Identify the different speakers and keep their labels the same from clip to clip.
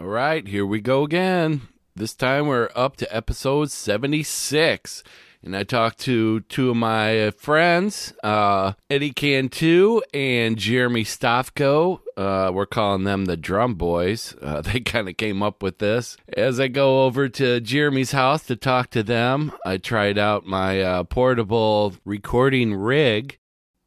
Speaker 1: right, here we go again. This time we're up to episode 76. And I talked to two of my friends, uh, Eddie Cantu and Jeremy Stofko. Uh, we're calling them the Drum Boys. Uh, they kind of came up with this. As I go over to Jeremy's house to talk to them, I tried out my uh, portable recording rig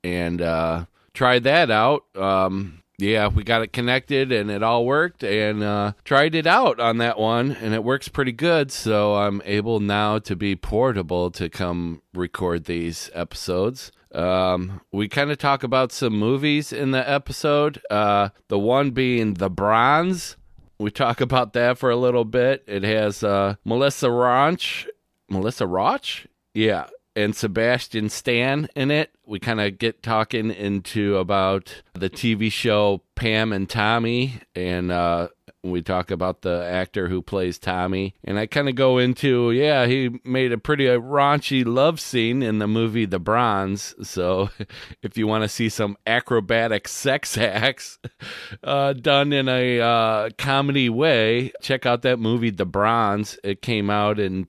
Speaker 1: and uh, tried that out. Um, yeah, we got it connected and it all worked and uh, tried it out on that one and it works pretty good. So I'm able now to be portable to come record these episodes. Um, we kind of talk about some movies in the episode, uh, the one being The Bronze. We talk about that for a little bit. It has uh, Melissa Ranch Melissa Roch? Yeah. And Sebastian Stan in it. We kind of get talking into about the TV show Pam and Tommy. And uh, we talk about the actor who plays Tommy. And I kind of go into, yeah, he made a pretty uh, raunchy love scene in the movie The Bronze. So if you want to see some acrobatic sex acts uh, done in a uh, comedy way, check out that movie The Bronze. It came out in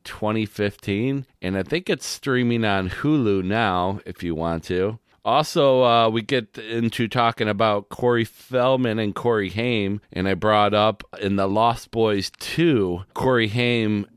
Speaker 1: 2015, and I think it's streaming on Hulu now if you want to. Also, uh, we get into talking about Corey Feldman and Corey Haim, and I brought up in The Lost Boys 2, Corey Haim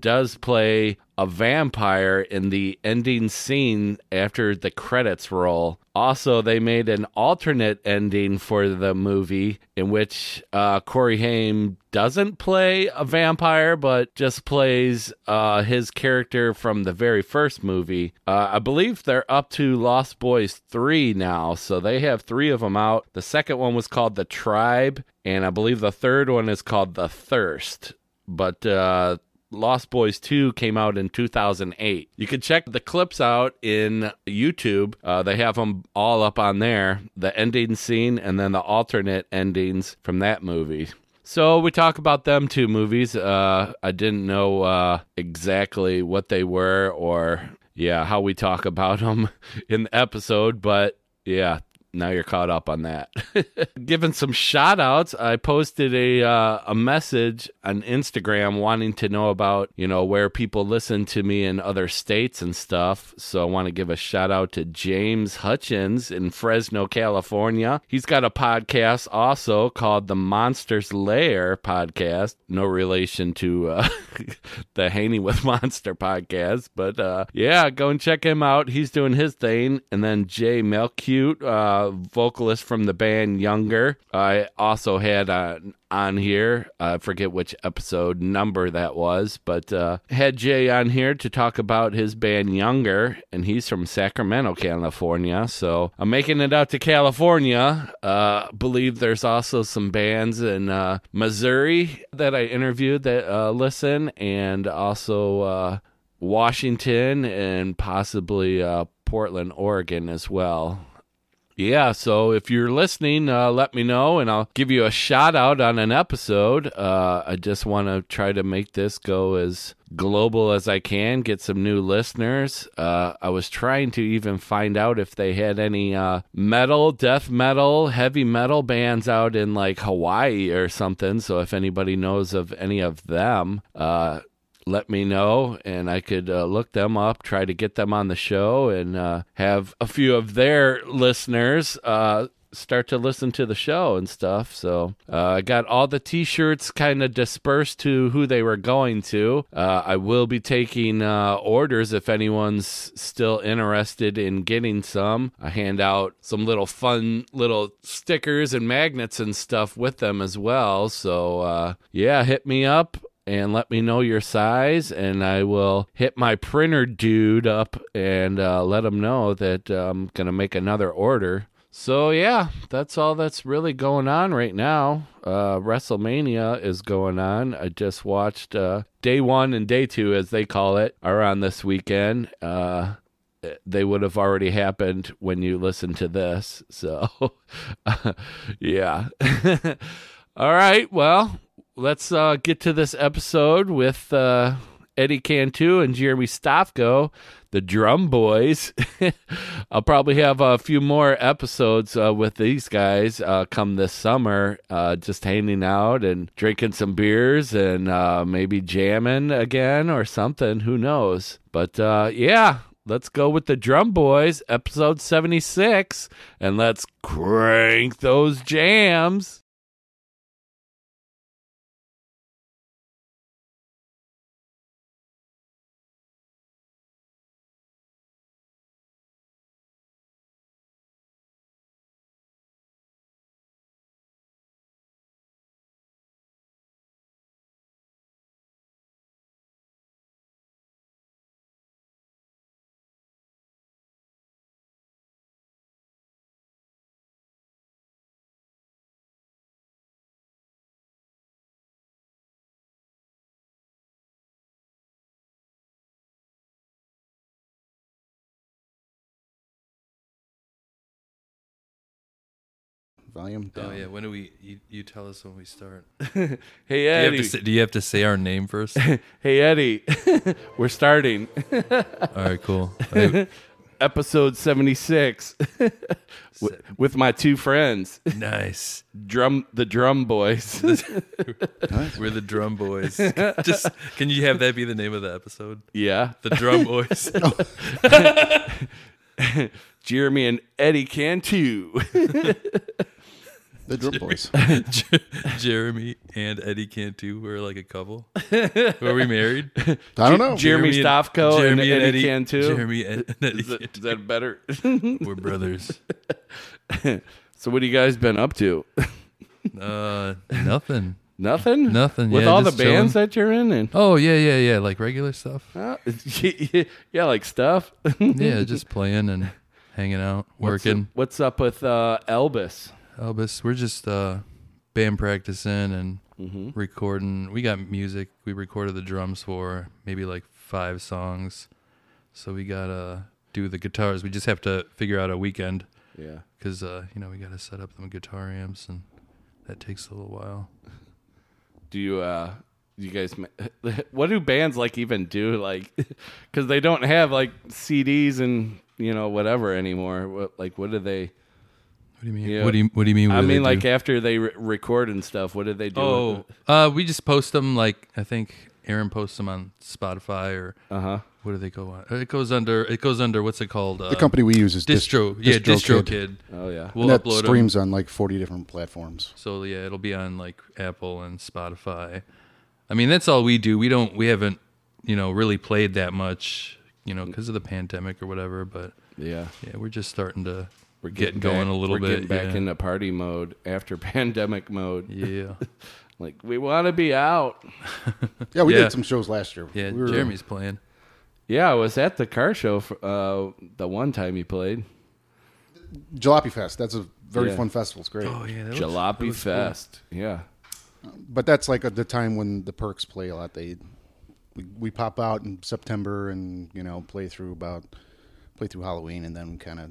Speaker 1: does play a vampire in the ending scene after the credits roll. Also, they made an alternate ending for the movie in which uh, Corey Haim doesn't play a vampire, but just plays uh, his character from the very first movie. Uh, I believe they're up to Lost Boys 3 now, so they have three of them out. The second one was called The Tribe, and I believe the third one is called The Thirst. But uh, Lost Boys 2 came out in 2008. You can check the clips out in YouTube. Uh, they have them all up on there the ending scene and then the alternate endings from that movie. So we talk about them two movies. Uh, I didn't know uh, exactly what they were or, yeah, how we talk about them in the episode, but yeah, now you're caught up on that. Given some shout outs, I posted a uh, a message on Instagram wanting to know about, you know, where people listen to me in other states and stuff. So I want to give a shout out to James Hutchins in Fresno, California. He's got a podcast also called the Monsters Lair podcast. No relation to uh, the Haney with Monster podcast, but uh, yeah, go and check him out. He's doing his thing. And then Jay Melcute, uh, vocalist from the band Younger, I also had on on here. I forget which episode number that was, but uh, had Jay on here to talk about his band Younger, and he's from Sacramento, California. So I'm making it out to California. Uh, believe there's also some bands in uh, Missouri that I interviewed that uh, listen, and also. Uh, Washington and possibly uh, Portland, Oregon as well. Yeah, so if you're listening, uh, let me know and I'll give you a shout out on an episode. Uh, I just want to try to make this go as global as I can, get some new listeners. Uh, I was trying to even find out if they had any uh, metal, death metal, heavy metal bands out in like Hawaii or something. So if anybody knows of any of them, uh, let me know and I could uh, look them up, try to get them on the show, and uh, have a few of their listeners uh, start to listen to the show and stuff. So uh, I got all the t shirts kind of dispersed to who they were going to. Uh, I will be taking uh, orders if anyone's still interested in getting some. I hand out some little fun little stickers and magnets and stuff with them as well. So uh, yeah, hit me up and let me know your size, and I will hit my printer dude up and uh, let him know that uh, I'm going to make another order. So, yeah, that's all that's really going on right now. Uh, WrestleMania is going on. I just watched uh, day one and day two, as they call it, are on this weekend. Uh, they would have already happened when you listen to this. So, yeah. All right. Well, let's uh, get to this episode with uh, Eddie Cantu and Jeremy Stofko, the drum boys. I'll probably have a few more episodes uh, with these guys uh, come this summer, uh, just hanging out and drinking some beers and uh, maybe jamming again or something. Who knows? But uh, yeah, let's go with the drum boys, episode 76, and let's crank those jams.
Speaker 2: Volume down.
Speaker 3: Oh yeah, when do we? You, you tell us when we start.
Speaker 1: Hey,
Speaker 3: Do you, have
Speaker 1: Eddie.
Speaker 3: to say, do you have to say our name first?
Speaker 1: hey, Eddie. We're starting.
Speaker 3: All right, cool. Hey,
Speaker 1: episode 76 with, with my two friends
Speaker 3: nice.
Speaker 1: drum the drum boys
Speaker 3: We're the Drum Boys. Just can you have that be the name of the episode?
Speaker 1: yeah
Speaker 3: The Drum Boys.
Speaker 1: jeremy and eddie cantu
Speaker 2: The drum boys.
Speaker 3: Jer- Jeremy and Eddie Cantu were like a couple. Were we married?
Speaker 2: I don't know.
Speaker 1: Jer- Jeremy
Speaker 3: and-
Speaker 1: Stofko and Eddie Cantu?
Speaker 3: Jeremy and Eddie
Speaker 1: is, that- is
Speaker 3: Cantu.
Speaker 1: that better
Speaker 3: We're brothers.
Speaker 1: so what have you guys been up to
Speaker 3: Uh, nothing.
Speaker 1: nothing
Speaker 3: Nothing,
Speaker 1: with
Speaker 3: yeah,
Speaker 1: all the
Speaker 3: just
Speaker 1: bands
Speaker 3: chilling.
Speaker 1: that you're in and
Speaker 3: Oh yeah, yeah, yeah. Like regular stuff.
Speaker 1: uh, yeah like stuff
Speaker 3: Yeah, just playing and hanging out, working.
Speaker 1: what's up with uh elvis
Speaker 3: Elvis, we're just uh, band practicing and
Speaker 1: Mm-hmm.
Speaker 3: recording. We got music. We recorded the drums for maybe like five songs. So we got to do the guitars. We just have to figure out a weekend
Speaker 1: yeah
Speaker 3: because, uh, you know, we got to set up them guitar amps and that takes a little while.
Speaker 1: do you uh you guys ma- what do bands like even do like because they don't have like cds and you know whatever anymore what like what do they
Speaker 3: What do you mean?
Speaker 1: Yeah.
Speaker 3: What do you What do you mean? What
Speaker 1: i
Speaker 3: do they
Speaker 1: mean like
Speaker 3: do?
Speaker 1: after they re- record and stuff what do they do with
Speaker 3: oh,
Speaker 1: it?
Speaker 3: uh, we just post them. Like I think Aaron posts them on Spotify or
Speaker 1: uh-huh
Speaker 3: what do they go on? It goes under. It goes under what's it called? Uh,
Speaker 2: the company we use is Dis-
Speaker 3: Distro. yeah, DistroKid.
Speaker 1: oh yeah
Speaker 3: We'll
Speaker 2: that
Speaker 3: upload 'em.
Speaker 2: streams on like 40 different platforms.
Speaker 3: So yeah, it'll be on like Apple and Spotify. I mean, that's all we do. We don't. We haven't, you know, really played that much, you know, because of the pandemic or whatever. But
Speaker 1: yeah
Speaker 3: yeah, we're just starting to
Speaker 1: we're
Speaker 3: get going
Speaker 1: back-
Speaker 3: a little
Speaker 1: we're
Speaker 3: bit.
Speaker 1: getting back
Speaker 3: yeah.
Speaker 1: into party mode after pandemic mode
Speaker 3: yeah,
Speaker 1: like we want to be out
Speaker 2: Yeah, we
Speaker 3: Yeah.
Speaker 2: did some shows last year.
Speaker 3: yeah.
Speaker 2: We were-
Speaker 3: Jeremy's playing.
Speaker 1: yeah i was at the car show for, uh the one time you played
Speaker 2: Jalopy Fest. That's a very
Speaker 1: Yeah.
Speaker 2: fun festival. It's great.
Speaker 3: Oh, yeah, that
Speaker 1: jalopy fest yeah
Speaker 2: But that's like at the time when the perks play a lot. They we, we pop out in September and you know play through about play through Halloween and then kind of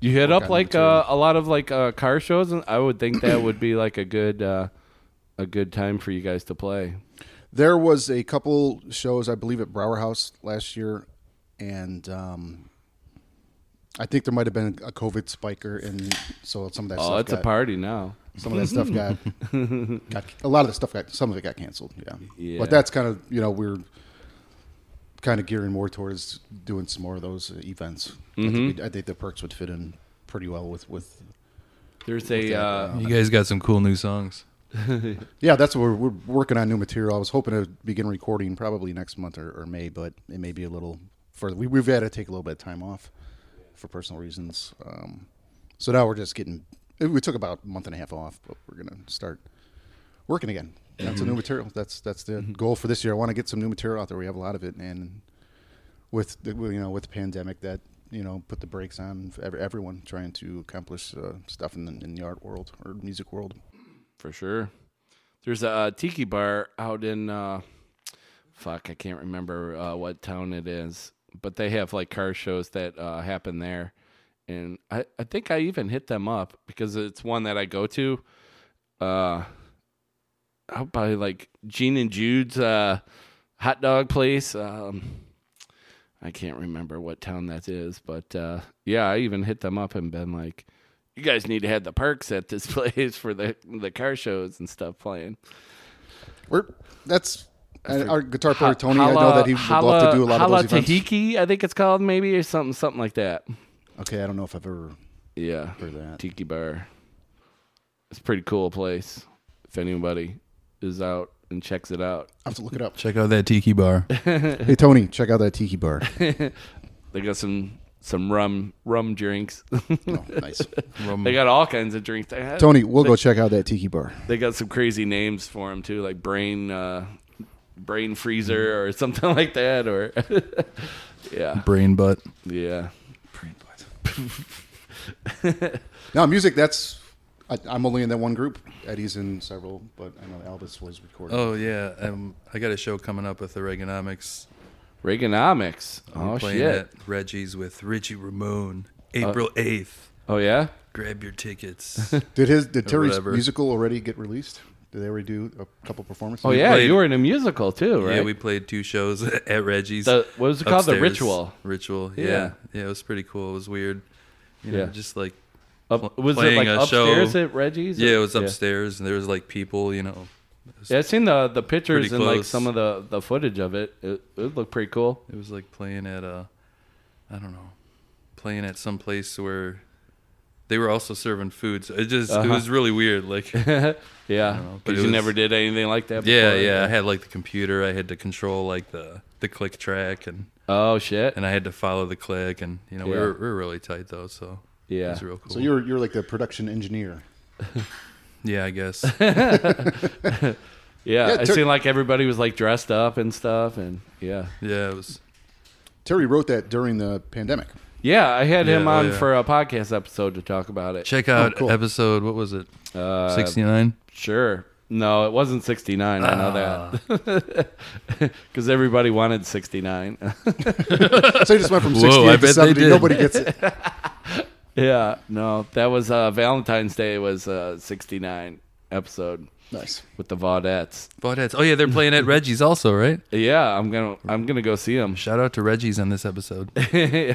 Speaker 1: You hit up
Speaker 2: on
Speaker 1: like uh,
Speaker 2: material.
Speaker 1: a lot of like uh, car shows, and I would think that would be like a good uh, a good time for you guys to play.
Speaker 2: There was a couple shows, I believe, at Brower House last year, and um, I think there might have been a COVID spiker, and so some of that
Speaker 1: Oh,
Speaker 2: stuff
Speaker 1: it's
Speaker 2: got,
Speaker 1: a party now.
Speaker 2: some of that stuff got, got a lot of the stuff got some of it got canceled. Yeah,
Speaker 1: Yeah.
Speaker 2: but that's kind of you know we're kind of gearing more towards doing some more of those events. I, think
Speaker 1: Mm-hmm.
Speaker 2: we- I think the perks would fit in pretty well with with
Speaker 1: There's a uh,
Speaker 3: You guys got some cool new songs.
Speaker 2: Yeah, that's what we're, we're working on new material. I was hoping to begin recording probably next month or, or May, but it may be a little further. We, we've had to take a little bit of time off for personal reasons. Um, so now we're just getting. We took about a month and a half off, but we're gonna start working again. That's a new material. That's that's the goal for this year. I want to get some new material out there. We have a lot of it, and with the you know with the pandemic, that you know put the brakes on for every- everyone trying to accomplish uh, stuff in the, in the art world or music world.
Speaker 1: for sure. There's a uh, tiki bar out in uh, fuck, I can't remember uh, what town it is, but they have like car shows that uh, happen there, and I I think I even hit them up because it's one that I go to. Uh, out by like Gene and Jude's uh hot dog place. Um, I can't remember what town that is, but uh, yeah, I even hit them up and been like, "You guys need to have the perks at this place for the the car shows and stuff playing."
Speaker 2: We're that's and our guitar player Tony. I know that he would love to do a lot
Speaker 1: Hala
Speaker 2: of those events.
Speaker 1: Tahiki, I think it's called maybe or something something like that.
Speaker 2: Okay, I don't know if I've ever.
Speaker 1: Yeah,
Speaker 2: Heard that.
Speaker 1: Tiki Bar. It's a pretty cool place. If anybody is out and checks it out,
Speaker 2: I have to look it up.
Speaker 3: Check out that tiki bar.
Speaker 2: Hey Tony, check out that tiki bar.
Speaker 1: they got some some rum rum drinks.
Speaker 2: Oh, nice,
Speaker 3: Rum-
Speaker 1: they got all kinds of drinks. They had,
Speaker 2: Mm. Tony. We'll go check out that tiki bar.
Speaker 1: they got some crazy names for them too, like brain uh, brain freezer
Speaker 3: Mm-hmm.
Speaker 1: or something like that. Or yeah,
Speaker 3: brain butt.
Speaker 1: yeah.
Speaker 2: No music. That's I, I'm only in that one group. Eddie's in several, but I know Albus was recording.
Speaker 3: Oh yeah, um, I got a show coming up with the Reaganomics.
Speaker 1: Reaganomics.
Speaker 3: We're
Speaker 1: Oh
Speaker 3: playing
Speaker 1: shit. Uh,
Speaker 3: at Reggie's with Richie Ramone, April eighth.
Speaker 1: Oh yeah.
Speaker 3: Grab your tickets. We
Speaker 2: Did his did Terry's
Speaker 3: whatever.
Speaker 2: musical already get released? Did they already do a couple performances?
Speaker 1: Oh yeah.
Speaker 3: played-
Speaker 1: you were in a musical too, right?
Speaker 3: Yeah, we played two shows at Reggie's.
Speaker 1: The- what was it called? The
Speaker 3: upstairs.
Speaker 1: Ritual.
Speaker 3: Ritual. Yeah.
Speaker 1: Yeah.
Speaker 3: yeah, it was pretty cool. It was weird. You
Speaker 1: Yeah.
Speaker 3: know, just like
Speaker 1: Up-
Speaker 3: pl-
Speaker 1: was it
Speaker 3: playing
Speaker 1: like
Speaker 3: a show-
Speaker 1: upstairs at Reggie's?
Speaker 3: yeah, it was upstairs, and there was like people. You know, it was,
Speaker 1: Yeah, I've seen the the pictures
Speaker 3: Pretty
Speaker 1: and like
Speaker 3: close.
Speaker 1: some of the the footage of it. It, it looked pretty cool.
Speaker 3: it was like playing at a, I don't know, playing at some place where they were also serving food. So it just it
Speaker 1: Uh-huh.
Speaker 3: was really weird. Like
Speaker 1: Yeah,
Speaker 3: know, but
Speaker 1: because
Speaker 3: it
Speaker 1: you
Speaker 3: was-
Speaker 1: never did anything like that. Before.
Speaker 3: Yeah, yeah. I had like the computer. I had to control like the the click track, and
Speaker 1: Oh shit.
Speaker 3: and I had to follow the click, and you know we
Speaker 1: Yeah.
Speaker 3: were we were really tight though, so it
Speaker 1: Yeah.
Speaker 3: was real cool.
Speaker 2: So you're you're like the production engineer.
Speaker 3: yeah, I guess.
Speaker 1: Yeah,
Speaker 2: Yeah,
Speaker 1: it
Speaker 2: Tur-
Speaker 1: seemed like everybody was like dressed up and stuff, and yeah,
Speaker 3: yeah, it was.
Speaker 2: Terry wrote that during the pandemic.
Speaker 1: yeah. I had him
Speaker 3: Yeah, oh,
Speaker 1: on
Speaker 3: yeah.
Speaker 1: for a podcast episode to talk about it.
Speaker 3: Check out
Speaker 2: cool.
Speaker 3: episode. What was it?
Speaker 1: Uh,
Speaker 3: Sixty nine.
Speaker 1: Sure. No, it wasn't 69. I know that
Speaker 3: Ah.
Speaker 1: because everybody wanted 69.
Speaker 2: So he just went from 68
Speaker 3: Whoa, I bet
Speaker 2: to
Speaker 3: they
Speaker 2: 70.
Speaker 3: did.
Speaker 2: Nobody gets it.
Speaker 1: yeah, no, that was uh, Valentine's Day was uh, 69 episode
Speaker 2: Nice.
Speaker 1: with the Vaudettes.
Speaker 3: Vaudettes. Oh yeah, they're playing at Reggie's also, right?
Speaker 1: Yeah, I'm gonna I'm gonna go see them.
Speaker 3: Shout out to Reggie's on this episode.
Speaker 1: yeah,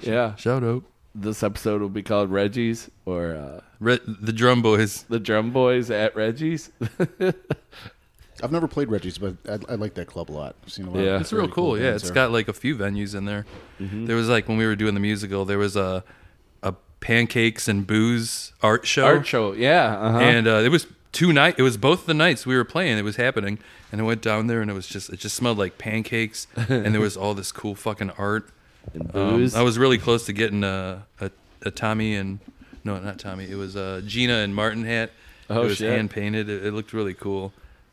Speaker 1: yeah.
Speaker 3: Shout out.
Speaker 1: This episode will be called Reggie's or uh,
Speaker 3: Re- the drum boys.
Speaker 1: the Drum Boys at Reggie's.
Speaker 2: I've never played Reggie's, but I, I like that club a lot. I've seen a lot.
Speaker 1: Yeah.
Speaker 2: of
Speaker 1: It's
Speaker 3: It's real
Speaker 2: really
Speaker 3: cool. Mm-hmm. Yeah,
Speaker 2: bands
Speaker 3: it's
Speaker 2: there.
Speaker 3: got like a few venues in there. There was like when we were doing the musical, there was a a pancakes and booze art show.
Speaker 1: Art show, yeah. Uh-huh.
Speaker 3: Oh. and uh, it was two night. It was both the nights we were playing. It was happening, and I went down there, and it was just it just smelled like pancakes, and there was all this cool fucking art. Um,
Speaker 1: booze.
Speaker 3: I was really close to getting a, a a Tommy and no, not Tommy. It was uh, Gina and Martin hat.
Speaker 1: Oh,
Speaker 3: it was
Speaker 1: shit.
Speaker 3: hand painted. It, it looked really cool.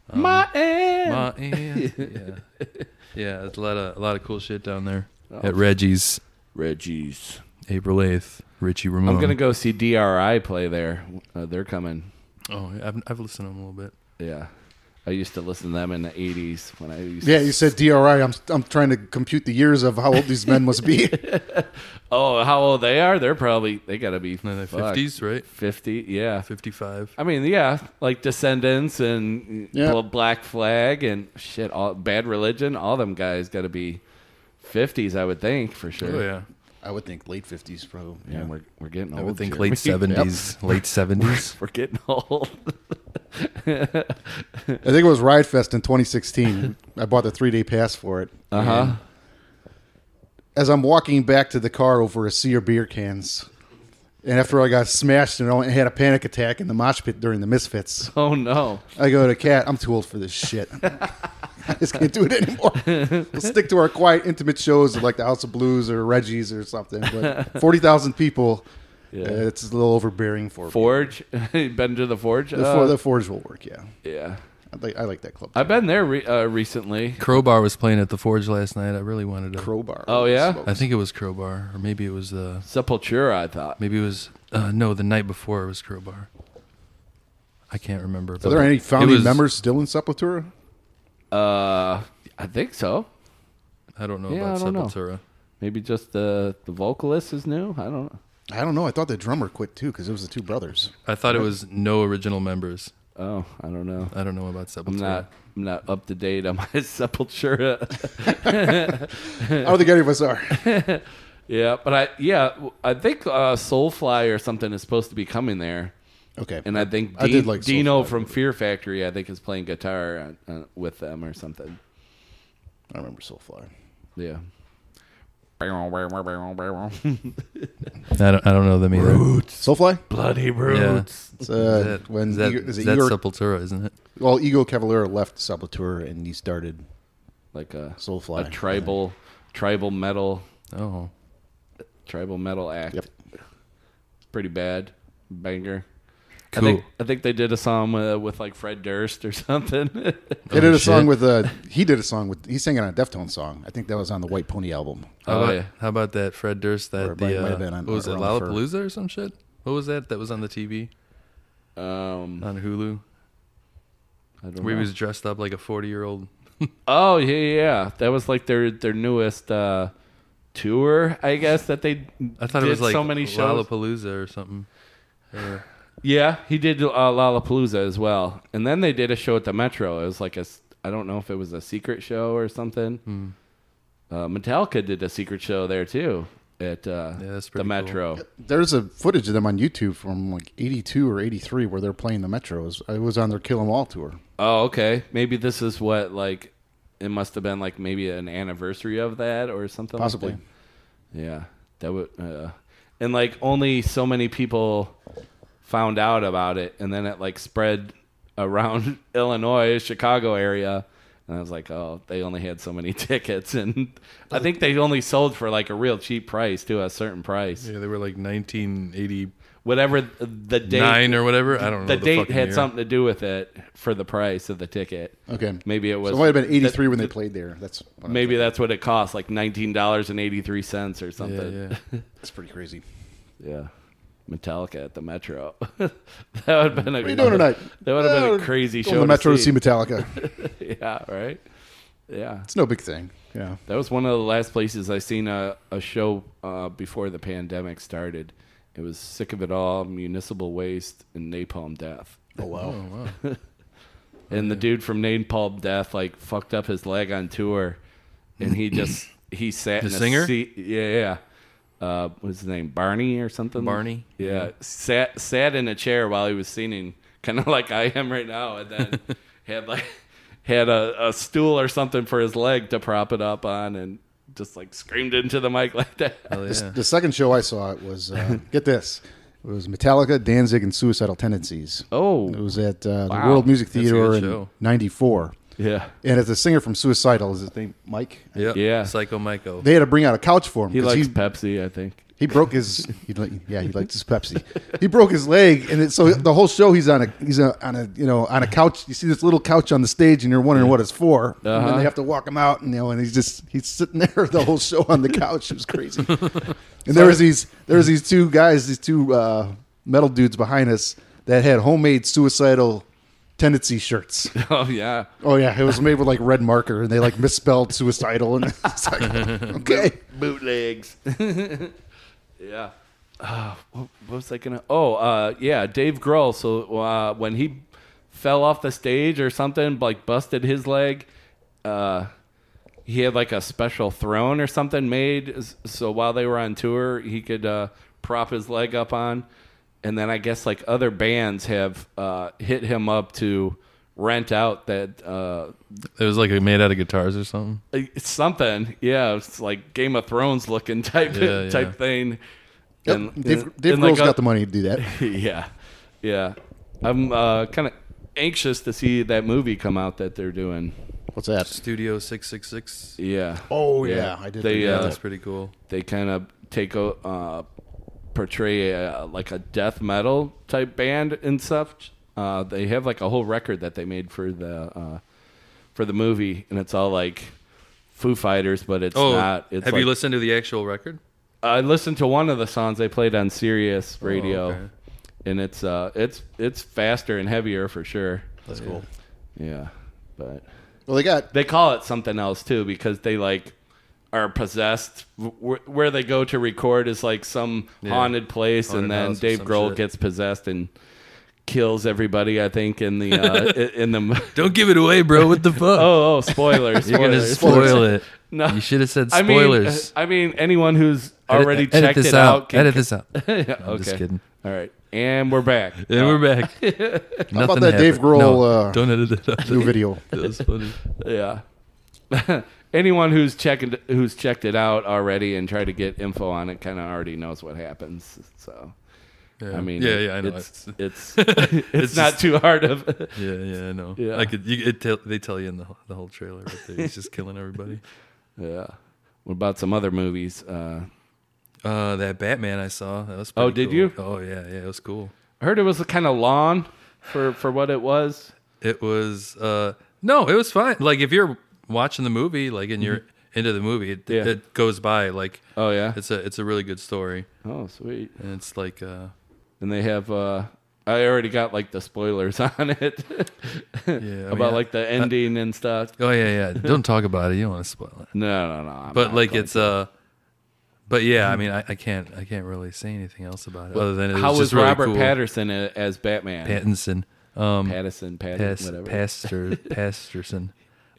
Speaker 3: um,
Speaker 1: my aunt.
Speaker 3: Ma- yeah, yeah, yeah. It's a lot of a lot of cool shit down there
Speaker 1: Oh.
Speaker 3: at Reggie's
Speaker 1: Reggie's.
Speaker 3: April eighth. Richie Ramone.
Speaker 1: I'm
Speaker 2: Um,
Speaker 1: gonna go see DRI play there. Uh, they're coming.
Speaker 3: Oh, I've, I've listened to him a little bit.
Speaker 1: Yeah, I used to listen to them in the '80s when I used.
Speaker 2: Yeah,
Speaker 1: to,
Speaker 2: you said DRI. I'm I'm trying to compute the years of how old these men must be.
Speaker 1: oh, how old they are? They're probably they gotta be
Speaker 3: In the
Speaker 1: fuck,
Speaker 3: fifties, right?
Speaker 1: 50, yeah.
Speaker 3: Fifty five.
Speaker 1: I mean, yeah, like Descendants and
Speaker 2: Yeah.
Speaker 1: Bl- Black Flag and shit, all Bad Religion, all them guys got to be 50s, I would think, for sure.
Speaker 3: Oh yeah.
Speaker 2: I would think late 50s, probably.
Speaker 1: Man, we're, we're getting old.
Speaker 3: I would think
Speaker 1: Jeremy.
Speaker 3: late seventies. Late seventies.
Speaker 1: We're getting old.
Speaker 2: I think it was Ride Fest in 2016. I bought the three day pass for it.
Speaker 1: Uh huh.
Speaker 2: As I'm walking back to the car over a sea of beer cans, and after I got smashed and I went- had a panic attack in the mosh pit during the Misfits,
Speaker 1: Oh, no.
Speaker 2: I go to Cat. I'm too old for this shit. I just can't do it anymore. We'll stick to our quiet, intimate shows like the House of Blues or Reggie's or something. But 40,000 people,
Speaker 1: Yeah.
Speaker 2: uh, it's a little overbearing for me.
Speaker 1: Forge. You been to the Forge?
Speaker 2: The,
Speaker 1: Uh,
Speaker 2: for, the Forge will work, yeah.
Speaker 1: yeah.
Speaker 2: I like, I like that club.
Speaker 1: I've been there re- uh, recently.
Speaker 3: Crowbar was playing at the Forge last night. I really wanted to.
Speaker 2: Crowbar.
Speaker 1: Oh, yeah?
Speaker 3: I think it was Crowbar, or maybe it was uh, the
Speaker 1: Sepultura, I thought.
Speaker 3: maybe it was uh, no the night before it was Crowbar. I can't remember.
Speaker 2: Are there any founding members still in Sepultura?
Speaker 1: Uh, I think so.
Speaker 3: I don't know
Speaker 1: Yeah,
Speaker 3: about
Speaker 1: I don't know.
Speaker 3: Sepultura.
Speaker 1: Maybe just the, the vocalist is new. I don't know.
Speaker 2: I don't know. I thought the drummer quit too because it was the two brothers.
Speaker 3: I thought it was no original members.
Speaker 1: Oh, I don't know.
Speaker 3: I don't know about
Speaker 1: I'm
Speaker 3: Sepultura.
Speaker 1: not. I'm not up to date on my Sepultura.
Speaker 2: I don't think any of us are.
Speaker 1: yeah, but I yeah I think uh, Soulfly or something is supposed to be coming there,
Speaker 2: Okay.
Speaker 1: and I think
Speaker 2: I
Speaker 1: Di-
Speaker 2: did like
Speaker 1: Dino
Speaker 2: Soulfly.
Speaker 1: from Fear Factory I think is playing guitar uh, uh, with them or something.
Speaker 2: I remember Soulfly.
Speaker 1: Yeah.
Speaker 3: I don't. I don't know them either.
Speaker 2: Soulfly?
Speaker 1: Bloody
Speaker 3: roots.
Speaker 2: It's, uh,
Speaker 3: Is that,
Speaker 2: when
Speaker 3: is that,
Speaker 2: Igor- is it
Speaker 3: is that
Speaker 2: Igor-
Speaker 3: Sepultura, isn't it?
Speaker 2: Well, Ego Cavalera left Sepultura and he started
Speaker 1: Like a
Speaker 2: Soulfly.
Speaker 1: a tribal tribal metal
Speaker 3: Oh,
Speaker 1: tribal metal act.
Speaker 2: Yep.
Speaker 1: It's pretty bad banger.
Speaker 3: Cool.
Speaker 1: I think I think they did a song uh, with like Fred Durst or something.
Speaker 2: They did
Speaker 3: Oh,
Speaker 2: a song
Speaker 3: shit.
Speaker 2: with uh he did a song with he sang it on a Deftones song. I think that was on the White Pony album.
Speaker 3: How,
Speaker 1: Oh,
Speaker 3: about,
Speaker 1: yeah.
Speaker 3: how about that Fred Durst?
Speaker 2: Or
Speaker 3: That
Speaker 2: it might-
Speaker 3: the
Speaker 2: might
Speaker 3: uh,
Speaker 2: have been on-
Speaker 3: what was it
Speaker 2: around the fir-
Speaker 3: Lollapalooza or some shit? What was that? That was on the TV
Speaker 1: um,
Speaker 3: on Hulu.
Speaker 1: I don't
Speaker 3: Where
Speaker 1: know.
Speaker 3: he was dressed up like a forty-year-old.
Speaker 1: oh yeah, yeah, yeah. That was like their their newest uh, tour, I guess. That they
Speaker 3: I thought
Speaker 1: did
Speaker 3: it was like
Speaker 1: so many shows.
Speaker 3: Lollapalooza or something. Or-
Speaker 1: Yeah, he did uh, Lollapalooza as well, and then they did a show at the Metro. It was like a s- I don't know if it was a secret show or something.
Speaker 3: Hmm.
Speaker 1: Uh, Metallica did a secret show there too at uh,
Speaker 3: Yeah, that's
Speaker 1: the
Speaker 3: pretty cool.
Speaker 1: Metro.
Speaker 2: There's a footage of them on YouTube from like '82 or '83 where they're playing the Metros. It was on their Kill 'Em All tour.
Speaker 1: Oh, okay. Maybe this is what like it must have been like maybe an anniversary of that or something. like
Speaker 2: Possibly.
Speaker 1: that. yeah, that would. Uh, and like only so many people found out about it, and then it like spread around Illinois, Chicago area. And I was like, oh, they only had so many tickets, and I think they only sold for like a real cheap price to a certain price,
Speaker 3: yeah, they were like nineteen eighty-nine
Speaker 1: whatever the date.
Speaker 3: or whatever. I don't know.
Speaker 1: the, date
Speaker 3: fucking
Speaker 1: had
Speaker 3: year.
Speaker 1: something to do with it for the price of the ticket.
Speaker 2: Okay,
Speaker 1: Maybe it was.
Speaker 2: so it might have been
Speaker 1: that-
Speaker 2: '83 when they played there. That's what I'm
Speaker 1: Maybe
Speaker 2: thinking.
Speaker 1: that's what it costs, like nineteen dollars and eighty three cents or
Speaker 3: Yeah,
Speaker 1: something.
Speaker 3: yeah.
Speaker 2: that's pretty crazy.
Speaker 1: Yeah. Metallica at the Metro. that would have been a
Speaker 2: What are you doing tonight?
Speaker 1: That would have been
Speaker 2: Uh,
Speaker 1: a crazy
Speaker 2: going
Speaker 1: show.
Speaker 2: To the Metro
Speaker 1: to
Speaker 2: to see Metallica.
Speaker 1: see. Yeah, right. Yeah,
Speaker 2: It's no big thing. Yeah,
Speaker 1: that was one of the last places I seen a a show uh, before the pandemic started. It was Sick of It All, Municipal Waste, and Napalm Death.
Speaker 2: oh wow.
Speaker 3: Oh wow.
Speaker 1: and the dude from Napalm Death like fucked up his leg on tour, and he just he sat
Speaker 3: The
Speaker 1: in a
Speaker 3: singer?
Speaker 1: seat. Yeah, yeah. Uh, what's his name? Barney or something?
Speaker 3: Barney?
Speaker 1: Yeah, sat sat in a chair while he was singing, kind of like I am right now, and then had like had a, a stool or something for his leg to prop it up on, and just like screamed into the mic like that.
Speaker 3: Hell
Speaker 2: The,
Speaker 3: yeah.
Speaker 2: the second show I saw it was uh, get this. It was Metallica, Danzig, and Suicidal Tendencies.
Speaker 1: Oh,
Speaker 2: It was at uh,
Speaker 1: Wow.
Speaker 2: the World Music
Speaker 3: That's a good
Speaker 2: Theater in
Speaker 3: show.
Speaker 2: '94,
Speaker 1: yeah.
Speaker 2: and it's a singer from Suicidal. Is his name Mike?
Speaker 3: Yep.
Speaker 1: Yeah.
Speaker 3: Psycho Michael.
Speaker 2: They had to bring out a couch for him
Speaker 1: He
Speaker 2: 'cause
Speaker 1: likes Pepsi, I think.
Speaker 2: He broke his. He li- yeah, he liked his Pepsi. He broke his leg, and it, so the whole show he's on a he's a, on a you know on a couch. You see this little couch on the stage, and you're wondering what it's for. And then
Speaker 1: Uh-huh.
Speaker 2: they have to walk him out, and you know, and he's just he's sitting there the whole show on the couch. It was crazy. And there was these there was these two guys, these two uh, metal dudes behind us that had homemade suicidal tendency shirts.
Speaker 1: Oh yeah.
Speaker 2: Oh yeah, it was made with like red marker, and they like misspelled suicidal, and it's like okay.
Speaker 1: bootlegs. yeah. Uh, what, what was I gonna? Oh, uh, yeah, Dave Grohl. So uh, when he fell off the stage or something, like busted his leg, uh, he had like a special throne or something made. s- So while they were on tour, he could uh, prop his leg up on. And then I guess like other bands have uh, hit him up to rent out that uh,
Speaker 3: It was like made out of guitars or something.
Speaker 1: uh, something yeah it's like game of thrones looking type
Speaker 3: Yeah, yeah.
Speaker 1: type thing
Speaker 2: Yep. Dave, Dave
Speaker 1: and
Speaker 2: Grohl's
Speaker 1: like, uh,
Speaker 2: got the money to do that.
Speaker 1: yeah yeah i'm uh kind of anxious to see that movie come out that they're doing
Speaker 2: What's that?
Speaker 3: Studio Six Six Six.
Speaker 1: yeah
Speaker 2: Oh, yeah, I did
Speaker 1: they
Speaker 2: think
Speaker 3: Yeah,
Speaker 1: uh,
Speaker 3: that's pretty cool.
Speaker 1: they kind of take o- uh portray uh like a death metal type band and stuff uh they have like a whole record that they made for the uh for the movie and it's all like Foo Fighters, but it's
Speaker 3: Oh,
Speaker 1: not. It's
Speaker 3: have
Speaker 1: like,
Speaker 3: you listened to the actual record?
Speaker 1: I listened to one of the songs they played on Sirius Radio,
Speaker 3: Oh, okay.
Speaker 1: and it's uh, it's it's faster and heavier for sure.
Speaker 2: That's cool.
Speaker 1: Yeah, but
Speaker 2: Well, they got
Speaker 1: they call it something else too because they like are possessed. Where, where they go to record is like some haunted place,
Speaker 3: Haunted
Speaker 1: and then
Speaker 3: house or
Speaker 1: Dave
Speaker 3: some
Speaker 1: Grohl
Speaker 3: shit.
Speaker 1: gets possessed and kills everybody. I think in the uh, i- in the.
Speaker 3: Don't give it away, bro. What the fuck?
Speaker 1: Oh, oh, spoilers!
Speaker 3: You're gonna
Speaker 1: spoilers.
Speaker 3: spoil it.
Speaker 1: No.
Speaker 3: You should have said
Speaker 1: I mean,
Speaker 3: spoilers.
Speaker 1: I mean, anyone who's already
Speaker 3: edit,
Speaker 1: checked
Speaker 3: edit this
Speaker 1: it out. can-
Speaker 3: edit this out.
Speaker 1: Yeah,
Speaker 3: I'm just kidding.
Speaker 1: All right, and we're back.
Speaker 3: And we're back. Nothing
Speaker 2: How about that Dave
Speaker 3: happened.
Speaker 2: Grohl
Speaker 3: No,
Speaker 2: uh,
Speaker 3: don't edit it out.
Speaker 2: new video?
Speaker 3: That was funny.
Speaker 1: Uh, Yeah. Anyone who's checking who's checked it out already and tried to get info on it kind of already knows what happens. So
Speaker 3: Yeah.
Speaker 1: I mean,
Speaker 3: yeah, yeah, I know.
Speaker 1: It's
Speaker 3: It's-
Speaker 1: it's it's, not
Speaker 3: just-
Speaker 1: too hard of.
Speaker 3: yeah, yeah, I know.
Speaker 1: Yeah.
Speaker 3: I could. You, it tell, they tell you in the the whole trailer right there. He's just killing everybody.
Speaker 1: yeah. What about some other movies? Uh,
Speaker 3: Uh, that Batman I saw. That was.
Speaker 1: Oh,
Speaker 3: pretty
Speaker 1: did you?
Speaker 3: cool. Oh yeah, yeah. It was cool.
Speaker 1: I heard it was kind of long for for what it was.
Speaker 3: It was. Uh, no, it was fine. Like if you're watching the movie, like and you're into the movie, it,
Speaker 1: Mm-hmm. Yeah.
Speaker 3: it goes by. Like
Speaker 1: Oh yeah.
Speaker 3: it's a it's a really good story,
Speaker 1: Oh sweet.
Speaker 3: and it's like uh,
Speaker 1: And they have. uh I already got like the spoilers on it
Speaker 3: yeah, I
Speaker 1: about
Speaker 3: mean,
Speaker 1: like the ending and stuff.
Speaker 3: Oh yeah, yeah. Don't talk about it. You don't want to spoil it.
Speaker 1: No, no, no. I'm
Speaker 3: But
Speaker 1: not
Speaker 3: like
Speaker 1: going
Speaker 3: it's uh but yeah, I mean I, I can't I can't really say anything else about it other than it
Speaker 1: Mm-hmm. How
Speaker 3: was,
Speaker 1: was
Speaker 3: just really
Speaker 1: Robert
Speaker 3: cool.
Speaker 1: Patterson a- as Batman?
Speaker 3: Pattinson. Um
Speaker 1: Patterson, Patterson,
Speaker 3: Pass,
Speaker 1: whatever.
Speaker 3: Pastor Pasterson.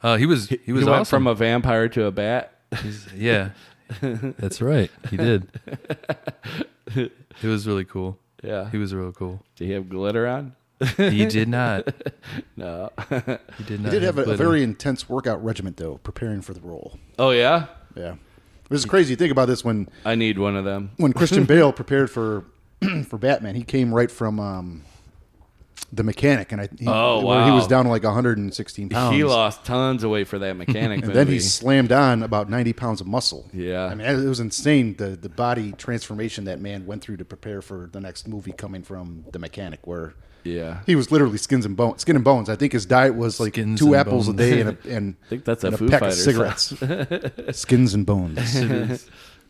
Speaker 3: Uh he was he
Speaker 1: he
Speaker 3: was
Speaker 1: went
Speaker 3: awesome.
Speaker 1: from a vampire to a bat.
Speaker 3: He's- yeah. That's right. He did. It was really cool.
Speaker 1: Yeah.
Speaker 3: He was real cool.
Speaker 1: Did he have glitter on?
Speaker 3: He did not.
Speaker 1: No.
Speaker 3: He
Speaker 2: He
Speaker 3: did not.
Speaker 2: did have a, a
Speaker 3: glitter.
Speaker 2: very intense workout regimen though, preparing for the role.
Speaker 1: oh yeah.
Speaker 2: Yeah, it was crazy. Think about this when
Speaker 1: I need one of them.
Speaker 2: when Christian Bale prepared for for Batman, he came right from um, the mechanic, and I he,
Speaker 1: Oh,
Speaker 2: where he was
Speaker 1: wow.
Speaker 2: down to like 116 pounds.
Speaker 1: He lost tons of weight for that mechanic
Speaker 2: and
Speaker 1: movie.
Speaker 2: then he slammed on about 90 pounds of muscle.
Speaker 1: Yeah.
Speaker 2: I mean, it was insane the the body transformation that man went through to prepare for the next movie coming from the mechanic, where
Speaker 1: yeah.
Speaker 2: he was literally skins and bones, skin and bones. I think his diet was like
Speaker 3: Skins
Speaker 2: two
Speaker 3: and
Speaker 2: apples
Speaker 3: bones.
Speaker 2: a day and a, and
Speaker 1: I think that's a
Speaker 2: and
Speaker 1: Foo
Speaker 2: pack
Speaker 1: Fighters
Speaker 2: of cigarettes. skins and bones,
Speaker 1: Yeah,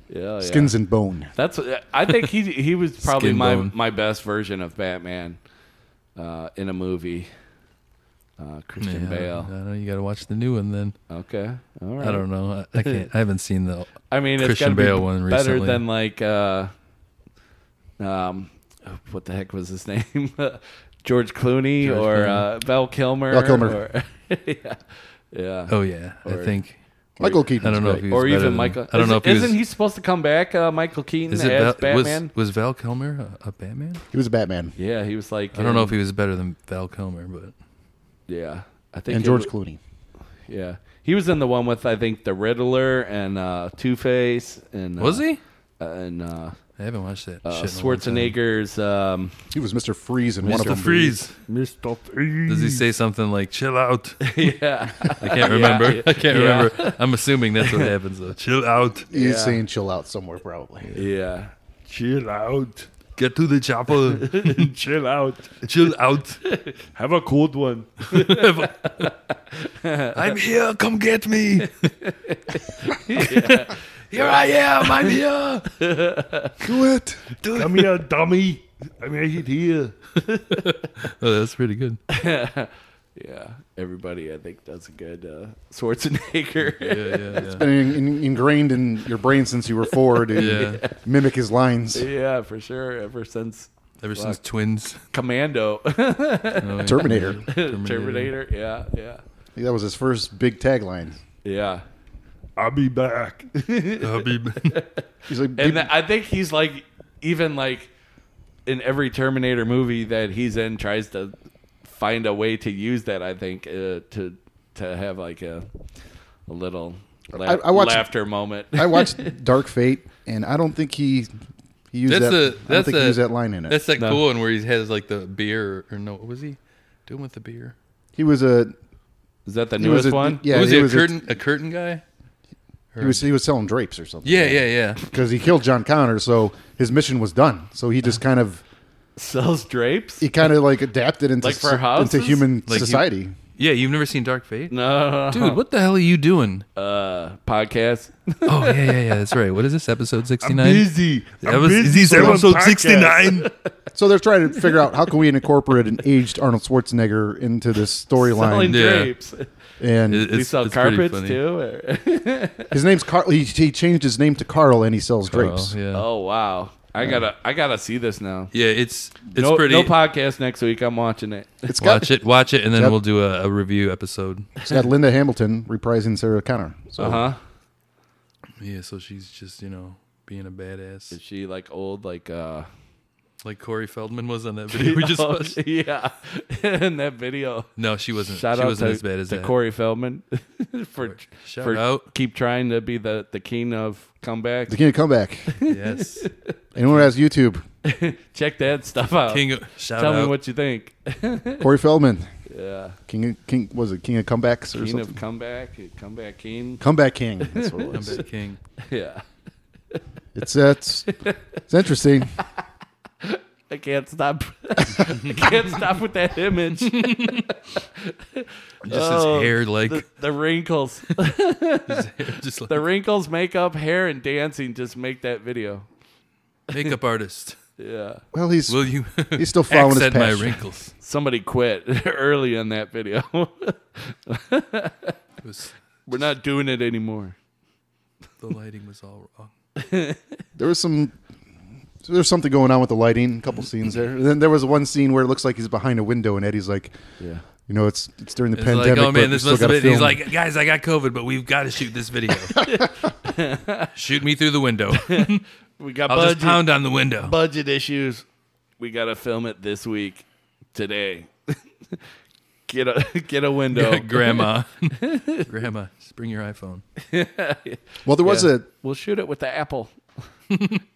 Speaker 1: yeah.
Speaker 2: skins and bone.
Speaker 1: That's. I think he he was probably
Speaker 3: Skin
Speaker 1: my
Speaker 3: bone.
Speaker 1: my best version of Batman, uh, in a movie. Uh,
Speaker 3: Yeah,
Speaker 1: Christian
Speaker 3: I
Speaker 1: Bale.
Speaker 3: don't know. You got to watch the new one then.
Speaker 1: Okay. All right.
Speaker 3: I don't know. I, I can't. I haven't seen the.
Speaker 1: I mean, it's
Speaker 3: Christian
Speaker 1: gotta be
Speaker 3: Bale one
Speaker 1: better
Speaker 3: recently.
Speaker 1: than like, uh, um, what the heck was his name? George Clooney
Speaker 3: George
Speaker 1: or
Speaker 3: Clooney.
Speaker 1: uh, Val Kilmer.
Speaker 2: Val Kilmer.
Speaker 1: Or, yeah, yeah.
Speaker 3: Oh yeah,
Speaker 1: Or-
Speaker 3: I think
Speaker 2: Michael Keaton.
Speaker 3: I don't know
Speaker 2: great.
Speaker 3: if he was
Speaker 1: or
Speaker 3: better
Speaker 1: even
Speaker 3: than-
Speaker 1: Michael.
Speaker 3: I don't know
Speaker 1: Is-
Speaker 3: if he was-
Speaker 1: isn't he supposed to come back, uh, Michael Keaton
Speaker 3: Is
Speaker 1: as
Speaker 3: it Val,
Speaker 1: Batman?
Speaker 3: was was Val Kilmer a, a Batman?
Speaker 2: He was a Batman.
Speaker 1: yeah, he was like.
Speaker 3: I don't know if
Speaker 1: in-
Speaker 3: he was better than Val Kilmer, but
Speaker 1: Yeah, I think
Speaker 2: And
Speaker 1: it
Speaker 2: George
Speaker 1: wa-
Speaker 2: Clooney.
Speaker 1: Yeah, he was in the one with I think the Riddler and uh, Two Face and uh,
Speaker 3: was he?
Speaker 1: and uh,
Speaker 3: I haven't watched that.
Speaker 1: uh,
Speaker 3: shit in a long time.
Speaker 1: Schwarzenegger's. Um,
Speaker 2: He was Mr. Freeze in one of
Speaker 3: Mr.
Speaker 2: them.
Speaker 3: Freeze. Does he say something like "chill out"?
Speaker 1: yeah.
Speaker 3: I can't remember. I can't
Speaker 1: Yeah.
Speaker 3: remember. I'm assuming that's what happens though. Chill out.
Speaker 2: He's
Speaker 1: Yeah.
Speaker 2: saying chill out somewhere, probably.
Speaker 1: Yeah.
Speaker 4: Chill out.
Speaker 3: Get to the chopper.
Speaker 4: Chill out.
Speaker 3: Chill out.
Speaker 4: Have a cold one.
Speaker 3: I'm here. Come get me. here I am. I'm here.
Speaker 2: Do it.
Speaker 4: Come here, dummy. I made it here.
Speaker 3: Oh, that's pretty good.
Speaker 1: Yeah. Everybody, I think, does a good uh, Schwarzenegger.
Speaker 3: Yeah, yeah, yeah.
Speaker 2: Been in, in, ingrained in your brain since you were four to
Speaker 3: Yeah.
Speaker 2: mimic his lines.
Speaker 1: yeah, for sure. Ever since
Speaker 3: Ever since twins, Oh,
Speaker 1: Commando,
Speaker 2: Terminator.
Speaker 1: Terminator. Yeah. Yeah.
Speaker 2: that was his first big tagline.
Speaker 1: Yeah.
Speaker 4: I'll be back.
Speaker 3: I'll be back.
Speaker 2: He's like,
Speaker 1: And th- I think he's like, even like in every Terminator movie that he's in, tries to find a way to use that, I think, uh, to to have like a, a little la-
Speaker 2: I- I watched-
Speaker 1: laughter moment.
Speaker 2: I watched Dark Fate, and I don't think he he used
Speaker 3: That's
Speaker 2: that.
Speaker 3: a-
Speaker 2: I don't
Speaker 3: that's
Speaker 2: think he
Speaker 3: a-
Speaker 2: used that line in it.
Speaker 3: That's that
Speaker 1: No.
Speaker 3: cool one where he has like the beer or no? What was he doing with the beer?
Speaker 2: He was a
Speaker 1: Is that the
Speaker 2: he was
Speaker 1: newest
Speaker 2: a,
Speaker 1: one?
Speaker 2: Yeah,
Speaker 3: was he, a
Speaker 2: was
Speaker 3: curtain a, curtain guy?
Speaker 2: he was he was selling drapes or something.
Speaker 3: Yeah, yeah, yeah.
Speaker 2: because he killed John Connor, so his mission was done. So he just kind of
Speaker 1: Sells drapes?
Speaker 2: he kind of like adapted into
Speaker 1: Like for
Speaker 2: so-
Speaker 1: houses?
Speaker 2: into human
Speaker 3: Like you-
Speaker 2: society.
Speaker 3: Yeah, you've never seen Dark Fate?
Speaker 1: No.
Speaker 3: Dude, what the hell are you doing?
Speaker 1: Uh, podcast.
Speaker 3: Oh yeah, yeah, yeah. That's right. What is this episode sixty nine?
Speaker 4: Busy.
Speaker 3: That was is this
Speaker 4: for the
Speaker 3: episode
Speaker 4: podcast.
Speaker 3: sixty nine.
Speaker 2: so they're trying to figure out how can we incorporate an aged Arnold Schwarzenegger into this
Speaker 1: Selling
Speaker 2: storyline,
Speaker 3: Yeah.
Speaker 1: drapes.
Speaker 2: and
Speaker 1: We sell carpets too. or-
Speaker 2: his name's Carl. He, he changed his name to Carl, and he sells drapes.
Speaker 3: Oh, yeah.
Speaker 1: oh wow. I gotta I gotta see this now.
Speaker 3: Yeah, it's it's
Speaker 1: no,
Speaker 3: pretty.
Speaker 1: no podcast next week. I'm watching it.
Speaker 2: It's got
Speaker 3: watch it, watch it, and then
Speaker 2: Yep.
Speaker 3: we'll do a, a review episode.
Speaker 2: it's got Linda Hamilton reprising Sarah Connor.
Speaker 3: Uh-huh.
Speaker 2: So
Speaker 1: Uh huh.
Speaker 3: Yeah, so she's just you know being a badass,
Speaker 1: Is she like old? Like uh.
Speaker 3: like Corey Feldman was on that video we just watched.
Speaker 1: Oh, yeah. In that video.
Speaker 3: No, she wasn't.
Speaker 1: Shout
Speaker 3: she
Speaker 1: out
Speaker 3: wasn't
Speaker 1: to,
Speaker 3: as bad as
Speaker 1: to
Speaker 3: that.
Speaker 1: Corey Feldman for
Speaker 3: Shout
Speaker 1: for
Speaker 3: out.
Speaker 1: keep trying to be the the king of comeback.
Speaker 2: the King of Comeback.
Speaker 3: Yes,
Speaker 2: Anyone who has YouTube,
Speaker 1: Check that stuff out.
Speaker 3: King. of- Shout
Speaker 1: Uh, Tell
Speaker 3: out.
Speaker 1: me what you think.
Speaker 2: Corey Feldman,
Speaker 1: Yeah,
Speaker 2: King of, King was it King of Comebacks or
Speaker 1: king
Speaker 2: something?
Speaker 1: of comeback, comeback king.
Speaker 2: Comeback King. That's what it was.
Speaker 3: Comeback King.
Speaker 1: Yeah,
Speaker 2: It's that's it's interesting.
Speaker 1: I can't stop. I can't stop with that image.
Speaker 3: Just
Speaker 1: Oh,
Speaker 3: his hair, like
Speaker 1: The, the wrinkles,
Speaker 3: just like
Speaker 1: the wrinkles, makeup, hair, and dancing just make that video.
Speaker 3: makeup artist.
Speaker 1: Yeah,
Speaker 2: Well, he's
Speaker 3: Will you
Speaker 2: he's still following his
Speaker 3: accent my
Speaker 2: passion.
Speaker 3: wrinkles?
Speaker 1: somebody quit early in that video.
Speaker 3: It was,
Speaker 1: We're not doing it anymore.
Speaker 3: the lighting was all wrong.
Speaker 2: There was some there's something going on with the lighting. A couple scenes there. And then there was one scene where it looks like he's behind a window, and Eddie's like,
Speaker 1: Yeah.
Speaker 2: you know, it's it's during the
Speaker 3: It's
Speaker 2: pandemic.
Speaker 3: like, oh
Speaker 2: but
Speaker 3: man,
Speaker 2: we
Speaker 3: this
Speaker 2: still
Speaker 3: must have
Speaker 2: gotta
Speaker 3: been. He's
Speaker 2: film."
Speaker 3: like, guys, I got COVID, but we've got to shoot this video. shoot me through the window.
Speaker 1: We got
Speaker 3: I'll just
Speaker 1: budget,
Speaker 3: pound on the window.
Speaker 1: budget issues. We gotta film it this week, today. get a get a window.
Speaker 3: Grandma. Grandma, just bring your iPhone.
Speaker 2: well, there was
Speaker 1: Yeah.
Speaker 2: a
Speaker 1: We'll shoot it with the Apple.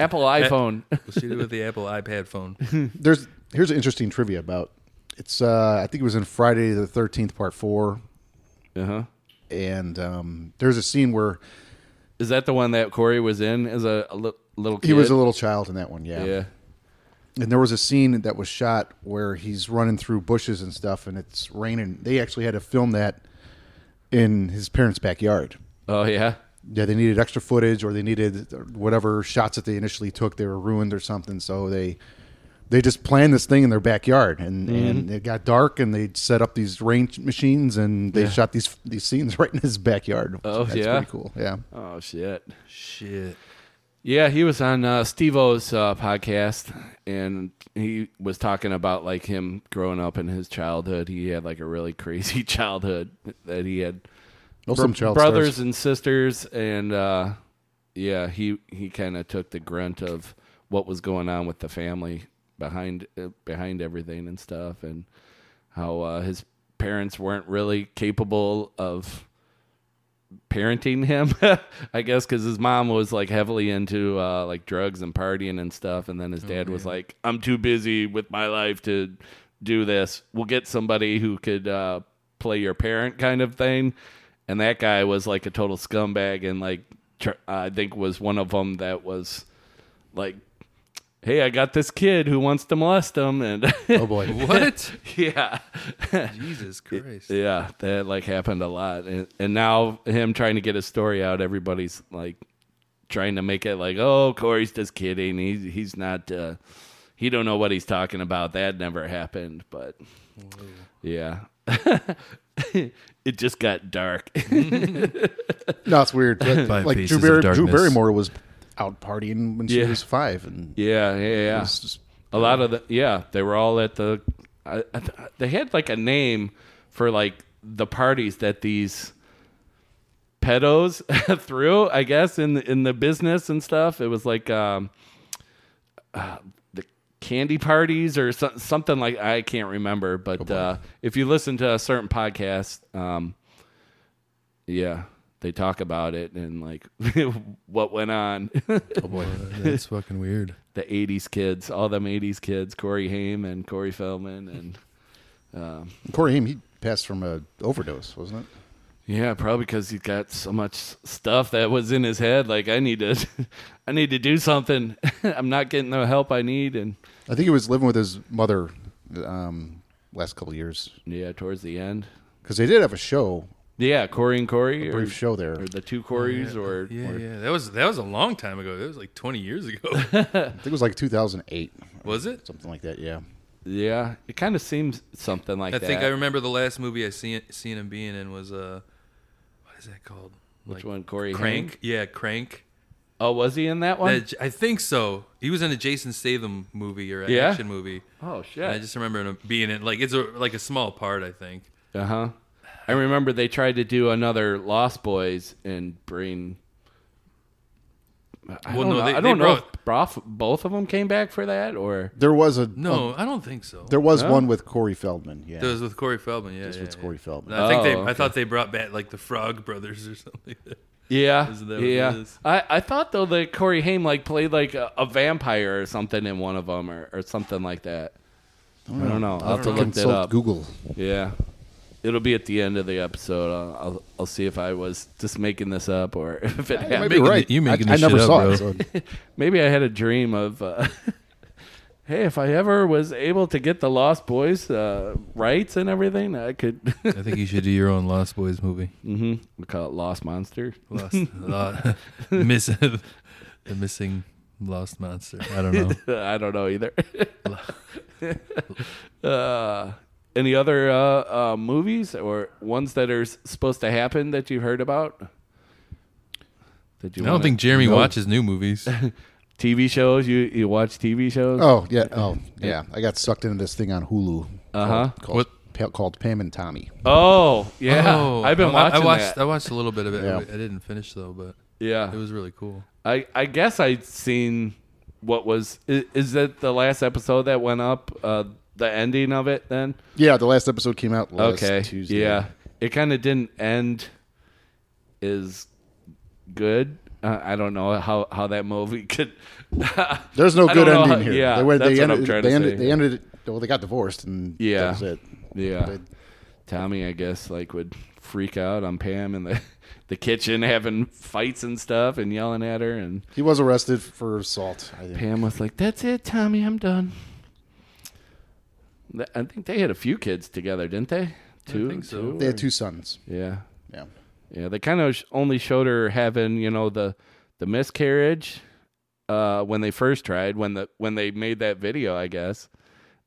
Speaker 1: Apple iPhone.
Speaker 3: We'll shoot it with the Apple iPad phone.
Speaker 2: there's here's an interesting trivia about it's uh I think it was in Friday the thirteenth part four
Speaker 1: uh-huh.
Speaker 2: and um there's a scene where
Speaker 1: Is that the one that Corey was in as a, a li- little kid?
Speaker 2: he was a little child in that one, yeah.
Speaker 1: Yeah.
Speaker 2: And there was a scene that was shot where he's running through bushes and stuff and it's raining. They actually had to film that in his parents' backyard.
Speaker 1: Oh yeah.
Speaker 2: Yeah, they needed extra footage or they needed whatever shots that they initially took, they were ruined or something, so they they just planned this thing in their backyard and, and it got dark and they set up these rain machines and they shot these these scenes right in his backyard.
Speaker 1: Oh,
Speaker 2: That's
Speaker 1: yeah?
Speaker 2: pretty cool. Yeah.
Speaker 1: Oh shit.
Speaker 3: Shit.
Speaker 1: Yeah, he was on uh, Steve O's uh, podcast, and he was talking about like him growing up in his childhood. He had like a really crazy childhood that he had
Speaker 2: Well,
Speaker 1: br-
Speaker 2: some child
Speaker 1: brothers
Speaker 2: stars.
Speaker 1: and sisters, and uh, yeah, he he kind of took the grunt of what was going on with the family behind uh, behind everything and stuff, and how uh, his parents weren't really capable of parenting him i guess because his mom was like heavily into uh like drugs and partying and stuff and then
Speaker 2: Oh,
Speaker 1: his dad was like i'm too busy with my life to do this we'll get somebody who could uh play your parent kind of thing and that guy was like a total scumbag and like tr- i think was one of them that was like hey i got this kid who wants to molest him and
Speaker 2: Oh boy.
Speaker 3: What?
Speaker 1: yeah
Speaker 3: Jesus Christ.
Speaker 1: yeah, that like happened a lot, and and now him trying to get his story out, everybody's like trying to make it like, oh, Corey's just kidding. He's he's not. Uh, he don't know what he's talking about. That never happened. But yeah, it just got dark.
Speaker 2: No, it's weird. But,
Speaker 3: Five
Speaker 2: like Drew,
Speaker 3: pieces of
Speaker 2: Barry, Drew
Speaker 3: darkness.
Speaker 2: Barrymore was out partying when she
Speaker 1: Yeah.
Speaker 2: was five, and
Speaker 1: yeah, yeah, yeah.
Speaker 2: it's just-
Speaker 1: a lot of the yeah they were all at the I, I, th- they had like a name for like the parties that these pedos threw i guess in the, in the business and stuff it was like um uh, the candy parties or so, something like i can't remember but uh if you listen to a certain podcast um yeah they talk about it and like what went on
Speaker 3: Oh boy. That's fucking weird.
Speaker 1: the '80s kids, all them '80s kids, Corey Haim and Corey Feldman, and
Speaker 2: Corey Haim he passed from a overdose, wasn't it?
Speaker 1: yeah, probably because he got so much stuff that was in his head. Like I need to, I need to do something. I'm not getting the help I need, and
Speaker 2: I think he was living with his mother um, last couple of years
Speaker 1: yeah, towards the end,
Speaker 2: because they did have a show,
Speaker 1: yeah, Corey and Corey, or,
Speaker 2: brief show there.
Speaker 1: or the two Corys, or
Speaker 3: Yeah,
Speaker 1: or-
Speaker 3: yeah. That was that was a long time ago. That was like 20 years ago.
Speaker 2: I think it was like 2008,
Speaker 3: Was it?
Speaker 2: something like that. Yeah,
Speaker 1: yeah, it kind of seems something like
Speaker 3: I
Speaker 1: that.
Speaker 3: think I remember the last movie I seen seen him being in was uh what is that called?
Speaker 1: Which one, Corey Haim?
Speaker 3: Crank. Yeah, Crank.
Speaker 1: Oh, was he in that one?
Speaker 3: That, I think so. He was in a Jason Statham movie or an
Speaker 1: Yeah?
Speaker 3: action movie.
Speaker 1: oh
Speaker 3: And I
Speaker 1: shit.
Speaker 3: just remember him being in like it's a like a small part. I think.
Speaker 1: Uh huh. I remember they tried to do another Lost Boys and bring. I
Speaker 3: Well,
Speaker 1: don't
Speaker 3: no,
Speaker 1: know,
Speaker 3: they-
Speaker 1: I
Speaker 3: they
Speaker 1: don't know
Speaker 3: brought-
Speaker 1: if brof- both of them came back for that or.
Speaker 2: There was a oh,
Speaker 3: No, I don't think so.
Speaker 2: There was
Speaker 1: No?
Speaker 2: one with Corey Feldman. Yeah,
Speaker 3: That was with Corey Feldman. Yeah,
Speaker 2: That's
Speaker 3: yeah,
Speaker 2: with
Speaker 3: yeah.
Speaker 2: Corey Feldman.
Speaker 3: I think they.
Speaker 1: Oh,
Speaker 3: I
Speaker 1: okay.
Speaker 3: thought they brought back like the Frog Brothers or something.
Speaker 1: Yeah,
Speaker 3: Isn't that what it
Speaker 1: yeah.
Speaker 3: is?
Speaker 1: I, I thought though that Corey Haim like played like a, a vampire or something in one of them or, or something like that. I don't, know. I'll have to look that
Speaker 2: Consult
Speaker 1: up.
Speaker 2: Google.
Speaker 1: Yeah, it'll be at the end of the episode. I'll I'll, I'll see if I was just making this up or if it
Speaker 2: You might
Speaker 1: happened.
Speaker 2: be
Speaker 3: making
Speaker 2: right.
Speaker 3: it- you making
Speaker 2: I,
Speaker 3: this
Speaker 2: I never
Speaker 3: shit up,
Speaker 2: saw it.
Speaker 3: bro.
Speaker 2: So
Speaker 1: Maybe I had a dream of. Uh, Hey, if I ever was able to get the Lost Boys uh, rights and everything, I could.
Speaker 3: I think you should do your own Lost Boys movie.
Speaker 1: hmm We call it Lost Monster.
Speaker 3: Lost, lo- miss, the missing lost monster. I don't know.
Speaker 1: I don't know either. uh, any other uh, uh, movies or ones that are s- supposed to happen that you've heard about? That
Speaker 3: I
Speaker 1: you
Speaker 3: don't
Speaker 1: wanna-
Speaker 3: think Jeremy
Speaker 2: No.
Speaker 3: watches new movies.
Speaker 1: TV shows. You you watch TV shows?
Speaker 2: oh yeah. Oh yeah. I got sucked into this thing on Hulu.
Speaker 1: Uh-huh.
Speaker 2: Called, called, pa- called Pam and Tommy.
Speaker 1: Oh, yeah.
Speaker 3: Oh,
Speaker 1: I've been
Speaker 3: I- I,
Speaker 1: watching
Speaker 3: watched.
Speaker 1: that.
Speaker 3: I watched a little bit of it.
Speaker 2: Yeah.
Speaker 3: I didn't finish though, but
Speaker 1: Yeah,
Speaker 3: it was really cool.
Speaker 1: I I guess I'd seen what was is, is that the last episode that went up? Uh, the ending of it then.
Speaker 2: Yeah, the last episode came out last
Speaker 1: okay
Speaker 2: Tuesday.
Speaker 1: yeah it kind of didn't end as good uh, i don't know how how that movie could
Speaker 2: There's no
Speaker 1: I
Speaker 2: good
Speaker 1: don't know
Speaker 2: ending
Speaker 1: how-
Speaker 2: here.
Speaker 1: yeah,
Speaker 2: they went,
Speaker 1: that's
Speaker 2: they
Speaker 1: what I'm
Speaker 2: ended,
Speaker 1: trying
Speaker 2: they
Speaker 1: to
Speaker 2: ended,
Speaker 1: say.
Speaker 2: They ended. Well, they got divorced, and
Speaker 1: Yeah.
Speaker 2: that was it.
Speaker 1: yeah
Speaker 2: They-
Speaker 1: tommy i guess like would freak out on pam in the the kitchen having fights and stuff and yelling at her and
Speaker 2: he was arrested for assault. I think.
Speaker 1: pam was like that's it tommy i'm done Th- i think they had a few kids together didn't they two
Speaker 3: think so.
Speaker 2: They had two sons.
Speaker 1: yeah
Speaker 2: Yeah.
Speaker 1: Yeah, they kind of sh- only showed her having, you know, the the miscarriage uh when they first tried when the when they made that video, I guess.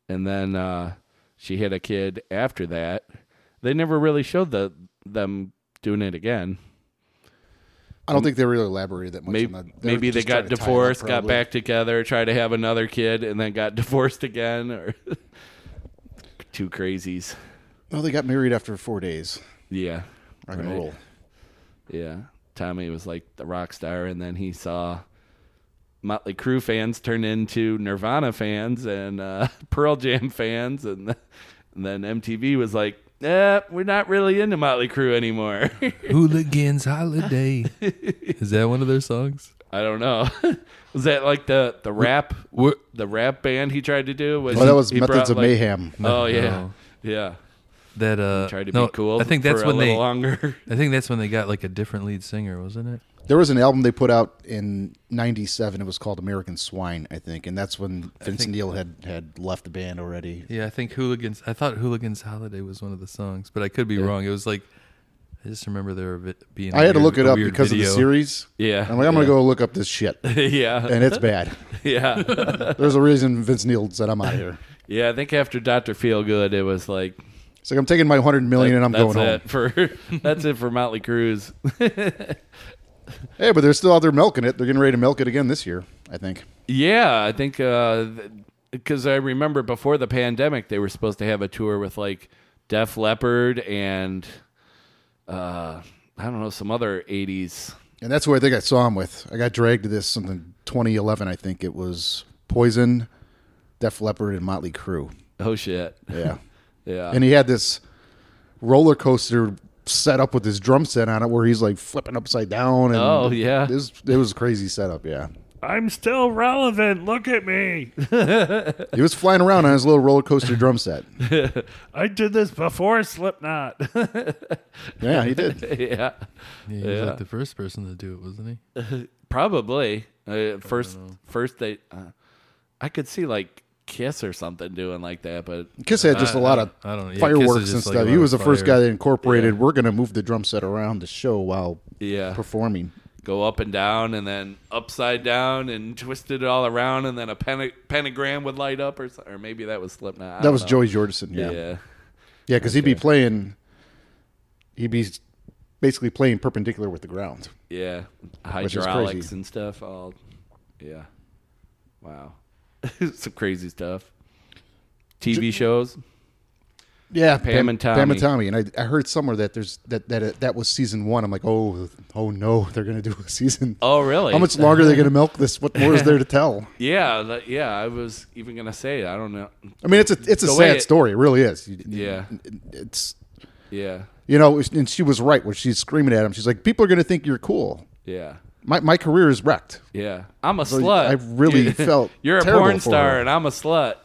Speaker 1: And then uh she had a kid after that. They never really showed the them doing it again.
Speaker 2: I don't think they really elaborated that much.
Speaker 1: Maybe,
Speaker 2: on that. They were
Speaker 1: maybe they
Speaker 2: just trying
Speaker 1: got
Speaker 2: to tie it up,
Speaker 1: divorced, got
Speaker 2: probably.
Speaker 1: back together, tried to have another kid, and then got divorced again. Or two crazies.
Speaker 2: No, they got married after four days.
Speaker 1: Yeah,
Speaker 2: Rock and
Speaker 1: Right.
Speaker 2: roll.
Speaker 1: Yeah. Tommy was like the rock star, and then he saw Motley Crue fans turn into Nirvana fans and uh, Pearl Jam fans, and, and then MTV was like, eh, we're not really into Motley Crue anymore.
Speaker 3: Hooligans Holiday. Is that one of their songs?
Speaker 1: I don't know. was that like the the rap
Speaker 3: We're,
Speaker 1: the rap band he tried to do? Was
Speaker 2: Well, Oh, that was
Speaker 1: he
Speaker 2: Methods
Speaker 1: brought,
Speaker 2: of
Speaker 1: like-
Speaker 2: Mayhem.
Speaker 1: Oh yeah,
Speaker 3: No.
Speaker 1: yeah.
Speaker 3: that uh,
Speaker 1: Tried to
Speaker 3: no,
Speaker 1: be cool.
Speaker 3: I think that's
Speaker 1: for a
Speaker 3: when
Speaker 1: little
Speaker 3: they.
Speaker 1: longer.
Speaker 3: I think that's when they got like a different lead singer, wasn't it?
Speaker 2: There was an album they put out in '97. It was called American Swine, I think, and that's when Vince
Speaker 3: think-
Speaker 2: Neil had had left the band already.
Speaker 3: Yeah, I think Hooligans. I thought Hooligans Holiday was one of the songs, but I could be wrong. It was like I just remember there vi- being.
Speaker 2: I had to
Speaker 3: weird-
Speaker 2: look it
Speaker 3: a
Speaker 2: up
Speaker 3: weird
Speaker 2: because of
Speaker 3: video.
Speaker 2: the series.
Speaker 1: Yeah,
Speaker 2: I'm like, I'm gonna go look up this shit, and
Speaker 1: yeah,
Speaker 2: it's bad.
Speaker 1: yeah.
Speaker 2: There's a reason Vince Neil said I'm out of here.
Speaker 1: yeah, I think after Doctor Feelgood, it was like
Speaker 2: It's like I'm taking my 100 million and I'm
Speaker 1: that's
Speaker 2: going home.
Speaker 1: it for that's it for Motley Cruz.
Speaker 2: Hey, but they're still out there milking it. They're getting ready to milk it again this year, I think.
Speaker 1: yeah, I think because I remember before the pandemic, they were supposed to have a tour with like Def Leppard and uh, I don't know some other '80s.
Speaker 2: And that's who I think I saw him with. I got dragged to this something 2011, I think it was Poison, Def Leppard, and Motley Crue.
Speaker 1: Oh shit!
Speaker 2: Yeah.
Speaker 1: Yeah,
Speaker 2: and he had this roller coaster set up with his drum set on it where he's like flipping upside down and
Speaker 1: Oh, yeah.
Speaker 2: it was, it was a crazy setup yeah
Speaker 4: I'm still relevant. Look at me.
Speaker 2: he was flying around on his little roller coaster drum set
Speaker 4: I did this before Slipknot.
Speaker 2: yeah he did
Speaker 1: yeah,
Speaker 3: Yeah, he was
Speaker 1: Yeah.
Speaker 3: like the first person to do it, wasn't he?
Speaker 1: probably uh, first first they. Uh, I could see like Kiss or something doing like that, but
Speaker 2: kiss had just a
Speaker 3: I-
Speaker 2: lot of
Speaker 3: I don't- yeah, Kiss is
Speaker 2: fireworks
Speaker 3: just
Speaker 2: and
Speaker 3: like a
Speaker 2: stuff
Speaker 3: lot
Speaker 2: he
Speaker 3: of
Speaker 2: was the first
Speaker 3: fire.
Speaker 2: guy that incorporated we're gonna move the drum set around the show while
Speaker 1: yeah,
Speaker 2: performing
Speaker 1: go up and down and then upside down and twisted it all around and then a penta- pentagram would light up or so- or maybe that was Slipknot. I
Speaker 2: that
Speaker 1: don't
Speaker 2: was
Speaker 1: know.
Speaker 2: joey jordison yeah
Speaker 1: Yeah.
Speaker 2: yeah because he'd be playing he'd be basically playing perpendicular with the ground.
Speaker 1: Yeah,
Speaker 2: Which is
Speaker 1: hydraulics
Speaker 2: crazy.
Speaker 1: and stuff. All, yeah, wow, some crazy stuff. TV shows.
Speaker 2: Yeah,
Speaker 1: Pam and
Speaker 2: Pam and
Speaker 1: Tommy.
Speaker 2: Tommy, and I, I heard somewhere that there's that that that was season one. I'm like, oh, oh no, they're gonna do a season.
Speaker 1: Oh, really?
Speaker 2: How much longer are they gonna milk this? What more is there to tell?
Speaker 1: Yeah, that, yeah. I was even gonna say. I don't know.
Speaker 2: I mean, it's a it's a
Speaker 1: The way
Speaker 2: sad
Speaker 1: it-
Speaker 2: story. It really is. You- you-
Speaker 1: Yeah.
Speaker 2: it's
Speaker 1: Yeah,
Speaker 2: you know, and she was right when she's screaming at him. She's like, people are gonna think you're cool.
Speaker 1: yeah,
Speaker 2: My my career is wrecked.
Speaker 1: yeah. I'm a slut.
Speaker 2: I really felt
Speaker 1: you're a
Speaker 2: terrible
Speaker 1: porn
Speaker 2: for
Speaker 1: star,
Speaker 2: her.
Speaker 1: and I'm a slut.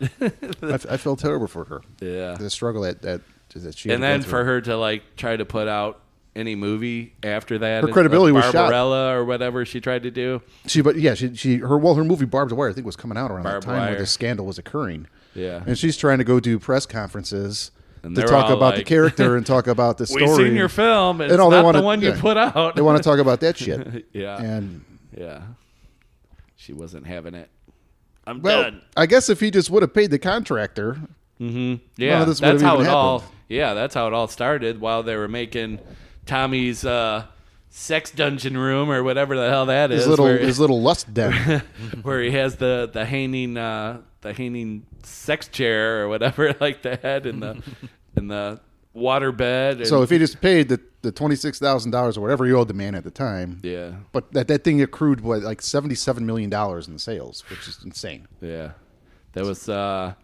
Speaker 2: I, I felt terrible for her.
Speaker 1: yeah.
Speaker 2: The struggle that that that she had
Speaker 1: and
Speaker 2: to go
Speaker 1: then
Speaker 2: through.
Speaker 1: for her to like try to put out any movie after that,
Speaker 2: Her credibility was
Speaker 1: like
Speaker 2: shot.
Speaker 1: Barbarella or whatever she tried to do.
Speaker 2: She, but yeah, she, she, her, well, her movie Barbed Wire, I think, was coming out around
Speaker 1: Barbed
Speaker 2: the time
Speaker 1: Wire.
Speaker 2: where the scandal was occurring.
Speaker 1: Yeah.
Speaker 2: And she's trying to go do press conferences
Speaker 1: And
Speaker 2: to
Speaker 1: they're
Speaker 2: talk
Speaker 1: all
Speaker 2: about the
Speaker 1: like,
Speaker 2: character and talk about the story.
Speaker 1: We've seen your film, and,
Speaker 2: And
Speaker 1: it's
Speaker 2: all they
Speaker 1: not
Speaker 2: wanna-
Speaker 1: the one you
Speaker 2: yeah.
Speaker 1: put out.
Speaker 2: they want to talk about that shit.
Speaker 1: Yeah.
Speaker 2: And,
Speaker 1: yeah, she wasn't having it.
Speaker 4: I'm
Speaker 2: well,
Speaker 4: done.
Speaker 2: I guess if he just would have paid the contractor,
Speaker 1: Yeah,
Speaker 2: this would've
Speaker 1: that's how it
Speaker 2: even
Speaker 1: all.
Speaker 2: happened.
Speaker 1: Yeah, that's how it all started. While they were making Tommy's uh, sex dungeon room or whatever the hell that is,
Speaker 2: his little,
Speaker 1: where,
Speaker 2: his little lust den.
Speaker 1: where he has the the hanging uh, the hanging sex chair or whatever like that, and the and the water bed. And,
Speaker 2: so if he just paid the, the $26,000 or whatever he owed the man at the time,
Speaker 1: yeah,
Speaker 2: but that, that thing accrued, what, like $77 million in sales, which is insane.
Speaker 1: yeah, that was uh,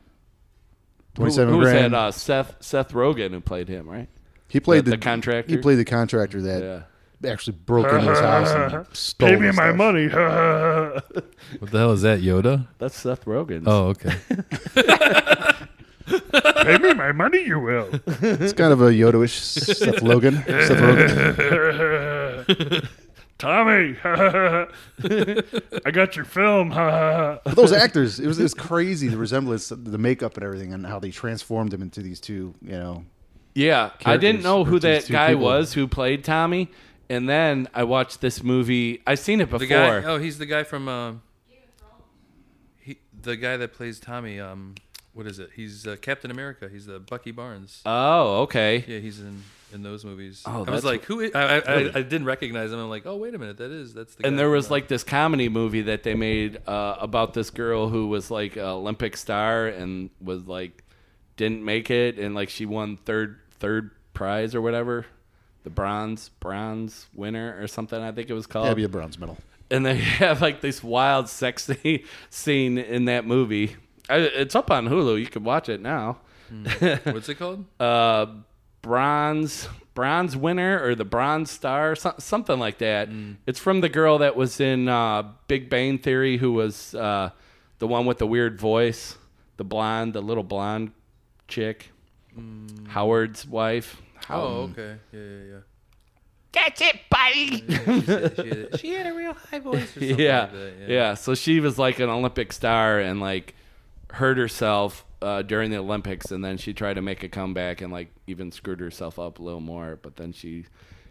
Speaker 1: who-
Speaker 2: 27
Speaker 1: who, was
Speaker 2: grand.
Speaker 1: that? Uh, Seth Seth Rogen who played him, right?
Speaker 2: He played
Speaker 1: The-
Speaker 2: the,
Speaker 1: the contractor?
Speaker 2: He played the contractor that actually broke into his house and stole
Speaker 4: Pay me
Speaker 2: his
Speaker 4: my
Speaker 2: stuff.
Speaker 4: money.
Speaker 3: What the hell is that, Yoda?
Speaker 1: That's Seth Rogen.
Speaker 3: Oh, okay.
Speaker 4: Pay me my money, you will.
Speaker 2: It's kind of a Yoda-ish Seth Logan. Seth Rogen.
Speaker 4: Tommy, I got your film.
Speaker 2: But those actors, it was, it was crazy the resemblance, the makeup and everything, and how they transformed him into these two. You know,
Speaker 1: Yeah, I didn't
Speaker 2: characters
Speaker 1: know who
Speaker 2: with these
Speaker 1: that
Speaker 2: two
Speaker 1: guy
Speaker 2: people.
Speaker 1: was who played Tommy, and then I watched this movie. I seen it before.
Speaker 3: the guy. Oh, he's the guy from. Um, he, the guy that plays Tommy. Um, what is it? He's uh, Captain America. He's the Bucky Barnes.
Speaker 1: Oh, okay.
Speaker 3: Yeah, he's in in those movies.
Speaker 1: Oh,
Speaker 3: I
Speaker 1: that's
Speaker 3: was like, who? Is, I, I, I, I didn't recognize him. I'm like, oh, wait a minute, that is that's the. guy
Speaker 1: And there
Speaker 3: from,
Speaker 1: was
Speaker 3: uh,
Speaker 1: like this comedy movie that they made uh, about this girl who was like an Olympic star and was like didn't make it, and like she won third third prize or whatever, the bronze bronze winner or something. I think it was
Speaker 2: that'd
Speaker 1: called.
Speaker 2: be a bronze medal.
Speaker 1: and they have like this wild sex scene- scene in that movie. I, it's up on Hulu. You can watch it now.
Speaker 3: what's it called? Oh,
Speaker 1: uh, bronze bronze winner or the bronze star so, something like that it's from the girl that was in uh, big bang theory who was uh, the one with the weird voice the blonde the little blonde chick howard's wife How-
Speaker 3: oh, okay, yeah, yeah, yeah.
Speaker 1: that's it buddy
Speaker 3: She, said- she had, she had a real high voice. Or something
Speaker 1: yeah.
Speaker 3: like that,
Speaker 1: yeah, So she was like an Olympic star and like hurt herself uh, during the Olympics, and then she tried to make a comeback and like even screwed herself up a little more. But then she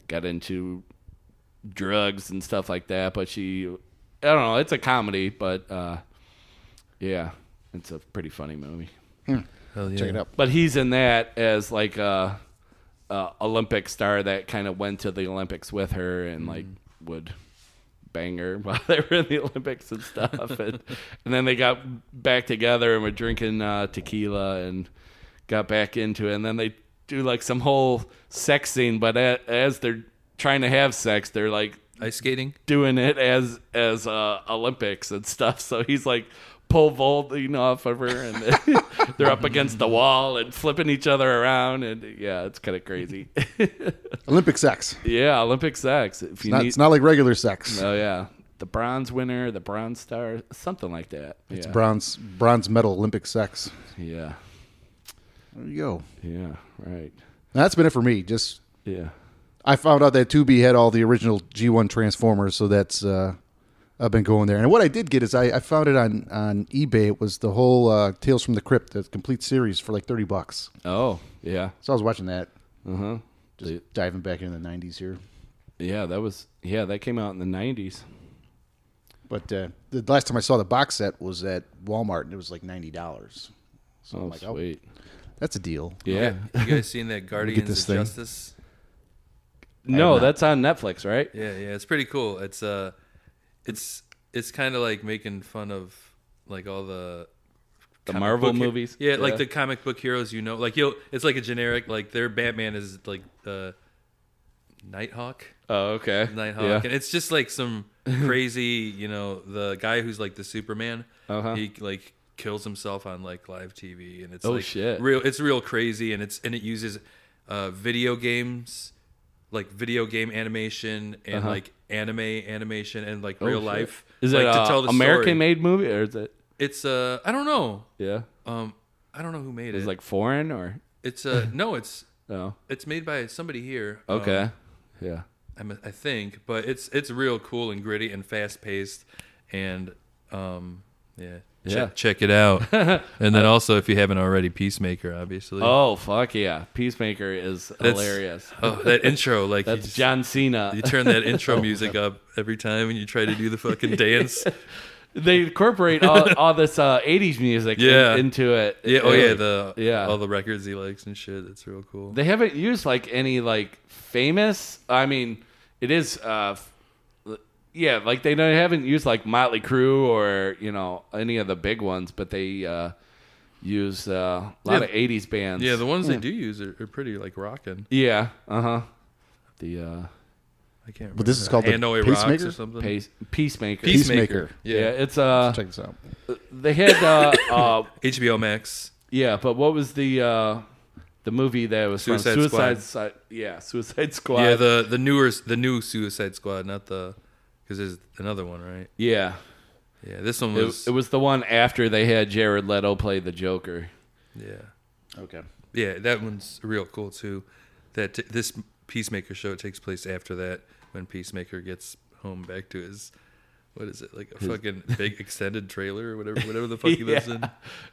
Speaker 1: got into drugs and stuff like that. But she, I don't know. It's a comedy, but uh, yeah, it's a pretty funny movie.
Speaker 3: Hell yeah.
Speaker 2: Hmm. Check it out.
Speaker 1: But he's in that as like a, a Olympic star that kind of went to the Olympics with her and like would bang her while they were in the Olympics and stuff. and, and then they got back together and were drinking uh, tequila and got back into it. And then they do like some whole sex scene, but a, as they're trying to have sex, they're like
Speaker 3: Ice skating.
Speaker 1: doing it as as uh, Olympics and stuff. So he's like pole vaulting off of her, and they're up against the wall and flipping each other around. And yeah, it's kind of crazy.
Speaker 2: Olympic sex.
Speaker 1: yeah, Olympic sex. If you
Speaker 2: Not,
Speaker 1: need,
Speaker 2: it's not like regular sex.
Speaker 1: oh yeah, the bronze winner, the bronze star, something like that.
Speaker 2: It's
Speaker 1: yeah.
Speaker 2: bronze bronze medal Olympic sex.
Speaker 1: yeah,
Speaker 2: There you go.
Speaker 1: yeah, right,
Speaker 2: Now, that's been it for me. Just
Speaker 1: yeah.
Speaker 2: I found out that Tubi had all the original G1 Transformers, so that's uh, I've been going there. And what I did get is I, I found it on on eBay. It was the whole uh, Tales from the Crypt, the complete series for like thirty bucks.
Speaker 1: Oh yeah,
Speaker 2: So I was watching that,
Speaker 1: uh huh.
Speaker 2: just diving back into the '90s here.
Speaker 1: Yeah, that was yeah. That came out in the nineties.
Speaker 2: But uh, the last time I saw the box set was at Walmart, and it was like ninety dollars. So
Speaker 1: Oh
Speaker 2: I'm like, oh,
Speaker 1: sweet.
Speaker 2: that's a deal.
Speaker 1: Yeah.
Speaker 3: You guys seen that Guardians
Speaker 2: this
Speaker 3: of
Speaker 2: thing.
Speaker 3: Justice?
Speaker 1: No, that's on Netflix, right?
Speaker 3: Yeah, yeah, it's pretty cool. It's uh, it's it's kind of like making fun of like all the
Speaker 1: The
Speaker 3: comic
Speaker 1: Marvel
Speaker 3: book-
Speaker 1: movies.
Speaker 3: Yeah, like the comic book heroes you know. Like you, it's like a generic like their Batman is like the Nighthawk,
Speaker 1: Oh, okay.
Speaker 3: Nighthawk, and it's just like some crazy. You know, the guy who's like the Superman,
Speaker 1: Uh-huh.
Speaker 3: he like kills himself on like live TV, and it's
Speaker 1: Oh,
Speaker 3: like
Speaker 1: shit.
Speaker 3: real. It's real crazy, and it's and it uses uh, video games. Like video game animation and like anime animation and like
Speaker 1: Uh-huh.
Speaker 3: real
Speaker 1: Oh, shit.
Speaker 3: life.
Speaker 1: Is
Speaker 3: like
Speaker 1: it uh,
Speaker 3: to
Speaker 1: a
Speaker 3: tell the story.
Speaker 1: American-made movie or is it?
Speaker 3: It's uh, I don't know.
Speaker 1: Yeah,
Speaker 3: Um, I don't know who made it.
Speaker 1: it's like foreign or
Speaker 3: It's uh no, it's
Speaker 1: no?
Speaker 3: it's made by somebody here. um,
Speaker 1: Okay, yeah.
Speaker 3: I'm- I think, but it's it's real cool and gritty and fast paced, and um yeah.
Speaker 1: Yeah.
Speaker 3: Check, check it out, and then also if you haven't already, Peacemaker, obviously.
Speaker 1: Oh fuck yeah! Peacemaker is
Speaker 3: That's-
Speaker 1: hilarious.
Speaker 3: Oh, that intro, like you,
Speaker 1: That's
Speaker 3: just-
Speaker 1: John Cena.
Speaker 3: you turn that intro music up every time, and you try to do the fucking dance.
Speaker 1: they incorporate all, all this uh, 80s music in-
Speaker 3: Yeah.
Speaker 1: into it.
Speaker 3: Yeah, oh
Speaker 1: It-
Speaker 3: yeah, the
Speaker 1: Yeah.
Speaker 3: all the records he likes and shit. It's real cool.
Speaker 1: they haven't used like any like famous. I mean, it is. Uh, f- yeah, like they don't- haven't used like Motley Crue or you know any of the big ones, but they uh, use uh, a lot
Speaker 3: Yeah.
Speaker 1: of 80s bands.
Speaker 3: yeah, the ones
Speaker 1: Hmm.
Speaker 3: they do use are, are pretty like rocking.
Speaker 1: yeah, uh huh. The uh,
Speaker 3: I can't. Remember.
Speaker 2: But this is called the
Speaker 3: Hanoi Rocks
Speaker 2: Peacemaker?
Speaker 3: or something.
Speaker 1: pace, Peacemaker.
Speaker 2: Peace-
Speaker 3: Peacemaker.
Speaker 2: Peacemaker.
Speaker 1: yeah.
Speaker 3: Yeah.
Speaker 1: it's uh,
Speaker 2: Check this out.
Speaker 1: they had uh, uh,
Speaker 3: HBO Max.
Speaker 1: Yeah, but what was the uh the movie that was
Speaker 3: Suicide
Speaker 1: from?
Speaker 3: Squad.
Speaker 1: Squad? yeah, Suicide Squad.
Speaker 3: Yeah, the the newer the new Suicide Squad, not the because there's another one, right?
Speaker 1: yeah.
Speaker 3: Yeah, this one
Speaker 1: It,
Speaker 3: was.
Speaker 1: it was the one after they had Jared Leto play the Joker.
Speaker 3: yeah,
Speaker 2: Okay.
Speaker 3: yeah, that one's real cool too. That t- this Peacemaker show takes place after that when Peacemaker gets home back to his. What is it like a fucking big extended trailer or whatever whatever the fuck he lives in?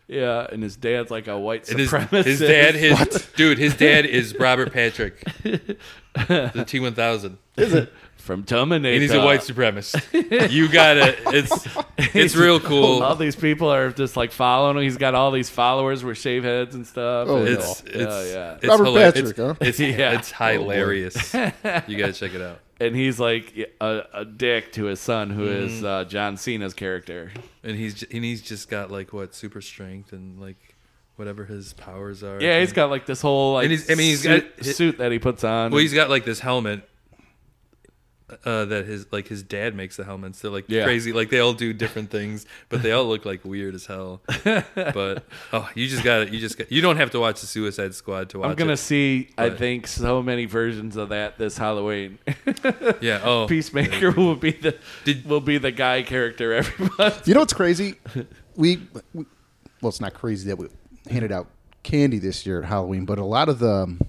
Speaker 1: Yeah, and his dad's like a white
Speaker 3: And his,
Speaker 1: supremacist.
Speaker 3: his dad, his dude, his dad is Robert Patrick, the T one thousand.
Speaker 1: from Terminator.
Speaker 3: and he's a white supremacist. you gotta, it's it's real
Speaker 1: All
Speaker 3: cool.
Speaker 1: these people are just like following him. He's got all these followers with shave heads and stuff.
Speaker 2: Oh,
Speaker 1: and-
Speaker 3: It's it's,
Speaker 1: yeah.
Speaker 3: it's
Speaker 2: Robert
Speaker 3: hilarious.
Speaker 2: Patrick,
Speaker 3: it's,
Speaker 2: huh?
Speaker 3: it's,
Speaker 1: Yeah.
Speaker 3: it's hilarious. you gotta check it out.
Speaker 1: and he's like a, a dick to his son, who is
Speaker 3: Mm.
Speaker 1: uh, John Cena's character.
Speaker 3: And he's j- and he's just got like what super strength and like whatever his powers are.
Speaker 1: Yeah, he's got like this whole like
Speaker 3: And he's- I mean, he's
Speaker 1: suit,
Speaker 3: got-
Speaker 1: suit that he puts on.
Speaker 3: Well, he's got like this helmet. Uh, that his like his dad makes the helmets. They're like
Speaker 1: Yeah.
Speaker 3: crazy. Like they all do different things, but they all look like weird as hell. but oh, you just got to You just got. You don't have to watch the Suicide Squad to watch.
Speaker 1: I'm gonna
Speaker 3: it.
Speaker 1: see. I
Speaker 3: But-
Speaker 1: think so many versions of that this Halloween.
Speaker 3: Yeah. Oh,
Speaker 1: Peacemaker will be the
Speaker 3: Did-
Speaker 1: will be the guy character every month.
Speaker 2: You know what's crazy? We, we well, it's not crazy that we handed out candy this year at Halloween, but a lot of the. um,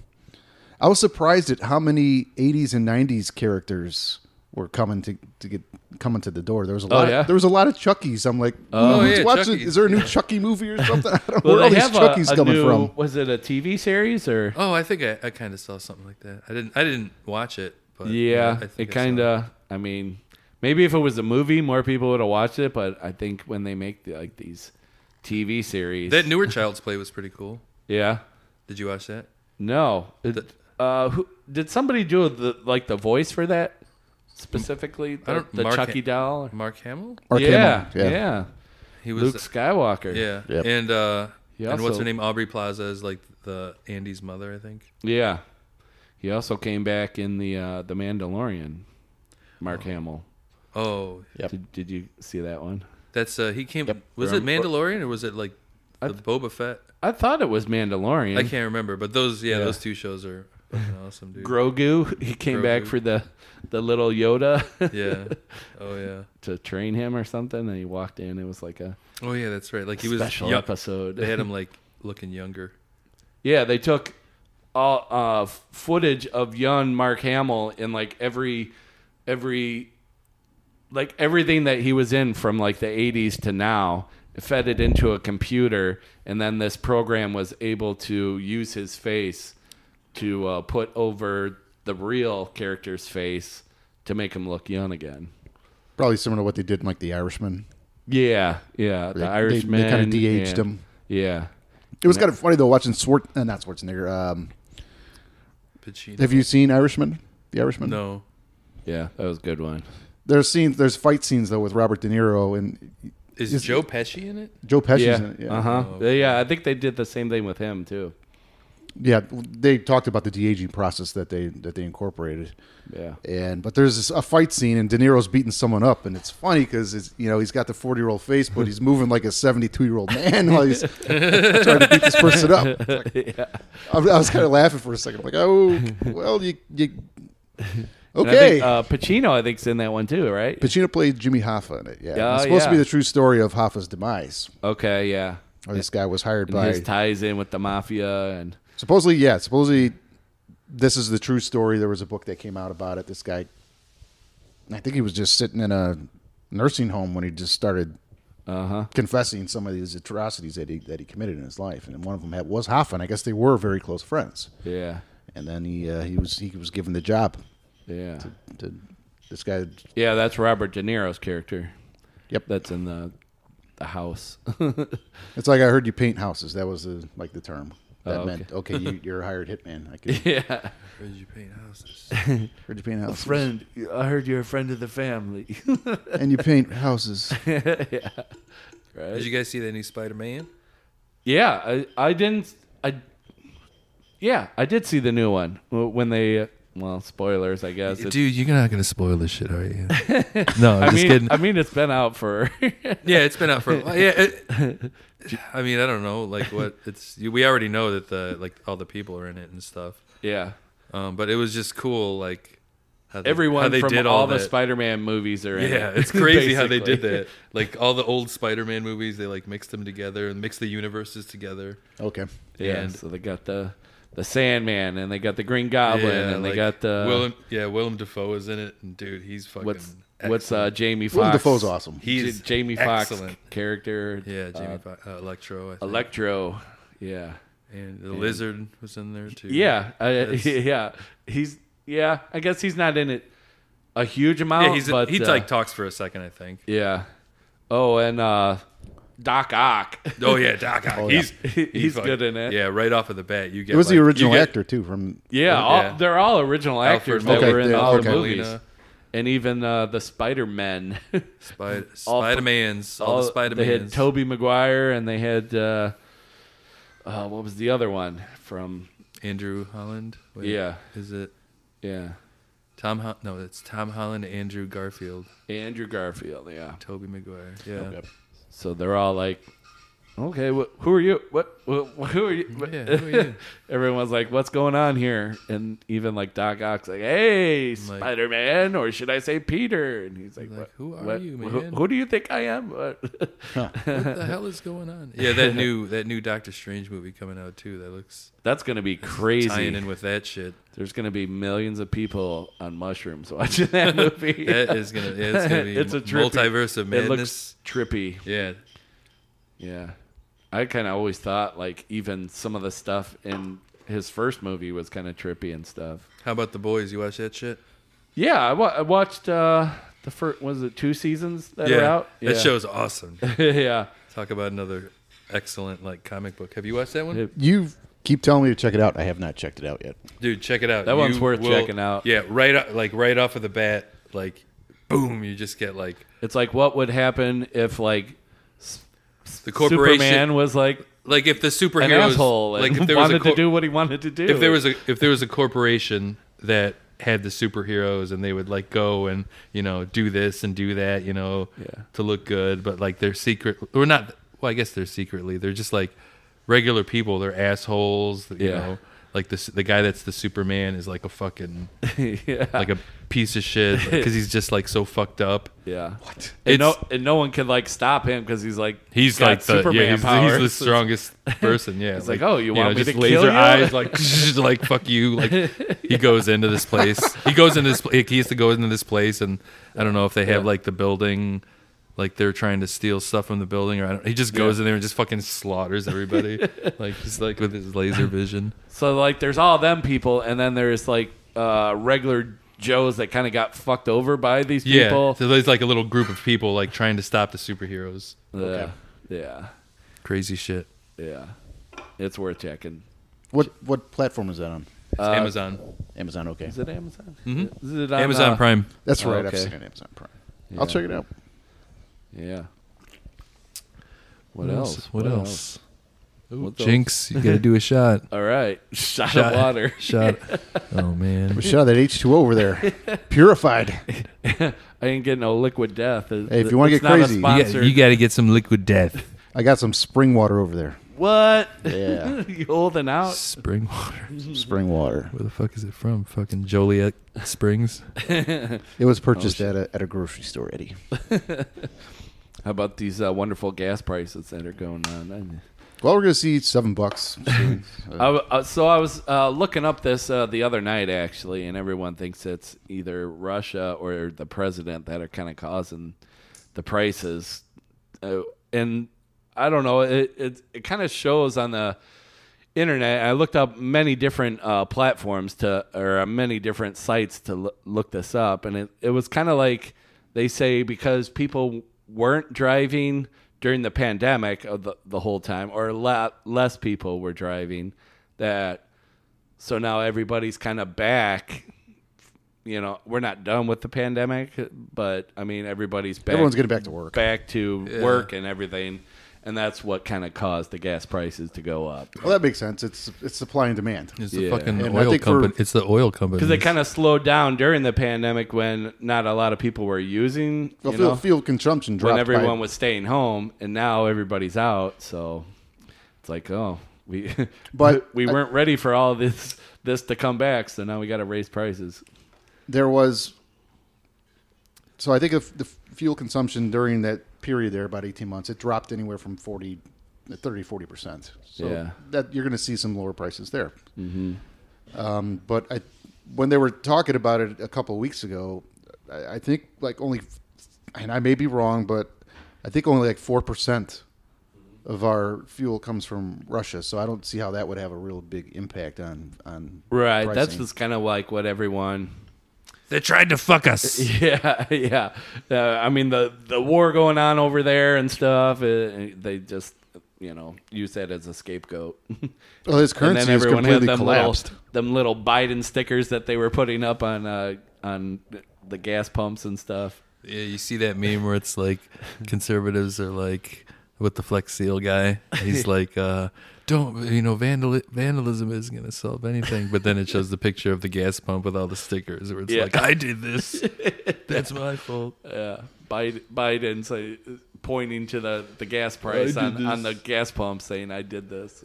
Speaker 2: I was surprised at how many '80s and '90s characters were coming to, to get coming to the door. There was a lot.
Speaker 1: Oh, yeah.
Speaker 2: Of, there was a lot of Chucky's. I'm like,
Speaker 3: Oh,
Speaker 2: oh,
Speaker 3: yeah,
Speaker 2: watch it.
Speaker 3: Chucky's.
Speaker 2: Is there a new Chucky movie or something? I don't know where all
Speaker 1: they
Speaker 2: these Chucky's
Speaker 1: a, a
Speaker 2: coming
Speaker 1: new,
Speaker 2: from.
Speaker 1: Was it a TV series or?
Speaker 3: Oh, I think I, I kind of saw something like that. I didn't. I didn't watch it. But
Speaker 1: yeah,
Speaker 3: I think uh,
Speaker 1: it
Speaker 3: I saw
Speaker 1: kind of. I mean, maybe if it was a movie, more people would have watched it. But I think when they make the, like these TV series,
Speaker 3: That newer Child's Play was pretty cool.
Speaker 1: yeah,
Speaker 3: Did you watch that?
Speaker 1: no. It-
Speaker 3: The-
Speaker 1: uh, who, did somebody do the like the voice for that specifically? The,
Speaker 3: don't-
Speaker 1: the
Speaker 3: Mark
Speaker 1: Chucky
Speaker 3: Ham-
Speaker 1: doll.
Speaker 3: Mark Hamill.
Speaker 2: Mark
Speaker 1: yeah,
Speaker 2: Hamill,
Speaker 1: yeah.
Speaker 3: He was.
Speaker 1: Luke Skywalker.
Speaker 3: yeah.
Speaker 2: Yep.
Speaker 3: And uh,
Speaker 1: He
Speaker 3: and what's
Speaker 1: also-
Speaker 3: her name? Aubrey Plaza is like the Andy's mother, I think.
Speaker 1: Yeah. He also came back in the uh, the Mandalorian. Mark Hamill.
Speaker 3: Oh,
Speaker 2: Yep.
Speaker 1: Did, did you see that one?
Speaker 3: that's uh, he came. Was it Mandalorian or was it like the Boba Fett?
Speaker 1: I thought it was Mandalorian.
Speaker 3: I can't remember. But those, yeah,
Speaker 1: Yeah.
Speaker 3: those two shows are fucking awesome, dude.
Speaker 1: Grogu. He came back
Speaker 3: Grogu.
Speaker 1: for the the little Yoda
Speaker 3: yeah. Oh yeah.
Speaker 1: to train him or something, and he walked in. It was like a
Speaker 3: Oh yeah. That's right. Like he was.
Speaker 1: special
Speaker 3: young-
Speaker 1: episode.
Speaker 3: They had him like looking younger.
Speaker 1: Yeah, they took all uh, f- footage of young Mark Hamill in like every every like everything that he was in from like the 80s to now fed it into a computer and then this program was able to use his face to uh, put over the real character's face to make him look young again
Speaker 2: Probably similar to what they did in like The Irishman.
Speaker 1: yeah yeah the
Speaker 2: They- they- they
Speaker 1: irishman
Speaker 2: kinda de-aged
Speaker 1: yeah.
Speaker 2: him.
Speaker 1: yeah
Speaker 2: It was kind of funny though watching Swart, uh, not Schwarzenegger. Um,
Speaker 3: Pacino.
Speaker 2: have you seen Irishman? The Irishman?
Speaker 3: No.
Speaker 1: Yeah, that was a good one.
Speaker 2: There's scenes. There's fight scenes though with Robert De Niro and
Speaker 3: Is,
Speaker 2: Is-
Speaker 3: Joe Pesci in it?
Speaker 2: Joe Pesci's
Speaker 1: yeah,
Speaker 2: in it. Yeah.
Speaker 1: uh huh.
Speaker 3: Oh, okay.
Speaker 1: Yeah, I think they did the same thing with him too.
Speaker 2: yeah, they talked about the de aging process that they that they incorporated.
Speaker 1: Yeah,
Speaker 2: And but there's this, a fight scene and De Niro's beating someone up and it's funny because it's you know he's got the 40 year old face but he's moving like a 72 year old man while he's trying to beat this person up. It's like- I, I was kind of laughing for a second. I'm like, oh well, you you
Speaker 1: And I
Speaker 2: okay.
Speaker 1: think, uh, Pacino, I think's in that one too, right?
Speaker 2: Pacino played Jimmy Hoffa in it. Yeah,
Speaker 1: Oh,
Speaker 2: it's supposed to be
Speaker 1: yeah.
Speaker 2: the true story of Hoffa's demise.
Speaker 1: okay, yeah.
Speaker 2: Or this guy was hired
Speaker 1: And
Speaker 2: by
Speaker 1: his ties in with the mafia and
Speaker 2: Supposedly, yeah. Supposedly, this is the true story. There was a book that came out about it. This guy, I think he was just sitting in a nursing home when he just started
Speaker 1: uh huh.
Speaker 2: confessing some of these atrocities that he that he committed in his life, and one of them had, was Hoffman. I guess they were very close friends.
Speaker 1: Yeah,
Speaker 2: And then he uh, he was he was given the job
Speaker 1: yeah,
Speaker 2: to this guy.
Speaker 1: yeah. That's Robert De Niro's character.
Speaker 2: Yep.
Speaker 1: that's in the the house.
Speaker 2: It's like I heard you paint houses. That was the, like the term. That
Speaker 1: Oh, okay.
Speaker 2: meant okay, you, you're a hired hitman. I could,
Speaker 1: yeah,
Speaker 3: Where did you paint houses?
Speaker 2: heard you paint houses,
Speaker 1: I heard you're a friend of the family.
Speaker 2: and you paint houses.
Speaker 1: yeah, right.
Speaker 3: did you guys see that new Spider Man?
Speaker 1: Yeah, I, I didn't. I yeah, I did see the new one W- when they. Well, spoilers, I guess. It's-
Speaker 3: Dude, you're not gonna spoil this shit, are you? no, I'm
Speaker 1: I
Speaker 3: just
Speaker 1: mean,
Speaker 3: kidding.
Speaker 1: I mean, it's been out for.
Speaker 3: yeah, it's been out for. a while. Yeah, it- I mean, I don't know, like what it's. We already know that the like all the people are in it and stuff.
Speaker 1: yeah,
Speaker 3: Um, but it was just cool, like how they, how
Speaker 1: everyone
Speaker 3: they
Speaker 1: from
Speaker 3: did
Speaker 1: all,
Speaker 3: all
Speaker 1: the
Speaker 3: that.
Speaker 1: Spider-Man movies are in.
Speaker 3: yeah,
Speaker 1: it,
Speaker 3: it's crazy how they did
Speaker 1: basically.
Speaker 3: that. Like all the old Spider-Man movies, they like mixed them together and mixed the universes together.
Speaker 2: Okay,
Speaker 1: Yeah,
Speaker 3: And-
Speaker 1: so they got the the Sandman, and they got the Green Goblin,
Speaker 3: yeah,
Speaker 1: and
Speaker 3: like,
Speaker 1: they got the
Speaker 3: Willem. Yeah, Willem Dafoe is in it, and dude, he's fucking.
Speaker 1: what's
Speaker 3: excellent.
Speaker 1: what's uh Jamie Fox?
Speaker 2: Willem Dafoe's awesome.
Speaker 3: He's
Speaker 1: Jamie Fox
Speaker 3: excellent.
Speaker 1: character.
Speaker 3: Yeah, Jamie
Speaker 1: uh,
Speaker 3: Fo- uh, Electro. I think.
Speaker 1: Electro. Yeah.
Speaker 3: and the lizard was in there too.
Speaker 1: Yeah, uh,
Speaker 3: That's-
Speaker 1: yeah. He's yeah. I guess he's not in it a huge amount.
Speaker 3: yeah, he's
Speaker 1: but,
Speaker 3: he
Speaker 1: uh,
Speaker 3: like talks for a second, I think.
Speaker 1: yeah. Oh, and uh, Doc Ock.
Speaker 3: Oh yeah, Doc Ock. he's
Speaker 1: He's good in it.
Speaker 3: Yeah, right off of the bat, you get
Speaker 2: it was
Speaker 3: like-
Speaker 2: the
Speaker 3: you
Speaker 2: original
Speaker 3: get
Speaker 2: actor too from
Speaker 1: yeah, all,
Speaker 3: Yeah.
Speaker 1: they're all original
Speaker 3: Alfred
Speaker 1: actors that
Speaker 2: Molina.
Speaker 1: were in
Speaker 2: Okay,
Speaker 1: all the
Speaker 2: okay.
Speaker 1: movies,
Speaker 3: Molina.
Speaker 1: and even uh, the Spider Men.
Speaker 3: Spider
Speaker 1: All the-
Speaker 3: Spider Man's all, the Spider
Speaker 1: They had
Speaker 3: Man's.
Speaker 1: Toby Maguire, and they had uh, uh, what was the other one from?
Speaker 3: Andrew Holland. Wait,
Speaker 1: Yeah.
Speaker 3: is it
Speaker 1: Yeah,
Speaker 3: Tom? Ho- no, it's Tom Holland, Andrew Garfield,
Speaker 1: Andrew Garfield. Yeah.
Speaker 3: Toby Maguire. Yeah,
Speaker 1: So they're all like, "Okay, wh- who are you? What, wh- Who are you?" Wh-
Speaker 3: Yeah, who are you?
Speaker 1: Everyone's like, "What's going on here?" And even like Doc Ock's like, "Hey,
Speaker 3: Like-
Speaker 1: Spider Man, or should I say Peter?" And he's like,
Speaker 3: Like,
Speaker 1: "What-
Speaker 3: who are
Speaker 1: what-
Speaker 3: you,
Speaker 1: wh-
Speaker 3: man?"
Speaker 1: Who, do you think I am?" What-
Speaker 3: what the hell is going on? Yeah, that new that new Doctor Strange movie coming out too. That looks
Speaker 1: That's gonna be crazy.
Speaker 3: tying in with that shit.
Speaker 1: There's gonna be millions of people on mushrooms watching that movie.
Speaker 3: That is gonna. Yeah, it's gonna be
Speaker 1: It's a trippy-
Speaker 3: multiverse of
Speaker 1: it looks
Speaker 3: madness.
Speaker 1: trippy.
Speaker 3: yeah,
Speaker 1: Yeah. I kind of always thought like even some of the stuff in his first movie was kind of trippy and stuff.
Speaker 3: how about the boys? You watch that shit?
Speaker 1: Yeah, I, wa- I watched uh the first was it two seasons that are out. Yeah.
Speaker 3: that show's awesome.
Speaker 1: yeah.
Speaker 3: Talk about another excellent like comic book. Have you watched that one?
Speaker 1: Yep.
Speaker 2: You keep telling me to check it out. I have not checked it out yet.
Speaker 3: Dude, check it out.
Speaker 1: That one's worth checking out.
Speaker 3: Yeah, right o- like right off of the bat, like boom, you just get like
Speaker 1: It's like what would happen if like
Speaker 3: the corporation
Speaker 1: Superman was like
Speaker 3: like if the
Speaker 1: an
Speaker 3: superheroes
Speaker 1: asshole
Speaker 3: like
Speaker 1: and
Speaker 3: if there was
Speaker 1: wanted
Speaker 3: a cor-
Speaker 1: to do what he wanted to do.
Speaker 3: if there was a if there was a corporation that had the superheroes and they would like go and you know do this and do that you know
Speaker 1: Yeah.
Speaker 3: to look good but like they're secret or not well i guess they're secretly they're just like regular people they're assholes you
Speaker 1: Yeah.
Speaker 3: know like this the guy that's the superman is like a fucking
Speaker 1: yeah.
Speaker 3: like a piece of shit because he's just like so fucked up
Speaker 1: yeah. What?
Speaker 3: It's-
Speaker 1: And no and no one could like stop him cuz he's like
Speaker 3: He's
Speaker 1: got
Speaker 3: like the
Speaker 1: Superman
Speaker 3: yeah, he's,
Speaker 1: powers.
Speaker 3: he's the strongest person. Yeah,
Speaker 1: It's like, oh, you want me
Speaker 3: just
Speaker 1: to
Speaker 3: laser
Speaker 1: kill you?
Speaker 3: eyes, like like fuck you. Like he goes into this place. He goes into this. pla- He has to go into this place, and I don't know if they have
Speaker 1: Yeah.
Speaker 3: like the building, like they're trying to steal stuff from the building, or I don't. He just goes
Speaker 1: Yeah.
Speaker 3: in there and just fucking slaughters everybody, like just like with his laser vision.
Speaker 1: So like, there's all them people, and then there's like uh, regular Joes that kind of got fucked over by these
Speaker 3: Yeah,
Speaker 1: people.
Speaker 3: so there's like a little group of people like trying to stop the superheroes.
Speaker 1: Yeah, yeah,
Speaker 3: Crazy shit.
Speaker 1: yeah. It's worth checking.
Speaker 2: What what platform is that on?
Speaker 3: It's
Speaker 1: Uh,
Speaker 3: Amazon.
Speaker 2: Amazon, okay.
Speaker 1: Is it Amazon? Is it on,
Speaker 3: Mm-hmm. Amazon
Speaker 1: uh,
Speaker 3: Prime.
Speaker 2: That's
Speaker 1: Oh,
Speaker 2: right.
Speaker 1: okay.
Speaker 2: I've seen it on Amazon Prime. I'll check it out.
Speaker 1: Yeah. What, else?
Speaker 3: What, else?
Speaker 1: What else?
Speaker 3: Jinx, you gotta do a shot.
Speaker 1: All right. Shot,
Speaker 3: Shot.
Speaker 1: of water.
Speaker 3: Shot. Oh man.
Speaker 2: We shot that H two O over there, purified.
Speaker 1: I didn't get no liquid death. It-
Speaker 2: Hey, if you wanna
Speaker 1: it's
Speaker 2: get
Speaker 1: not a
Speaker 2: crazy- You
Speaker 3: You,
Speaker 1: sponsored-
Speaker 3: got, you gotta get some liquid death.
Speaker 2: I got some spring water over there.
Speaker 1: what?
Speaker 2: Yeah.
Speaker 1: you holding out?
Speaker 3: Spring water.
Speaker 2: Spring water.
Speaker 3: Where the fuck is it from? Fucking Joliet Springs.
Speaker 2: It was purchased at a at a grocery store, Eddie.
Speaker 1: How about these uh, wonderful gas prices that are going on?
Speaker 2: Well, we're gonna see seven bucks. soon.
Speaker 1: I, uh, so I was uh, looking up this uh, the other night actually, and everyone thinks it's either Russia or the president that are kind of causing the prices, uh, and I don't know. It it, it kind of shows on the internet. I looked up many different uh, platforms to or uh, many different sites to l- look this up, and it it was kind of like they say because people weren't driving during the pandemic of the, the whole time, or la- less people were driving, that so now everybody's kind of back. You know, we're not done with the pandemic, but I mean, everybody's back
Speaker 2: Everyone's getting back to work.
Speaker 1: back to work and everything, and that's what kind of caused the gas prices to go up.
Speaker 2: Well, that makes sense. It's it's supply and demand.
Speaker 3: It's
Speaker 1: Yeah.
Speaker 3: the fucking
Speaker 2: And I
Speaker 3: oil
Speaker 2: think for-
Speaker 3: company. It's the oil company.
Speaker 1: Because they kind of slowed down during the pandemic when not a lot of people were using,
Speaker 2: Well,
Speaker 1: you
Speaker 2: fuel,
Speaker 1: know,
Speaker 2: fuel consumption dropped.
Speaker 1: when everyone
Speaker 2: by,
Speaker 1: was staying home, and now everybody's out. So it's like, oh, we
Speaker 2: But
Speaker 1: we
Speaker 2: I-
Speaker 1: weren't ready for all this this to come back, so now we got to raise prices.
Speaker 2: there was. So I think if the fuel consumption during that period there, about eighteen months, it dropped anywhere from 40, 30, 40 percent. So
Speaker 1: Yeah. Mm-hmm.
Speaker 2: that you're going to see some lower prices there. Um, but I, when they were talking about it a couple of weeks ago, I, I think like only, and I may be wrong, but I think only like four percent of our fuel comes from Russia. So I don't see how that would have a real big impact on on
Speaker 1: Right, that's
Speaker 2: pricing.
Speaker 1: just kind of like what everyone
Speaker 3: they tried to fuck us.
Speaker 1: Yeah, yeah. Uh, I mean the the war going on over there and stuff. uh they just you know use that as a scapegoat.
Speaker 2: Well, his
Speaker 1: and
Speaker 2: currency
Speaker 1: then
Speaker 2: is
Speaker 1: everyone had
Speaker 2: completely
Speaker 1: them little,
Speaker 2: collapsed.
Speaker 1: them little Biden stickers that they were putting up on uh, on the gas pumps and stuff.
Speaker 3: Yeah, you see that meme where it's like conservatives are like with the Flex Seal guy. He's like, uh, don't you know, vandal- vandalism isn't going to solve anything. But then it shows the picture of the gas pump with all the stickers where it's
Speaker 1: Yeah.
Speaker 3: like, I did this. That's my fault.
Speaker 1: Yeah, Biden, Biden's uh, pointing to the the gas price
Speaker 3: did
Speaker 1: on, on the
Speaker 3: this.
Speaker 1: gas pump, saying, "I did this."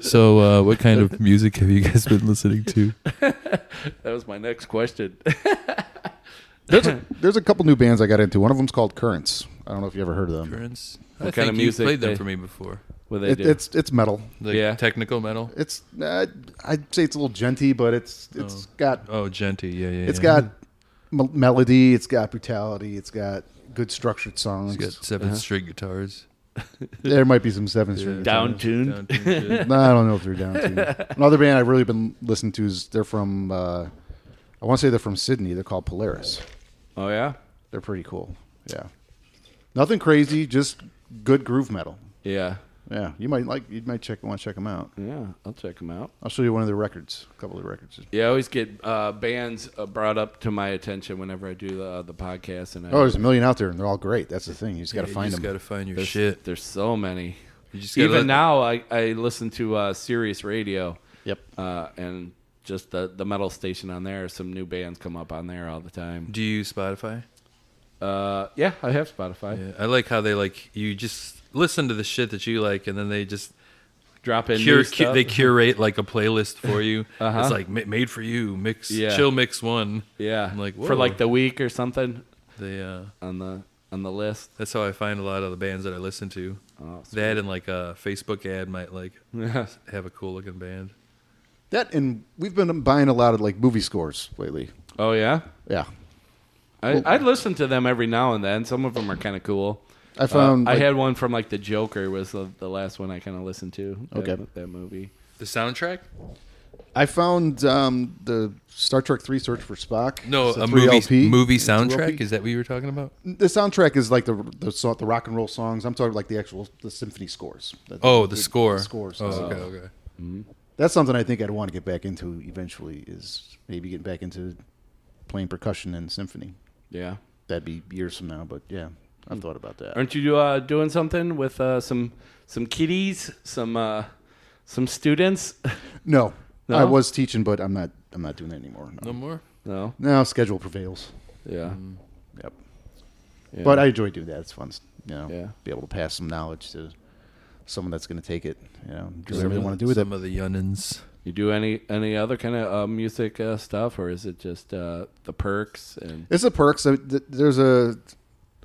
Speaker 3: So, uh, what kind of music have you guys been listening to?
Speaker 1: That was my next question.
Speaker 2: There's a, there's a couple new bands I got into. One of them's called Currents. I don't know if you ever heard of them.
Speaker 3: Prince.
Speaker 1: What
Speaker 3: I
Speaker 1: kind
Speaker 3: think
Speaker 1: of
Speaker 3: you
Speaker 1: music
Speaker 3: played them
Speaker 1: they-
Speaker 3: for me before.
Speaker 1: What they
Speaker 2: It,
Speaker 1: do?
Speaker 2: it's it's metal.
Speaker 3: Like
Speaker 1: Yeah.
Speaker 3: technical metal.
Speaker 2: It's uh, I'd say it's a little genty, but it's it's got
Speaker 3: Oh, Genty. Yeah, yeah.
Speaker 2: It's
Speaker 3: yeah.
Speaker 2: got m- melody. It's got brutality. It's got good structured songs.
Speaker 3: It's got 7
Speaker 1: Uh-huh.
Speaker 3: string guitars.
Speaker 2: There might be some seven string.
Speaker 1: down tuned.
Speaker 3: Down tuned shit.
Speaker 2: No, I don't know if they're down to. Another band I've really been listening to is they're from. Uh, I want to say they're from Sydney. They're called Polaris.
Speaker 1: Oh yeah,
Speaker 2: They're pretty cool. Yeah, nothing crazy. Just good groove metal.
Speaker 1: yeah,
Speaker 2: Yeah, you might like. You might check. Want to check them out?
Speaker 1: yeah. I'll check them out.
Speaker 2: I'll show you one of their records. A couple of their records.
Speaker 1: Yeah, I always get uh, bands uh, brought up to my attention whenever I do the, uh, the podcast, and I,
Speaker 2: Oh, there's a million out there, and they're all great. That's the thing. You just got to
Speaker 3: You
Speaker 2: find
Speaker 3: just
Speaker 2: them.
Speaker 3: gotta find your
Speaker 1: there's,
Speaker 3: shit.
Speaker 1: There's so many.
Speaker 3: You just gotta
Speaker 1: Even
Speaker 3: let-
Speaker 1: now, I, I listen to uh, Sirius Radio.
Speaker 2: Yep.
Speaker 1: Uh, and just the the metal station on there. Some new bands come up on there all the time.
Speaker 3: Do you use Spotify?
Speaker 1: Uh, yeah, I have Spotify.
Speaker 3: Yeah, I like how they like you just listen to the shit that you like, and then they just
Speaker 1: Drop in
Speaker 3: cure,
Speaker 1: new
Speaker 3: cu-
Speaker 1: stuff.
Speaker 3: they curate like a playlist for you.
Speaker 1: Uh-huh.
Speaker 3: It's like ma- made for you, mix
Speaker 1: Yeah.
Speaker 3: chill mix one.
Speaker 1: yeah,
Speaker 3: I'm like
Speaker 1: for like
Speaker 3: whoa.
Speaker 1: the week or something
Speaker 3: They, uh,
Speaker 1: on the on the list.
Speaker 3: that's how I find a lot of the bands that I listen to.
Speaker 1: Oh, sweet.
Speaker 3: That and like a Facebook ad might like
Speaker 1: Yeah.
Speaker 3: have a cool looking band.
Speaker 2: That and we've been buying a lot of like movie scores lately.
Speaker 1: oh yeah,
Speaker 2: Yeah,
Speaker 1: I I listen to them every now and then. Some of them are kind of cool.
Speaker 2: I found
Speaker 1: Uh, I
Speaker 2: like,
Speaker 1: had one from like the Joker was the, the last one I kind of listened to. that-
Speaker 2: Okay.
Speaker 1: that, movie.
Speaker 3: The soundtrack?
Speaker 2: I found um, the Star Trek Three Search for Spock.
Speaker 3: No,
Speaker 2: It's
Speaker 3: a
Speaker 2: 3
Speaker 3: movie
Speaker 2: LP.
Speaker 3: movie
Speaker 2: It's a 2 LP.
Speaker 3: soundtrack. Is that what you were talking about?
Speaker 2: the soundtrack is like the the, so- the rock and roll songs. I'm talking like the actual the symphony scores.
Speaker 3: Oh, the Oh, score.
Speaker 2: scores.
Speaker 3: Oh,
Speaker 2: So
Speaker 3: okay, okay.
Speaker 2: that's something I think I'd want to get back into eventually. Is maybe getting back into playing percussion and symphony.
Speaker 1: Yeah.
Speaker 2: That'd be years from now, but yeah, I've thought about that.
Speaker 1: Aren't you uh, doing something with uh, some some kiddies, some uh, some students?
Speaker 2: No,
Speaker 1: No?
Speaker 2: I was teaching, but I'm not. I'm not doing that anymore. No,
Speaker 3: No more.
Speaker 1: no.
Speaker 2: No, schedule prevails.
Speaker 1: Yeah.
Speaker 2: Yep.
Speaker 1: Yeah.
Speaker 2: But I enjoy doing that. It's fun. s- You know,
Speaker 1: Yeah.
Speaker 2: be able to pass some knowledge to someone that's going to take it. You know, do whatever they want to do with it.
Speaker 3: Some of the Yunnins.
Speaker 1: you do any any other kind of uh, music uh, stuff, or is it just uh, the perks and
Speaker 2: It's a perk. So th- there's a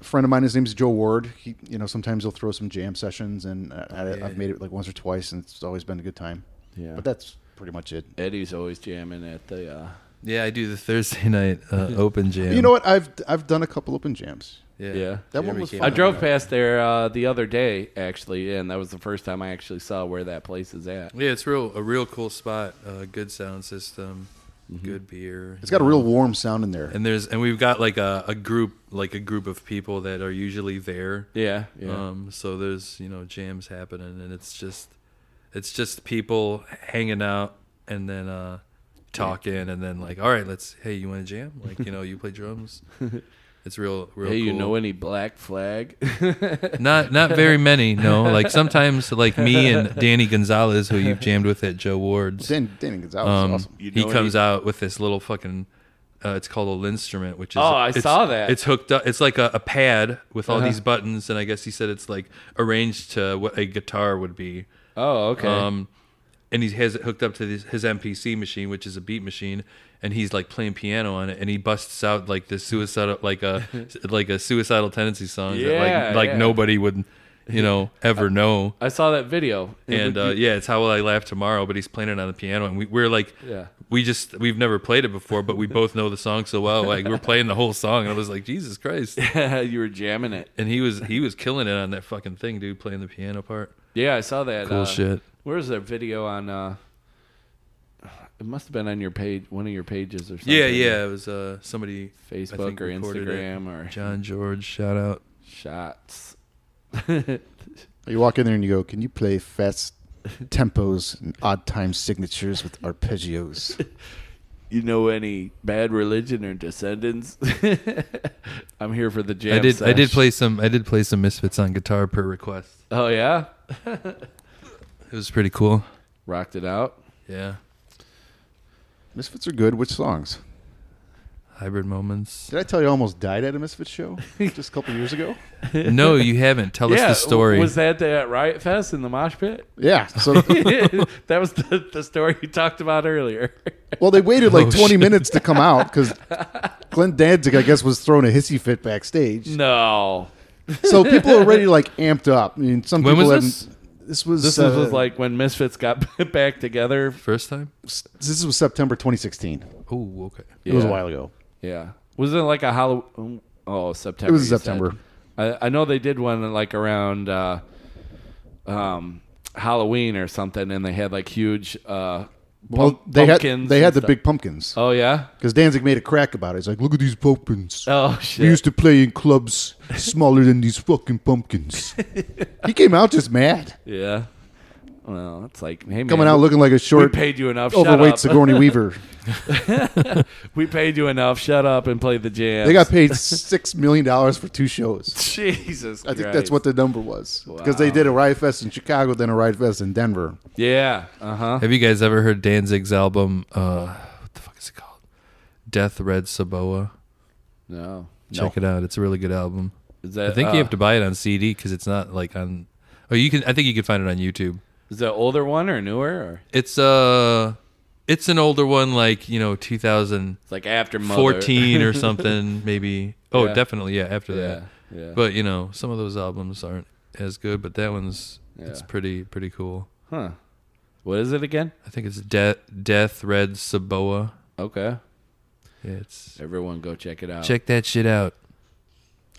Speaker 2: friend of mine. His name's Joe Ward. He, you know, sometimes he'll throw some jam sessions, and I, I, I've made it like once or twice, and it's always been a good time.
Speaker 1: yeah?
Speaker 2: But that's pretty much it.
Speaker 1: Eddie's always jamming at the. Uh,
Speaker 3: Yeah, I do the Thursday night uh, open jam.
Speaker 2: You know what? I've I've done a couple open jams.
Speaker 3: Oh, Yeah.
Speaker 1: Yeah.
Speaker 2: That one was
Speaker 3: came
Speaker 2: fun.
Speaker 1: I
Speaker 3: out.
Speaker 1: drove past there uh, the other day, actually, and that was the first time I actually saw where that place is at.
Speaker 3: Yeah, it's real a real cool spot. Uh, good sound system, good beer.
Speaker 2: Mm-hmm. It's got a real warm sound in there.
Speaker 3: and there's and we've got like a, a group like a group of people that are usually there.
Speaker 1: Yeah, yeah,
Speaker 3: Um, so there's you know jams happening, and it's just it's just people hanging out and then uh, talking, and then like, all right, let's hey, you want to jam? Like you know, you play drums. It's real, real.
Speaker 1: hey, you
Speaker 3: cool.
Speaker 1: know any Black Flag?
Speaker 3: Not not very many. No, like sometimes like me and Danny Gonzalez, who you've jammed with at Joe Ward's.
Speaker 2: Danny, Danny Gonzalez
Speaker 3: Um,
Speaker 2: is awesome.
Speaker 1: You
Speaker 3: he
Speaker 1: know
Speaker 3: comes
Speaker 1: any-
Speaker 3: out with this little fucking. Uh, it's called a Linstrument, which is
Speaker 1: Oh, I
Speaker 3: it's-
Speaker 1: saw that. Uh-huh.
Speaker 3: It's hooked up. It's like a, a pad with all these buttons, and I guess he said it's like arranged to what a guitar would be.
Speaker 1: oh, okay.
Speaker 3: Um, and he has it hooked up to this, his MPC machine, which is a beat machine, and he's like playing piano on it, and he busts out like this suicidal, like a like a suicidal tendency song that
Speaker 1: Yeah,
Speaker 3: like like
Speaker 1: yeah. Uh,
Speaker 3: nobody would, you know, ever know
Speaker 1: I saw that video,
Speaker 3: and
Speaker 1: would
Speaker 3: uh,
Speaker 1: you-
Speaker 3: yeah, it's how will I laugh tomorrow? But he's playing it on the piano, and we, we're like,
Speaker 1: Yeah.
Speaker 3: we just we've never played it before, but we both know the song so well. Like we're playing the whole song, and I was like, Jesus Christ!
Speaker 1: you were jamming it.
Speaker 3: And he was he was killing it on that fucking thing, dude, playing the piano part.
Speaker 1: Yeah, I saw that.
Speaker 3: Cool
Speaker 1: uh,
Speaker 3: shit.
Speaker 1: Where's that video on? uh It must have been on your page, one of your pages or something.
Speaker 3: Yeah, yeah, it was uh, somebody I
Speaker 1: Facebook
Speaker 3: think,
Speaker 1: or
Speaker 3: recorded it.
Speaker 1: Instagram or
Speaker 3: John George, shout out.
Speaker 1: shots.
Speaker 2: You walk in there and you go, "Can you play fast tempos and odd time signatures with arpeggios?"
Speaker 1: You know any bad religion or descendants? I'm here for the jam.
Speaker 3: I did I did
Speaker 1: sesh.
Speaker 3: play some I did play some Misfits on guitar per request.
Speaker 1: Oh yeah,
Speaker 3: It was pretty cool.
Speaker 1: rocked it out.
Speaker 3: Yeah,
Speaker 2: Misfits are good. Which songs?
Speaker 3: hybrid moments.
Speaker 2: Did I tell you I almost died at a Misfits show just a couple years ago?
Speaker 3: no, you haven't. Tell us
Speaker 1: yeah,
Speaker 3: the story.
Speaker 1: Was that that Riot Fest in the mosh pit?
Speaker 2: Yeah. So
Speaker 1: that was the, the story you talked about earlier.
Speaker 2: Well, they waited like
Speaker 3: Oh,
Speaker 2: 20
Speaker 3: shit.
Speaker 2: minutes to come out because Glenn Danzig, I guess, was throwing a hissy fit backstage.
Speaker 1: no,
Speaker 2: So people are already like amped up. I mean, some
Speaker 3: When
Speaker 2: people
Speaker 3: was
Speaker 2: haven't- This was
Speaker 1: this
Speaker 2: uh,
Speaker 1: was like when Misfits got back together.
Speaker 3: First time?
Speaker 2: s- this was September 2016.
Speaker 3: Oh, okay.
Speaker 1: Yeah.
Speaker 2: It was a while ago.
Speaker 1: Yeah. Was it like a Halloween? Oh, September.
Speaker 2: It was
Speaker 1: you
Speaker 2: September.
Speaker 1: said. I, I know they did one like around uh, um, Halloween or something, and they had like huge. Uh,
Speaker 2: Well,
Speaker 1: pump-
Speaker 2: they had
Speaker 1: pumpkins
Speaker 2: they
Speaker 1: and
Speaker 2: had the
Speaker 1: stuff.
Speaker 2: big pumpkins
Speaker 1: Oh yeah.
Speaker 2: because Danzig made a crack about it. He's like, "Look at these pumpkins.
Speaker 1: Oh
Speaker 2: we used
Speaker 1: shit.
Speaker 2: to play in clubs smaller than these fucking pumpkins." he came out just mad,
Speaker 1: Yeah. Well, it's like hey,
Speaker 2: coming
Speaker 1: man,
Speaker 2: out looking like a
Speaker 1: We
Speaker 2: short,
Speaker 1: paid you enough. Shut
Speaker 2: overweight
Speaker 1: up.
Speaker 2: Sigourney Weaver.
Speaker 1: we paid you enough. Shut up and play the jam.
Speaker 2: They got paid six million dollars for two shows.
Speaker 1: Jesus.
Speaker 2: I think that's what the number was because they
Speaker 1: Wow.
Speaker 2: did a Riot Fest in Chicago, then a Riot Fest in Denver.
Speaker 1: Yeah. Uh huh.
Speaker 3: Have you guys ever heard Danzig's album? Uh, what the fuck is it called? Death Red Saboa.
Speaker 1: No.
Speaker 3: Check it out. It's a really good album.
Speaker 1: Is that?
Speaker 3: I think
Speaker 1: uh,
Speaker 3: you have to buy it on CD because it's not like on. Oh, you can. I think you can find it on YouTube.
Speaker 1: Is that older one or newer? Or
Speaker 3: It's uh, it's an older one, like you know, 2014
Speaker 1: it's like after mother.
Speaker 3: or something, maybe. Oh,
Speaker 1: Yeah.
Speaker 3: definitely, yeah. After
Speaker 1: Yeah.
Speaker 3: that,
Speaker 1: Yeah.
Speaker 3: but you know, some of those albums aren't as good, but that one's it's
Speaker 1: Yeah.
Speaker 3: pretty pretty cool.
Speaker 1: Huh. What is it again?
Speaker 3: I think it's Death Death Red Saboa.
Speaker 1: Okay.
Speaker 3: Yeah, it's
Speaker 1: Everyone go check it out.
Speaker 3: check that shit out.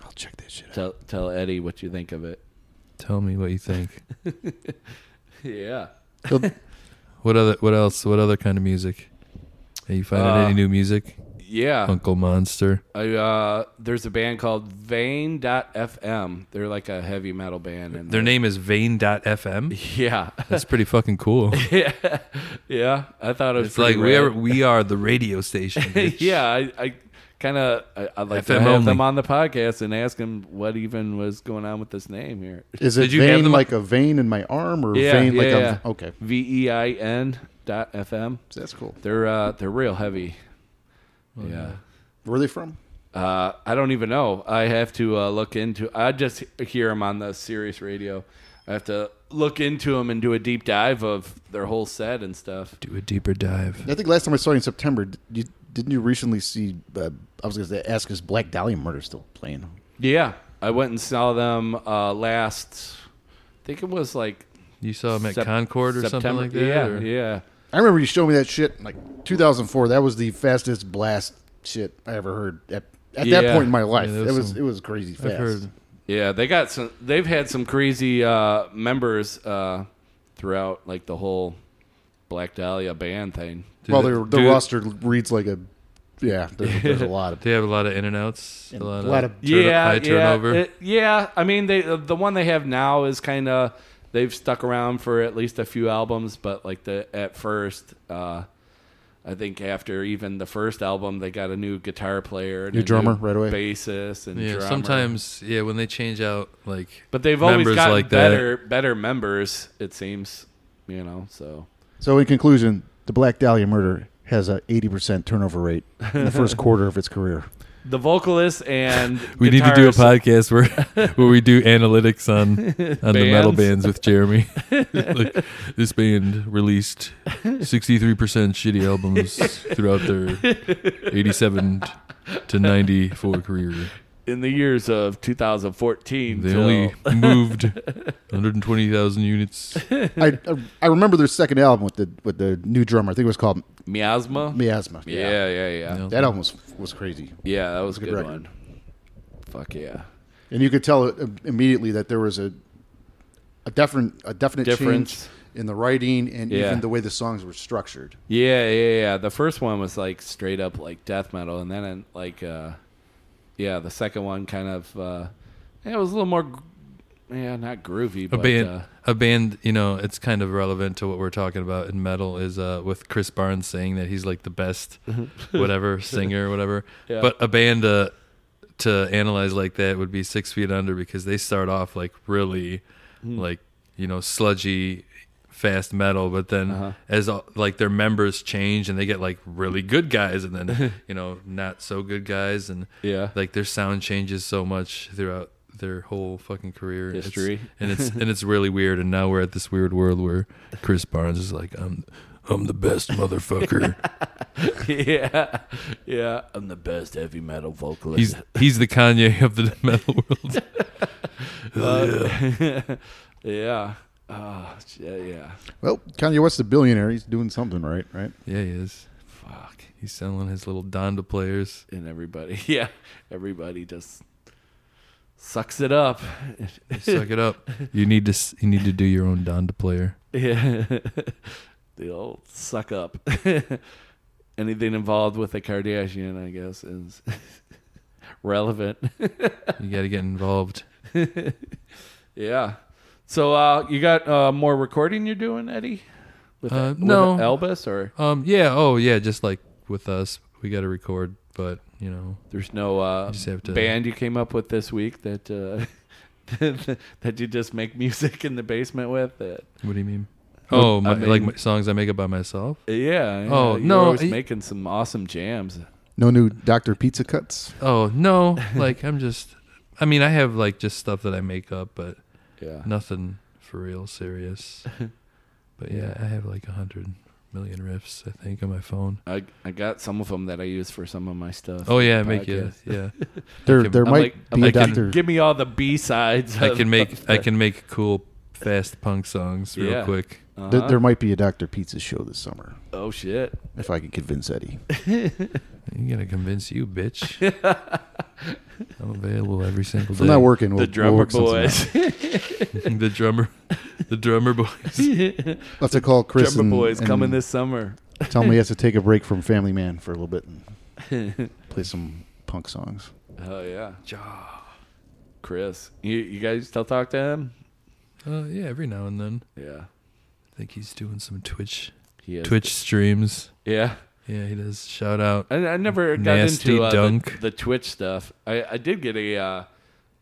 Speaker 2: I'll check that shit out.
Speaker 1: Tell tell Eddie what you think of it.
Speaker 3: Tell me what you think.
Speaker 1: Yeah.
Speaker 3: What other? What else? What other kind of music? Are you finding
Speaker 1: Uh,
Speaker 3: any new music?
Speaker 1: yeah.
Speaker 3: Uncle Monster.
Speaker 1: I, uh, there's a band called Vane.fm. They're like a heavy metal band. And
Speaker 3: Their name is Vane.fm.
Speaker 1: yeah.
Speaker 3: That's pretty fucking cool.
Speaker 1: yeah. Yeah. I thought it was
Speaker 3: It's like we
Speaker 1: pretty
Speaker 3: are
Speaker 1: rad.
Speaker 3: we are the radio station. bitch.
Speaker 1: yeah. I, I kind of I, I'd like to
Speaker 3: FM
Speaker 1: have
Speaker 3: only.
Speaker 1: them on the podcast and ask them what even was going on with this name here.
Speaker 2: Is it
Speaker 3: Did you have
Speaker 2: vein
Speaker 3: them-
Speaker 2: like a vein in my arm or
Speaker 1: Yeah.
Speaker 2: vein
Speaker 1: yeah,
Speaker 2: like
Speaker 1: yeah.
Speaker 2: a okay?
Speaker 1: V E I N dot FM.
Speaker 2: So that's cool.
Speaker 1: They're uh, they're real heavy. yeah.
Speaker 2: Where are they from?
Speaker 1: Uh, I don't even know. I have to uh, look into. I just hear them on the Sirius radio. I have to look into them and do a deep dive of their whole set and stuff.
Speaker 3: Do a deeper dive.
Speaker 2: I think last time I saw you in September, d- you, didn't you recently see? Uh, I was going to ask, is Black Dahlia Murder still playing?
Speaker 1: Yeah, I went and saw them uh, last. I think it was like
Speaker 3: You saw him at
Speaker 1: Sep-
Speaker 3: Concord or something
Speaker 1: September-
Speaker 3: like that.
Speaker 1: Yeah,
Speaker 3: or-
Speaker 1: yeah.
Speaker 2: I remember you showed me that shit in like 2004. That was the fastest blast shit I ever heard at, at that
Speaker 1: Yeah.
Speaker 2: point in my life.
Speaker 3: Yeah, that
Speaker 2: it
Speaker 3: was
Speaker 2: was
Speaker 3: some-
Speaker 2: it was crazy
Speaker 3: I've
Speaker 2: fast.
Speaker 3: heard.
Speaker 1: Yeah, they got some. They've had some crazy uh, members uh, throughout, like the whole Black Dahlia band thing.
Speaker 3: Do
Speaker 2: well,
Speaker 3: they-
Speaker 2: their the
Speaker 3: do-
Speaker 2: roster reads like a yeah. There's, there's a lot of
Speaker 3: They have a lot of in and outs. A
Speaker 2: And
Speaker 3: lot,
Speaker 2: a lot
Speaker 3: of,
Speaker 2: of-
Speaker 3: turno-
Speaker 1: yeah,
Speaker 3: high
Speaker 1: yeah,
Speaker 3: turnover.
Speaker 1: it- yeah, I mean, they the one they have now is kind of they've stuck around for at least a few albums, but like the at first, uh, I think after even the first album, they got a new guitar player, and
Speaker 2: New
Speaker 1: a
Speaker 2: drummer right away.
Speaker 1: bassist and
Speaker 3: yeah,
Speaker 1: drummer.
Speaker 3: sometimes yeah, when they change out like
Speaker 1: but they've always
Speaker 3: members
Speaker 1: gotten
Speaker 3: like that.
Speaker 1: better, better members. It seems, you know. So
Speaker 2: So in conclusion, the Black Dahlia Murder has a 80% turnover rate in the first quarter of its career.
Speaker 1: the vocalist and
Speaker 3: we need to do a
Speaker 1: guitarist-
Speaker 3: podcast where where we do analytics on on the metal
Speaker 1: Bands.
Speaker 3: bands with Jeremy. like, this band released sixty three percent shitty albums throughout their eighty seven to ninety four career.
Speaker 1: in the years of 2014.
Speaker 3: They
Speaker 1: till-
Speaker 3: only moved one hundred and twenty thousand units.
Speaker 2: I, I I remember their second album with the with the new drummer. I think it was called
Speaker 1: miasma.
Speaker 2: Miasma.
Speaker 1: yeah, yeah, yeah.
Speaker 3: No.
Speaker 2: That album was, was crazy.
Speaker 1: Yeah, that was a
Speaker 2: Good
Speaker 1: good,
Speaker 2: record.
Speaker 1: one. Fuck yeah.
Speaker 2: And you could tell uh, immediately that there was a a different a definite
Speaker 1: Difference.
Speaker 2: change in the writing and
Speaker 1: Yeah.
Speaker 2: even the way the songs were structured.
Speaker 1: Yeah, yeah, yeah. The first one was like straight up like death metal and then like uh yeah, the second one kind of uh yeah, it was a little more gr- yeah, not groovy,
Speaker 3: a
Speaker 1: but
Speaker 3: band
Speaker 1: uh,
Speaker 3: a band you know it's kind of relevant to what we're talking about in metal is uh with chris barnes saying that he's like the best whatever singer whatever
Speaker 1: Mm-hmm. Yeah.
Speaker 3: but a band uh to analyze like that would be six feet under because they start off like really
Speaker 1: Mm.
Speaker 3: like you know sludgy fast metal but then
Speaker 1: Uh-huh.
Speaker 3: as uh, like their members change and they get like really good guys and then you know not so good guys and
Speaker 1: Yeah.
Speaker 3: like their sound changes so much throughout their whole fucking career It's-
Speaker 1: History.
Speaker 3: and it's and it's really weird and now we're at this weird world where chris barnes is like i'm i'm the best motherfucker
Speaker 1: yeah. Yeah, I'm the best heavy metal vocalist.
Speaker 3: he's he's the kanye of the metal world
Speaker 1: yeah. Oh, shit, yeah.
Speaker 2: Well, Kanye West's a billionaire. He's doing something right, right?
Speaker 3: yeah he is
Speaker 1: Fuck.
Speaker 3: he's selling his little donda players
Speaker 1: And everybody. Yeah. Everybody just sucks it up.
Speaker 3: suck it up you need to s- you need to do your own donda player
Speaker 1: Yeah. they all suck up. Anything involved with a Kardashian, I guess, is relevant.
Speaker 3: you got to get involved
Speaker 1: yeah. So uh, you got uh, more recording you're doing, Eddie? With,
Speaker 3: Uh,
Speaker 1: with
Speaker 3: no.
Speaker 1: Elvis, or
Speaker 3: um yeah oh yeah just like with us we got to record but you know
Speaker 1: there's no uh,
Speaker 3: just have to-
Speaker 1: band you came up with this week that uh, that you just make music in the basement with? That
Speaker 3: what do you mean oh
Speaker 1: I
Speaker 3: my, like
Speaker 1: mean-
Speaker 3: my songs i make up by myself
Speaker 1: yeah. yeah,
Speaker 3: Oh,
Speaker 1: you're
Speaker 3: no,
Speaker 1: always
Speaker 3: I-
Speaker 1: making some awesome jams.
Speaker 2: No new Dr. Pizza cuts.
Speaker 3: Oh no! Like I'm just. I mean, I have like just stuff that I make up, but
Speaker 1: Yeah.
Speaker 3: nothing for real serious. But yeah, I have like a hundred million riffs, I think, on my phone.
Speaker 1: I I got some of them that I use for some of my stuff.
Speaker 3: Oh yeah, I make you.
Speaker 1: Podcast.
Speaker 3: Yeah,
Speaker 2: There,
Speaker 3: can-
Speaker 2: there
Speaker 1: I'm
Speaker 2: might
Speaker 1: like- I'm
Speaker 2: be a
Speaker 3: like, I can
Speaker 2: doctor.
Speaker 1: Give me all the B sides.
Speaker 3: I can make I can make cool fast punk songs real
Speaker 1: Yeah.
Speaker 3: quick.
Speaker 2: th-
Speaker 1: uh-huh.
Speaker 2: there might be a Dr. Pizza show this summer
Speaker 1: Oh shit!
Speaker 2: if I could convince Eddie.
Speaker 3: I'm gonna convince you, bitch. I'm available every single
Speaker 2: If
Speaker 3: day.
Speaker 2: I'm not working, we'll,
Speaker 1: the
Speaker 2: we'll
Speaker 1: drummer
Speaker 2: work
Speaker 1: boys,
Speaker 2: something out.
Speaker 3: the drummer, the drummer boys.
Speaker 2: I'll have to call Chris
Speaker 1: drummer
Speaker 2: and,
Speaker 1: boys
Speaker 2: and
Speaker 1: coming this summer.
Speaker 2: tell me he has to take a break from Family Man for a little bit and play some punk songs.
Speaker 1: Oh yeah, Chris. You, you guys still talk to him?
Speaker 3: Uh, yeah, every now and then.
Speaker 1: Yeah,
Speaker 3: I think he's doing some Twitch
Speaker 1: he is.
Speaker 3: Twitch streams.
Speaker 1: Yeah,
Speaker 3: Yeah, he does. Shout out.
Speaker 1: I, I never got
Speaker 3: Nasty
Speaker 1: into uh, the-
Speaker 3: dunk.
Speaker 1: The, Twitch stuff. I, I did get a. Uh,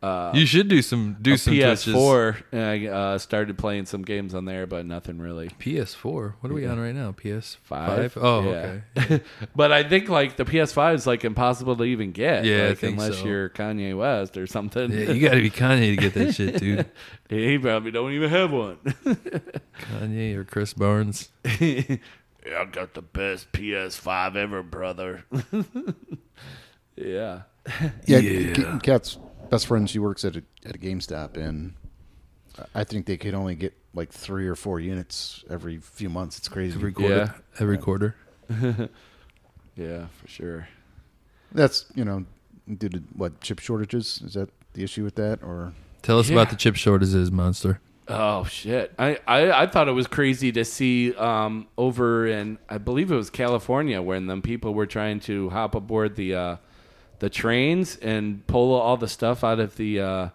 Speaker 1: uh,
Speaker 3: you should do some do
Speaker 1: a
Speaker 3: some
Speaker 1: PS4, and I uh, started playing some games on there, but nothing really.
Speaker 3: Twitches. PS4. What are we on right now? PS5.
Speaker 1: Five.
Speaker 3: Oh,
Speaker 1: Yeah.
Speaker 3: okay.
Speaker 1: but I think like the PS5 is like impossible to even get.
Speaker 3: Yeah, I
Speaker 1: like,
Speaker 3: think
Speaker 1: unless
Speaker 3: so.
Speaker 1: you're Kanye West or something.
Speaker 3: Yeah, you got to be Kanye to get that shit, dude.
Speaker 1: he probably don't even have one.
Speaker 3: Kanye or Chris Barnes.
Speaker 1: I got the best PS5 ever, brother. yeah.
Speaker 2: Yeah, K- Kat's best friend. She works at a, at a GameStop, and I think they could only get like three or four units every few months. It's crazy.
Speaker 3: Every quarter.
Speaker 1: Yeah.
Speaker 3: Every quarter.
Speaker 1: Yeah, for sure.
Speaker 2: That's you know, due to what chip shortages is that the issue with that or
Speaker 3: Tell us
Speaker 1: Yeah.
Speaker 3: about the chip shortages, monster.
Speaker 1: Oh shit! I, I, I thought it was crazy to see um, over in I believe it was California when them people were trying to hop aboard the uh, the trains and pull all the stuff out of the uh,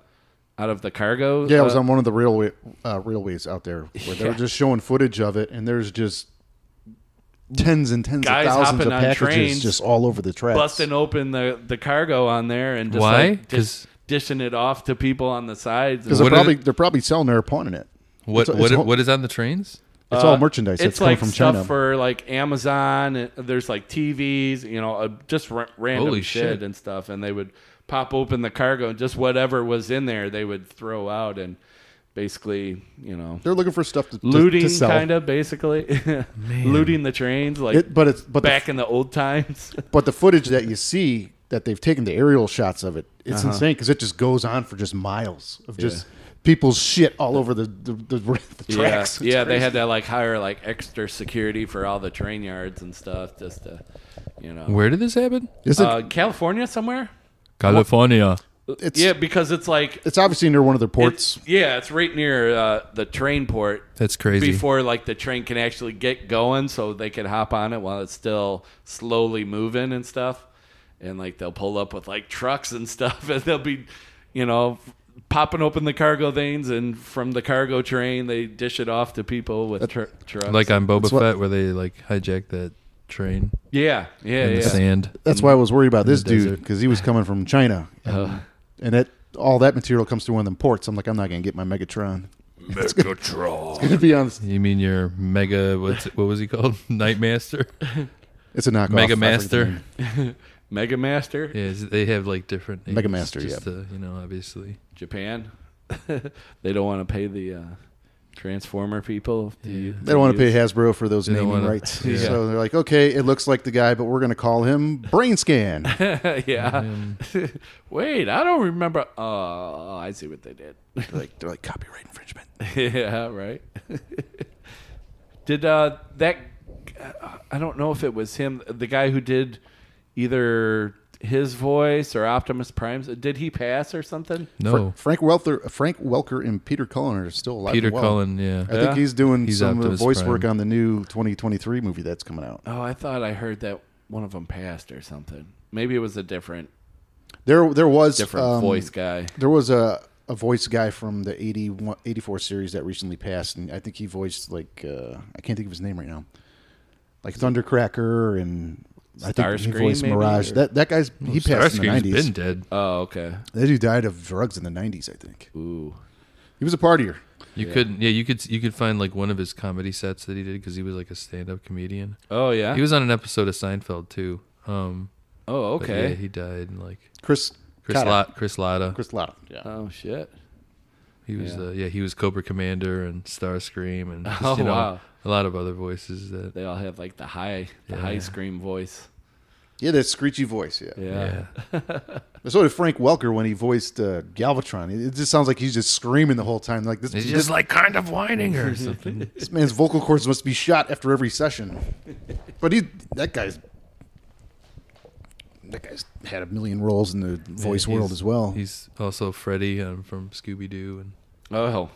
Speaker 1: out of the cargo.
Speaker 2: Yeah, it was
Speaker 1: uh,
Speaker 2: on one of the railway uh, railways out there where they were
Speaker 1: Yeah.
Speaker 2: just showing footage of it, and there's just tens and tens
Speaker 1: Guys
Speaker 2: of thousands
Speaker 1: hopping
Speaker 2: of
Speaker 1: on
Speaker 2: packages
Speaker 1: trains,
Speaker 2: just all over the tracks.
Speaker 1: busting open the, the cargo on there and just
Speaker 3: Why?
Speaker 1: like, dis- dishing it off to people on the sides.
Speaker 2: because
Speaker 1: And,
Speaker 2: they're
Speaker 3: What is
Speaker 2: probably they're probably selling their pawning it.
Speaker 3: What
Speaker 2: It's a- it's
Speaker 3: what
Speaker 2: a whole-
Speaker 3: what is on the trains?
Speaker 2: It's
Speaker 1: uh,
Speaker 2: all merchandise that's
Speaker 1: It's like
Speaker 2: coming from
Speaker 1: stuff
Speaker 2: China.
Speaker 1: for like Amazon. and There's like TVs, you know, uh, just ra- random
Speaker 3: Holy
Speaker 1: shit,
Speaker 3: shit.
Speaker 1: and stuff. And they would pop open the cargo and just whatever was in there, they would throw out and basically, you know,
Speaker 2: they're looking for stuff to, to-
Speaker 1: looting
Speaker 2: to sell.
Speaker 1: kind of basically, looting the trains like
Speaker 2: It, but it's but
Speaker 1: back
Speaker 2: the,
Speaker 1: in the old times.
Speaker 2: but the footage that you see that they've taken the aerial shots of it, it's
Speaker 1: Uh-huh.
Speaker 2: insane because it just goes on for just miles of just people's shit all over the the, the, the tracks. It's
Speaker 1: Yeah, yeah they
Speaker 2: crazy.
Speaker 1: had to like hire like extra security for all the train yards and stuff just to, you know,
Speaker 3: Where did this happen?
Speaker 2: Is it-
Speaker 1: uh, California somewhere.
Speaker 3: California.
Speaker 2: it's
Speaker 1: yeah, because it's like
Speaker 2: it's obviously near one of their ports.
Speaker 1: it's yeah, it's right near uh, the train port
Speaker 3: That's crazy.
Speaker 1: before like the train can actually get going, so they can hop on it while it's still slowly moving and stuff. And like they'll pull up with like trucks and stuff, and they'll be, you know, popping open the cargo things, and from the cargo train they dish it off to people with tr- trucks.
Speaker 3: like on Boba
Speaker 2: what-
Speaker 3: Fett, where they like hijack that train
Speaker 1: yeah, yeah,
Speaker 3: in the
Speaker 1: yeah.
Speaker 3: sand.
Speaker 2: That's why I was worried about this dude
Speaker 3: desert.
Speaker 2: because he was coming from China, and,
Speaker 1: Uh-huh.
Speaker 2: and it all that material comes through one of them ports. I'm like, I'm not gonna get my Megatron. Megatron. it's gonna be on.
Speaker 3: You mean your mega? What's, what was he called? Nightmaster.
Speaker 2: It's a knockoff.
Speaker 3: Mega
Speaker 2: I forget the
Speaker 3: Master?
Speaker 2: name.
Speaker 1: Mega Master,
Speaker 3: Yeah, is- they have like different names.
Speaker 2: Mega Master,
Speaker 3: Just
Speaker 2: yeah.
Speaker 3: to, you know, obviously.
Speaker 1: Japan. they don't want to pay the uh, Transformer people. To,
Speaker 3: Yeah.
Speaker 2: They don't want to pay Hasbro for those
Speaker 3: They don't
Speaker 2: naming
Speaker 3: wanna-
Speaker 2: rights,
Speaker 3: yeah.
Speaker 2: so they're like, okay, it looks like the guy, but we're gonna call him Brain Scan.
Speaker 1: pay. yeah.
Speaker 3: Um,
Speaker 1: Wait, I don't remember. Oh, I see what they did.
Speaker 2: like they're like copyright infringement.
Speaker 1: yeah, right. did uh, that? I don't know if it was him, the guy who did either his voice or Optimus Prime's. Did he pass or something?
Speaker 3: no,
Speaker 2: Frank Welker, Frank Welker, and Peter Cullen are still alive.
Speaker 3: Oh. Peter
Speaker 2: and well.
Speaker 3: Cullen. Yeah,
Speaker 2: I think he's doing
Speaker 3: He's
Speaker 2: some of the
Speaker 3: Optimus
Speaker 2: voice
Speaker 3: Prime.
Speaker 2: work on the new 2023 movie that's coming out.
Speaker 1: Oh, I thought I heard that one of them passed or something. Maybe it was a different,
Speaker 2: There, there was
Speaker 1: different
Speaker 2: um,
Speaker 1: voice guy.
Speaker 2: There was a, a voice guy from the 81, 84 series that recently passed, and I think he voiced like uh, I can't think of his name right now, like Thundercracker and I think he
Speaker 1: Starscream,
Speaker 2: voiced
Speaker 1: maybe,
Speaker 2: Mirage.
Speaker 1: or-
Speaker 2: That that guy's he passed in the
Speaker 3: Oh, Starscream's
Speaker 2: nineties.
Speaker 3: been dead.
Speaker 1: Oh, okay.
Speaker 2: That dude died of drugs in the nineties. I think
Speaker 1: Ooh.
Speaker 2: he was a partier.
Speaker 3: You couldn't. Yeah, you could. You could find like one of his comedy sets that he did because he was like a stand-up comedian.
Speaker 1: Oh yeah.
Speaker 3: He was on an episode of Seinfeld too. Um,
Speaker 1: oh
Speaker 3: but
Speaker 1: okay.
Speaker 3: yeah, he died in like
Speaker 2: Chris
Speaker 3: Chris
Speaker 2: Cotta.
Speaker 3: Lot, Chris Latta.
Speaker 2: Chris Latta. Yeah.
Speaker 1: oh shit.
Speaker 3: he was
Speaker 1: yeah.
Speaker 3: the yeah he was Cobra Commander and Starscream and just,
Speaker 1: Oh,
Speaker 3: you know,
Speaker 1: wow.
Speaker 3: a lot of other voices that
Speaker 1: They all have like the high, the
Speaker 3: Yeah.
Speaker 1: high scream voice.
Speaker 2: yeah, that screechy voice. Yeah.
Speaker 1: yeah.
Speaker 3: yeah.
Speaker 2: So did Frank Welker when he voiced uh, Galvatron. It, it just sounds like he's just screaming the whole time. Like this,
Speaker 3: He's
Speaker 2: this,
Speaker 3: just like kind of whining or something.
Speaker 2: this man's vocal cords must be shot after every session. But he, that guy's, that guy's had a million roles in the voice
Speaker 3: Yeah,
Speaker 2: world
Speaker 3: he's-
Speaker 2: as well.
Speaker 3: He's also Freddy um, from Scooby Doo and
Speaker 1: Oh.
Speaker 3: else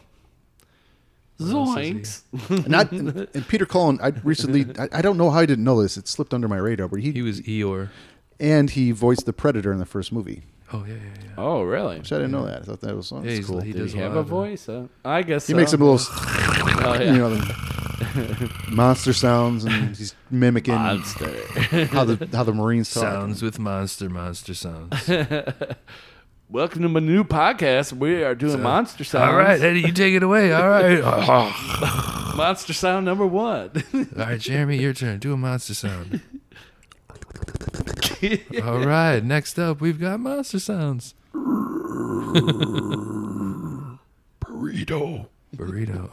Speaker 3: is
Speaker 1: Zoinks.
Speaker 2: And, not, and, and Peter Cullen, I recently, I, I don't know how I didn't know this. It slipped under my radar, but he,
Speaker 3: he was Eeyore.
Speaker 2: and he voiced the Predator in the first movie.
Speaker 3: Oh yeah, yeah, yeah.
Speaker 1: Oh, really?
Speaker 2: Which I didn't know that. I thought that was oh,
Speaker 3: Yeah,
Speaker 2: that's
Speaker 3: he's-
Speaker 2: cool.
Speaker 3: he
Speaker 2: He,
Speaker 1: Did
Speaker 3: does
Speaker 1: he
Speaker 3: a
Speaker 1: have
Speaker 3: lot
Speaker 1: a
Speaker 3: of-
Speaker 1: voice? Uh, I guess so.
Speaker 2: makes some little,
Speaker 1: Oh, yeah.
Speaker 2: you know, the monster sounds, and he's mimicking
Speaker 1: monster.
Speaker 2: how the how the Marines talk.
Speaker 3: Sounds with monster, monster sounds.
Speaker 1: Welcome to my new podcast. We are doing monster sounds.
Speaker 3: All right, Eddie, you take it away. All right, all
Speaker 1: monster sound number one.
Speaker 3: right, Jeremy, your turn. Do a monster sound. All right, next up we've got monster sounds.
Speaker 4: Burrito.
Speaker 3: Burrito.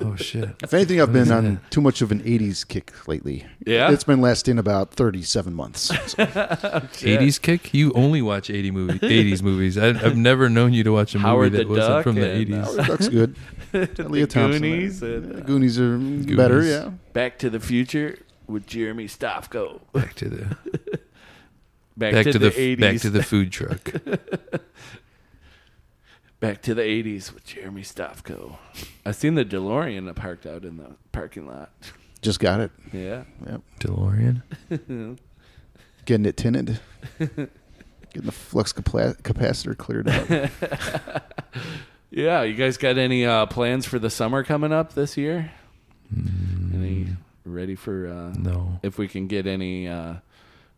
Speaker 3: Oh shit.
Speaker 2: If anything, I've been on too much of an '80s kick lately.
Speaker 1: Yeah?
Speaker 2: it's been lasting about 37 months. So,
Speaker 3: 80s kick? You only watch 80 movie, 80s movies. I, I've never known you to watch a movie
Speaker 1: Howard
Speaker 3: that
Speaker 1: the
Speaker 3: wasn't
Speaker 1: Duck
Speaker 3: from the
Speaker 1: and-
Speaker 3: 80s.
Speaker 2: oh, that's good. Leah Thompson.
Speaker 1: Goonies
Speaker 2: uh,
Speaker 1: and, uh,
Speaker 2: Goonies are better.
Speaker 3: Goonies.
Speaker 2: Yeah.
Speaker 1: Back to the Future with Jeremy Stofko.
Speaker 3: Back to the
Speaker 1: Back,
Speaker 3: back to the, f-
Speaker 1: 80s.
Speaker 3: back to the food truck.
Speaker 1: Back to the 80s with Jeremy Stofko. I seen the DeLorean parked out in the parking lot.
Speaker 2: Just got it.
Speaker 1: Yeah.
Speaker 2: Yep.
Speaker 3: DeLorean.
Speaker 2: Getting it tinted. Getting the flux capa- capacitor cleared out.
Speaker 1: Yeah, you guys got any uh, plans for the summer coming up this year? Any ready for uh,
Speaker 3: Mm. No.
Speaker 1: if we can get any uh,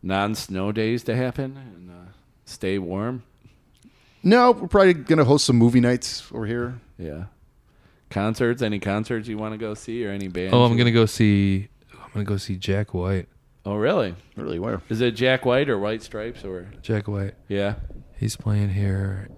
Speaker 1: non-snow days to happen and uh, stay warm?
Speaker 2: no, we're probably gonna host some movie nights over here.
Speaker 1: Yeah, concerts. Any concerts you want to go see or any bands?
Speaker 3: Oh, I'm
Speaker 1: you-
Speaker 3: gonna go see. I'm gonna go see Jack White.
Speaker 1: Oh, really?
Speaker 2: Really, where?
Speaker 1: Is it Jack White or White Stripes or?
Speaker 3: Jack White.
Speaker 1: Yeah.
Speaker 3: He's playing here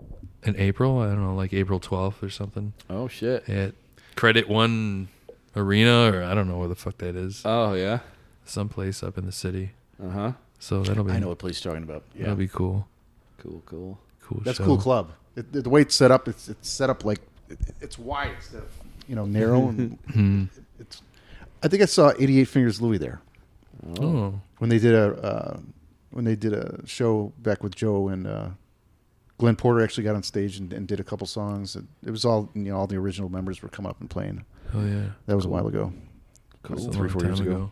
Speaker 3: in April. I don't know, like April 12th or something
Speaker 1: Oh shit.
Speaker 3: at Credit One Arena, or I don't know where the fuck that is.
Speaker 1: Oh yeah.
Speaker 3: Someplace up in the city.
Speaker 1: Uh huh.
Speaker 3: So that'll be
Speaker 2: I know what place you're talking about.
Speaker 3: that'll be cool.
Speaker 1: Cool, cool.
Speaker 3: Cool.
Speaker 2: That's a
Speaker 3: show.
Speaker 2: cool club. It, the- the way it's set up, it's it's set up like it, it's wide instead of you know narrow. And
Speaker 3: Hmm.
Speaker 2: it's. I think I saw 88 Fingers Louie there
Speaker 3: Oh,
Speaker 2: when they did a uh, when they did a show back with Joe and uh, Glenn Porter actually got on stage and, and did a couple songs. And it was all you know all the original members were coming up and playing.
Speaker 3: oh yeah.
Speaker 2: That was a while ago.
Speaker 3: Cool.
Speaker 2: Three, four years ago.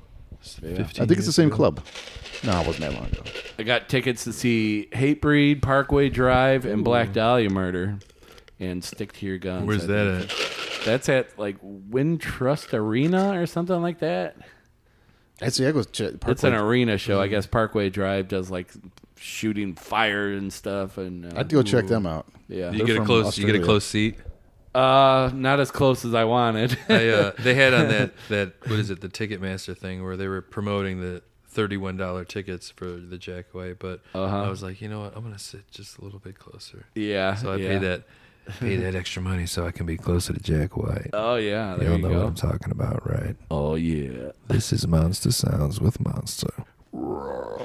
Speaker 1: Yeah.
Speaker 2: I think it's the same club. No, it wasn't that long ago.
Speaker 1: I got tickets to see Hatebreed, Parkway Drive, and Black Dahlia Murder, and Stick to Your Guns.
Speaker 3: Where's
Speaker 1: I
Speaker 3: that
Speaker 1: think.
Speaker 3: at?
Speaker 1: That's at like Wintrust Arena or something like that.
Speaker 2: I see. I go.
Speaker 1: it's
Speaker 2: ch-
Speaker 1: an
Speaker 2: Parkway-
Speaker 1: arena show,
Speaker 3: Mhm.
Speaker 1: I guess. Parkway Drive does like shooting fire and stuff, and uh,
Speaker 2: I'd go check them out.
Speaker 1: yeah,
Speaker 3: You
Speaker 2: They're
Speaker 3: get a
Speaker 2: from
Speaker 3: close. You get
Speaker 2: Australia.
Speaker 3: a close seat.
Speaker 1: uh, not as close as I wanted.
Speaker 3: I, uh, they had on that that what is it the Ticketmaster thing where they were promoting the thirty one dollar tickets for the Jack White, but
Speaker 1: Uh-huh.
Speaker 3: I was like, you know what, I'm gonna sit just a little bit closer,
Speaker 1: yeah,
Speaker 3: so I
Speaker 1: yeah.
Speaker 3: pay that pay that extra money so I can be closer to Jack White.
Speaker 1: Oh yeah, there
Speaker 3: Y'all
Speaker 1: you
Speaker 3: know what
Speaker 1: go.
Speaker 3: I'm talking about, right?
Speaker 1: Oh yeah.
Speaker 3: This is Monster Sounds with Monster.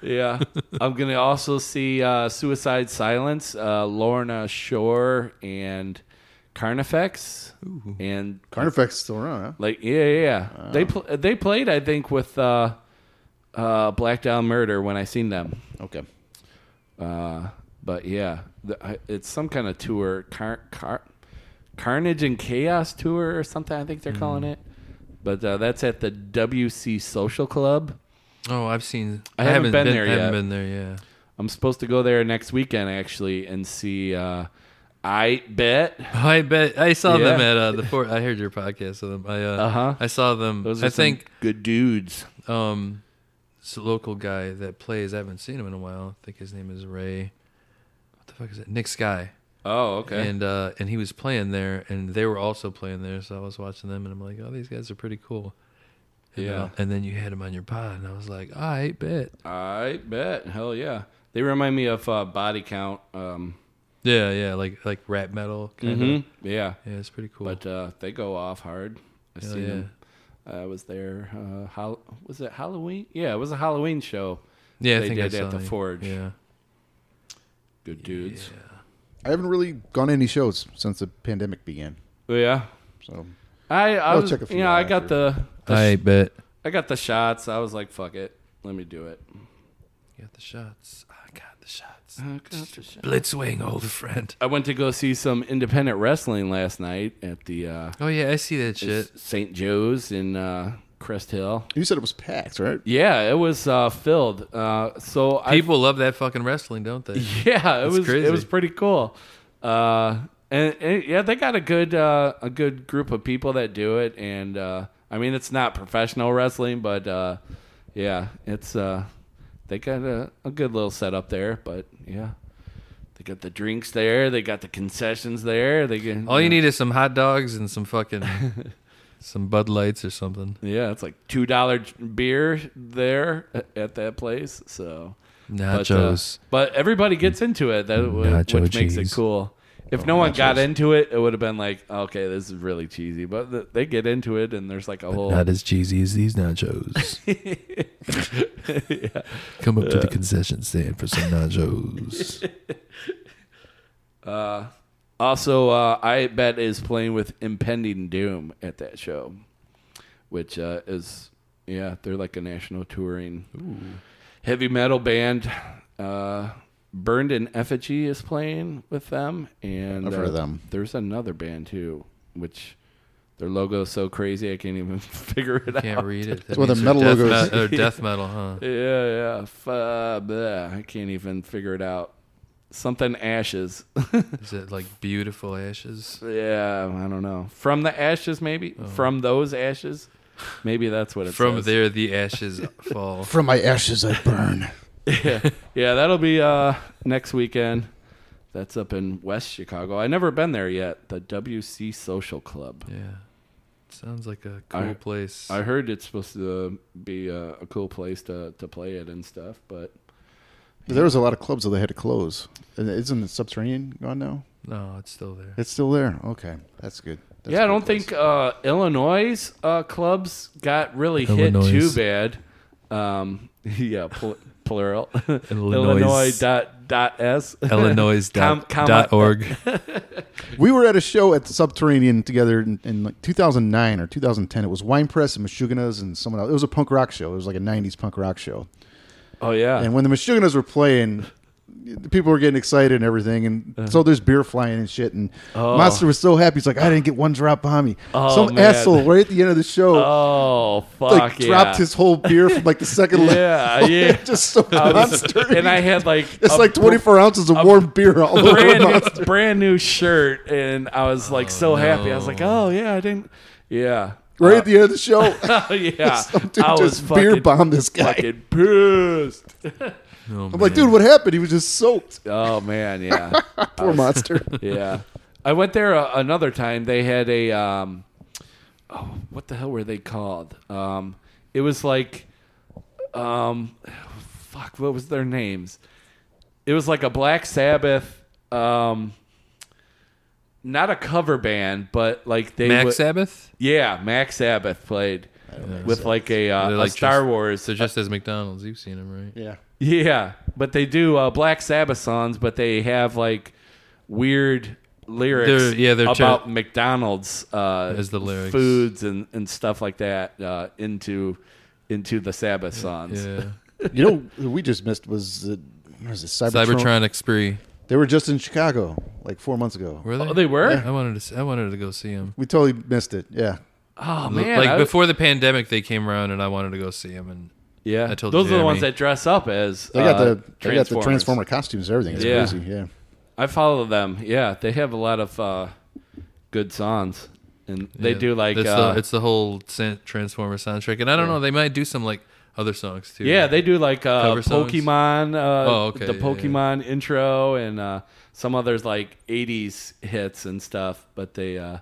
Speaker 1: Yeah, I'm gonna also see uh, Suicide Silence, uh, Lorna Shore, and Carnifex, and
Speaker 2: Carnifex is still around, huh?
Speaker 1: like yeah, yeah, yeah. they pl- they played I think with uh, uh, Black Down Murder when I seen them,
Speaker 2: Okay.
Speaker 1: uh, but yeah, the, I- it's some kind of tour, car, car, Carnage and Chaos tour or something. I think they're calling it, but uh, that's at the WC Social Club.
Speaker 3: Oh, I've seen.
Speaker 1: I haven't been there
Speaker 3: I haven't
Speaker 1: yet.
Speaker 3: been there. Yeah.
Speaker 1: I'm supposed to go there next weekend actually and see uh I bet.
Speaker 3: I bet I saw them
Speaker 1: Yeah.
Speaker 3: at uh, the fort. I heard your podcast of them. I uh,
Speaker 1: Uh-huh.
Speaker 3: I saw them.
Speaker 1: Those are
Speaker 3: I
Speaker 1: some
Speaker 3: think
Speaker 1: good dudes.
Speaker 3: um this local guy that plays i haven't seen him in a while i think his name is ray what the fuck is it nick sky
Speaker 1: Oh, okay.
Speaker 3: and uh and he was playing there and they were also playing there so i was watching them and i'm like oh these guys are pretty cool And,
Speaker 1: Yeah.
Speaker 3: uh, and then you had him on your pod and i was like "Ah, i bet
Speaker 1: I bet. Hell yeah. They remind me of uh, Body Count. Um,
Speaker 3: yeah yeah like like rap metal kind of
Speaker 1: Yeah.
Speaker 3: yeah it's pretty cool
Speaker 1: Mm-hmm. But uh, they go off hard. I
Speaker 3: Hell
Speaker 1: seen
Speaker 3: yeah.
Speaker 1: them. I was there. Uh, hol- was it Halloween? Yeah, it was a Halloween show.
Speaker 3: yeah i
Speaker 1: they
Speaker 3: think
Speaker 1: did at
Speaker 3: I saw
Speaker 1: the
Speaker 3: you.
Speaker 1: Forge.
Speaker 3: yeah
Speaker 1: Good dudes.
Speaker 2: I haven't really gone to any shows since the pandemic began.
Speaker 1: Yeah.
Speaker 2: So
Speaker 1: I, I
Speaker 2: We'll
Speaker 1: was,
Speaker 2: check a few
Speaker 1: you know, I
Speaker 2: out
Speaker 1: got the, the
Speaker 3: i
Speaker 1: sh-
Speaker 3: bet
Speaker 1: I got the shots. I was like, fuck it. Let me do it.
Speaker 3: got the shots i got the shots
Speaker 1: I got the shots.
Speaker 3: blitzwing old friend
Speaker 1: I went to go see some independent wrestling last night at the uh,
Speaker 3: oh yeah i see that shit
Speaker 1: St. Joe's in uh, Crest Hill.
Speaker 2: You said it was packed, right?
Speaker 1: Yeah, it was uh, filled. Uh, so I
Speaker 3: People love that fucking wrestling, don't they?
Speaker 1: yeah, it was
Speaker 3: crazy.
Speaker 1: it was pretty cool. Uh, and, and, yeah, they got a good uh, a good group of people that do it, and uh, I mean it's not professional wrestling, but uh, yeah, it's uh, they got a, a good little setup there. But yeah, they got the drinks there, they got the concessions there. They get
Speaker 3: All you need is some hot dogs and some fucking some Bud Lights or something.
Speaker 1: Yeah, it's like two dollar beer there at that place. So But, uh,
Speaker 3: Nachos.
Speaker 1: But, everybody gets into it, that w-
Speaker 3: Nacho
Speaker 1: which makes it
Speaker 3: cheese. Oh,
Speaker 1: cool. If no one got into it, it would have been like, okay, this is really cheesy. But th- they get into it, and there's like a whole
Speaker 3: as cheesy as these nachos. Come up to the concession stand for some nachos.
Speaker 1: Also, uh, I bet is playing with impending doom at that show, which uh, is yeah, they're like a national touring heavy metal band. Uh, Burned in Effigy is playing with them, and
Speaker 2: I've
Speaker 1: uh,
Speaker 2: heard of them.
Speaker 1: There's another band too, which their logo is so crazy I can't even figure it out.
Speaker 3: Can't read it. That
Speaker 2: where the
Speaker 3: means they're
Speaker 2: metal logos-
Speaker 3: death me- or death metal, huh?
Speaker 1: Yeah, yeah, f- uh, bleh, I can't even figure it out. Something ashes.
Speaker 3: Is it like beautiful ashes?
Speaker 1: Yeah, I don't know. From the ashes, maybe. From those ashes, maybe that's what it's
Speaker 3: Oh. From there, the ashes fall.
Speaker 2: From my ashes I burn.
Speaker 1: Yeah, yeah, that'll be uh, next weekend. That's up in West Chicago. I never been there yet. The WC Social Club.
Speaker 3: Yeah, sounds like a cool
Speaker 1: I-
Speaker 3: place.
Speaker 1: I heard it's supposed to uh, be a, a cool place to to play it and stuff, but
Speaker 2: There was a lot of clubs that they had to close. And Isn't the subterranean gone now?
Speaker 3: no, it's still there.
Speaker 2: It's still there. Okay, that's good. That's
Speaker 1: yeah, I
Speaker 2: a good
Speaker 1: don't
Speaker 2: place.
Speaker 1: think uh, Illinois uh, clubs got really
Speaker 3: Illinois.
Speaker 1: hit too bad. Um, yeah, pl- plural.
Speaker 3: Illinois.
Speaker 1: Illinois dot dot s.
Speaker 3: Illinois
Speaker 1: Com-
Speaker 3: dot,
Speaker 1: comma-
Speaker 3: dot org.
Speaker 2: we were at a show at the Subterranean together in, in like 2009 or 2010. It was Wine Press and Meshuggahs and someone else. It was a punk rock show. It was like a 90s punk rock show.
Speaker 1: Oh yeah.
Speaker 2: And when the Meshuggahs were playing, the people were getting excited and everything, and
Speaker 1: Uh-huh.
Speaker 2: so there's beer flying and shit. And Monster was so happy. He's like, I didn't get one drop on me.
Speaker 1: Oh,
Speaker 2: Some
Speaker 1: man.
Speaker 2: asshole right at the end of the show
Speaker 1: Oh fuck!
Speaker 2: like
Speaker 1: yeah.
Speaker 2: dropped his whole beer from like the second
Speaker 1: Yeah,
Speaker 2: level.
Speaker 1: yeah.
Speaker 2: just so
Speaker 1: I was-
Speaker 2: monster.
Speaker 1: and I had like
Speaker 2: it's
Speaker 1: a
Speaker 2: like 24 ounces of warm beer all over the
Speaker 1: brand
Speaker 2: monster. Oh,
Speaker 1: new, brand new shirt, and I was like so happy. I was like, oh yeah, I didn't. Yeah.
Speaker 2: Right at the end of the show,
Speaker 1: Oh Uh, yeah.
Speaker 2: some dude
Speaker 1: I was
Speaker 2: just beer
Speaker 1: fucking-
Speaker 2: bombed this guy.
Speaker 1: Fucking pissed.
Speaker 3: Oh,
Speaker 2: I'm like, dude, what happened? He was just soaked.
Speaker 1: Oh man, yeah.
Speaker 2: Poor monster.
Speaker 1: yeah. I went there uh, another time. They had a um, oh, what the hell were they called? Um, it was like, um, fuck, what was their names? It was like a Black Sabbath, um, not a cover band, but like they
Speaker 3: Max
Speaker 1: would-
Speaker 3: Sabbath?
Speaker 1: yeah, Max Sabbath played with like a, uh,
Speaker 3: They're
Speaker 1: a
Speaker 3: like
Speaker 1: Star
Speaker 3: just-
Speaker 1: Wars
Speaker 3: They're just as McDonald's. You've seen them, right?
Speaker 2: yeah.
Speaker 1: yeah, but they do uh, Black Sabbath songs, but they have like weird lyrics.
Speaker 3: They're- yeah, they're ter-
Speaker 1: about McDonald's uh,
Speaker 3: As the lyrics.
Speaker 1: foods and, and stuff like that uh, into into the Sabbath songs.
Speaker 3: Yeah.
Speaker 2: You know, who we just missed was, uh, what was it, Cybertron.
Speaker 3: Cybertronic spree.
Speaker 2: They were just in Chicago like four months ago.
Speaker 3: Were they?
Speaker 1: Oh, they were.
Speaker 3: I wanted to. s- I wanted to go see them.
Speaker 2: We totally missed it. Yeah.
Speaker 1: Oh man,
Speaker 3: like
Speaker 1: I-
Speaker 3: before the pandemic, they came around, and I wanted to go see them. And
Speaker 1: Yeah,
Speaker 3: I told
Speaker 1: those are the
Speaker 3: Jeremy.
Speaker 1: ones that dress up as
Speaker 2: They got
Speaker 1: uh,
Speaker 2: the they got the
Speaker 1: Transformers.
Speaker 2: Transformer costumes and everything. It's
Speaker 1: Yeah.
Speaker 2: crazy. Yeah.
Speaker 1: I follow them. Yeah, they have a lot of uh, good songs, and they
Speaker 3: Yeah.
Speaker 1: do like
Speaker 3: it's,
Speaker 1: uh,
Speaker 3: the, it's the whole san- Transformer soundtrack, and I don't know. They might do some like other songs too.
Speaker 1: Yeah, they do like uh,
Speaker 3: Cover songs?
Speaker 1: Pokemon. Uh,
Speaker 3: Oh, okay,
Speaker 1: The
Speaker 3: yeah,
Speaker 1: Pokemon intro and uh, some others like '80s hits and stuff. But they, uh,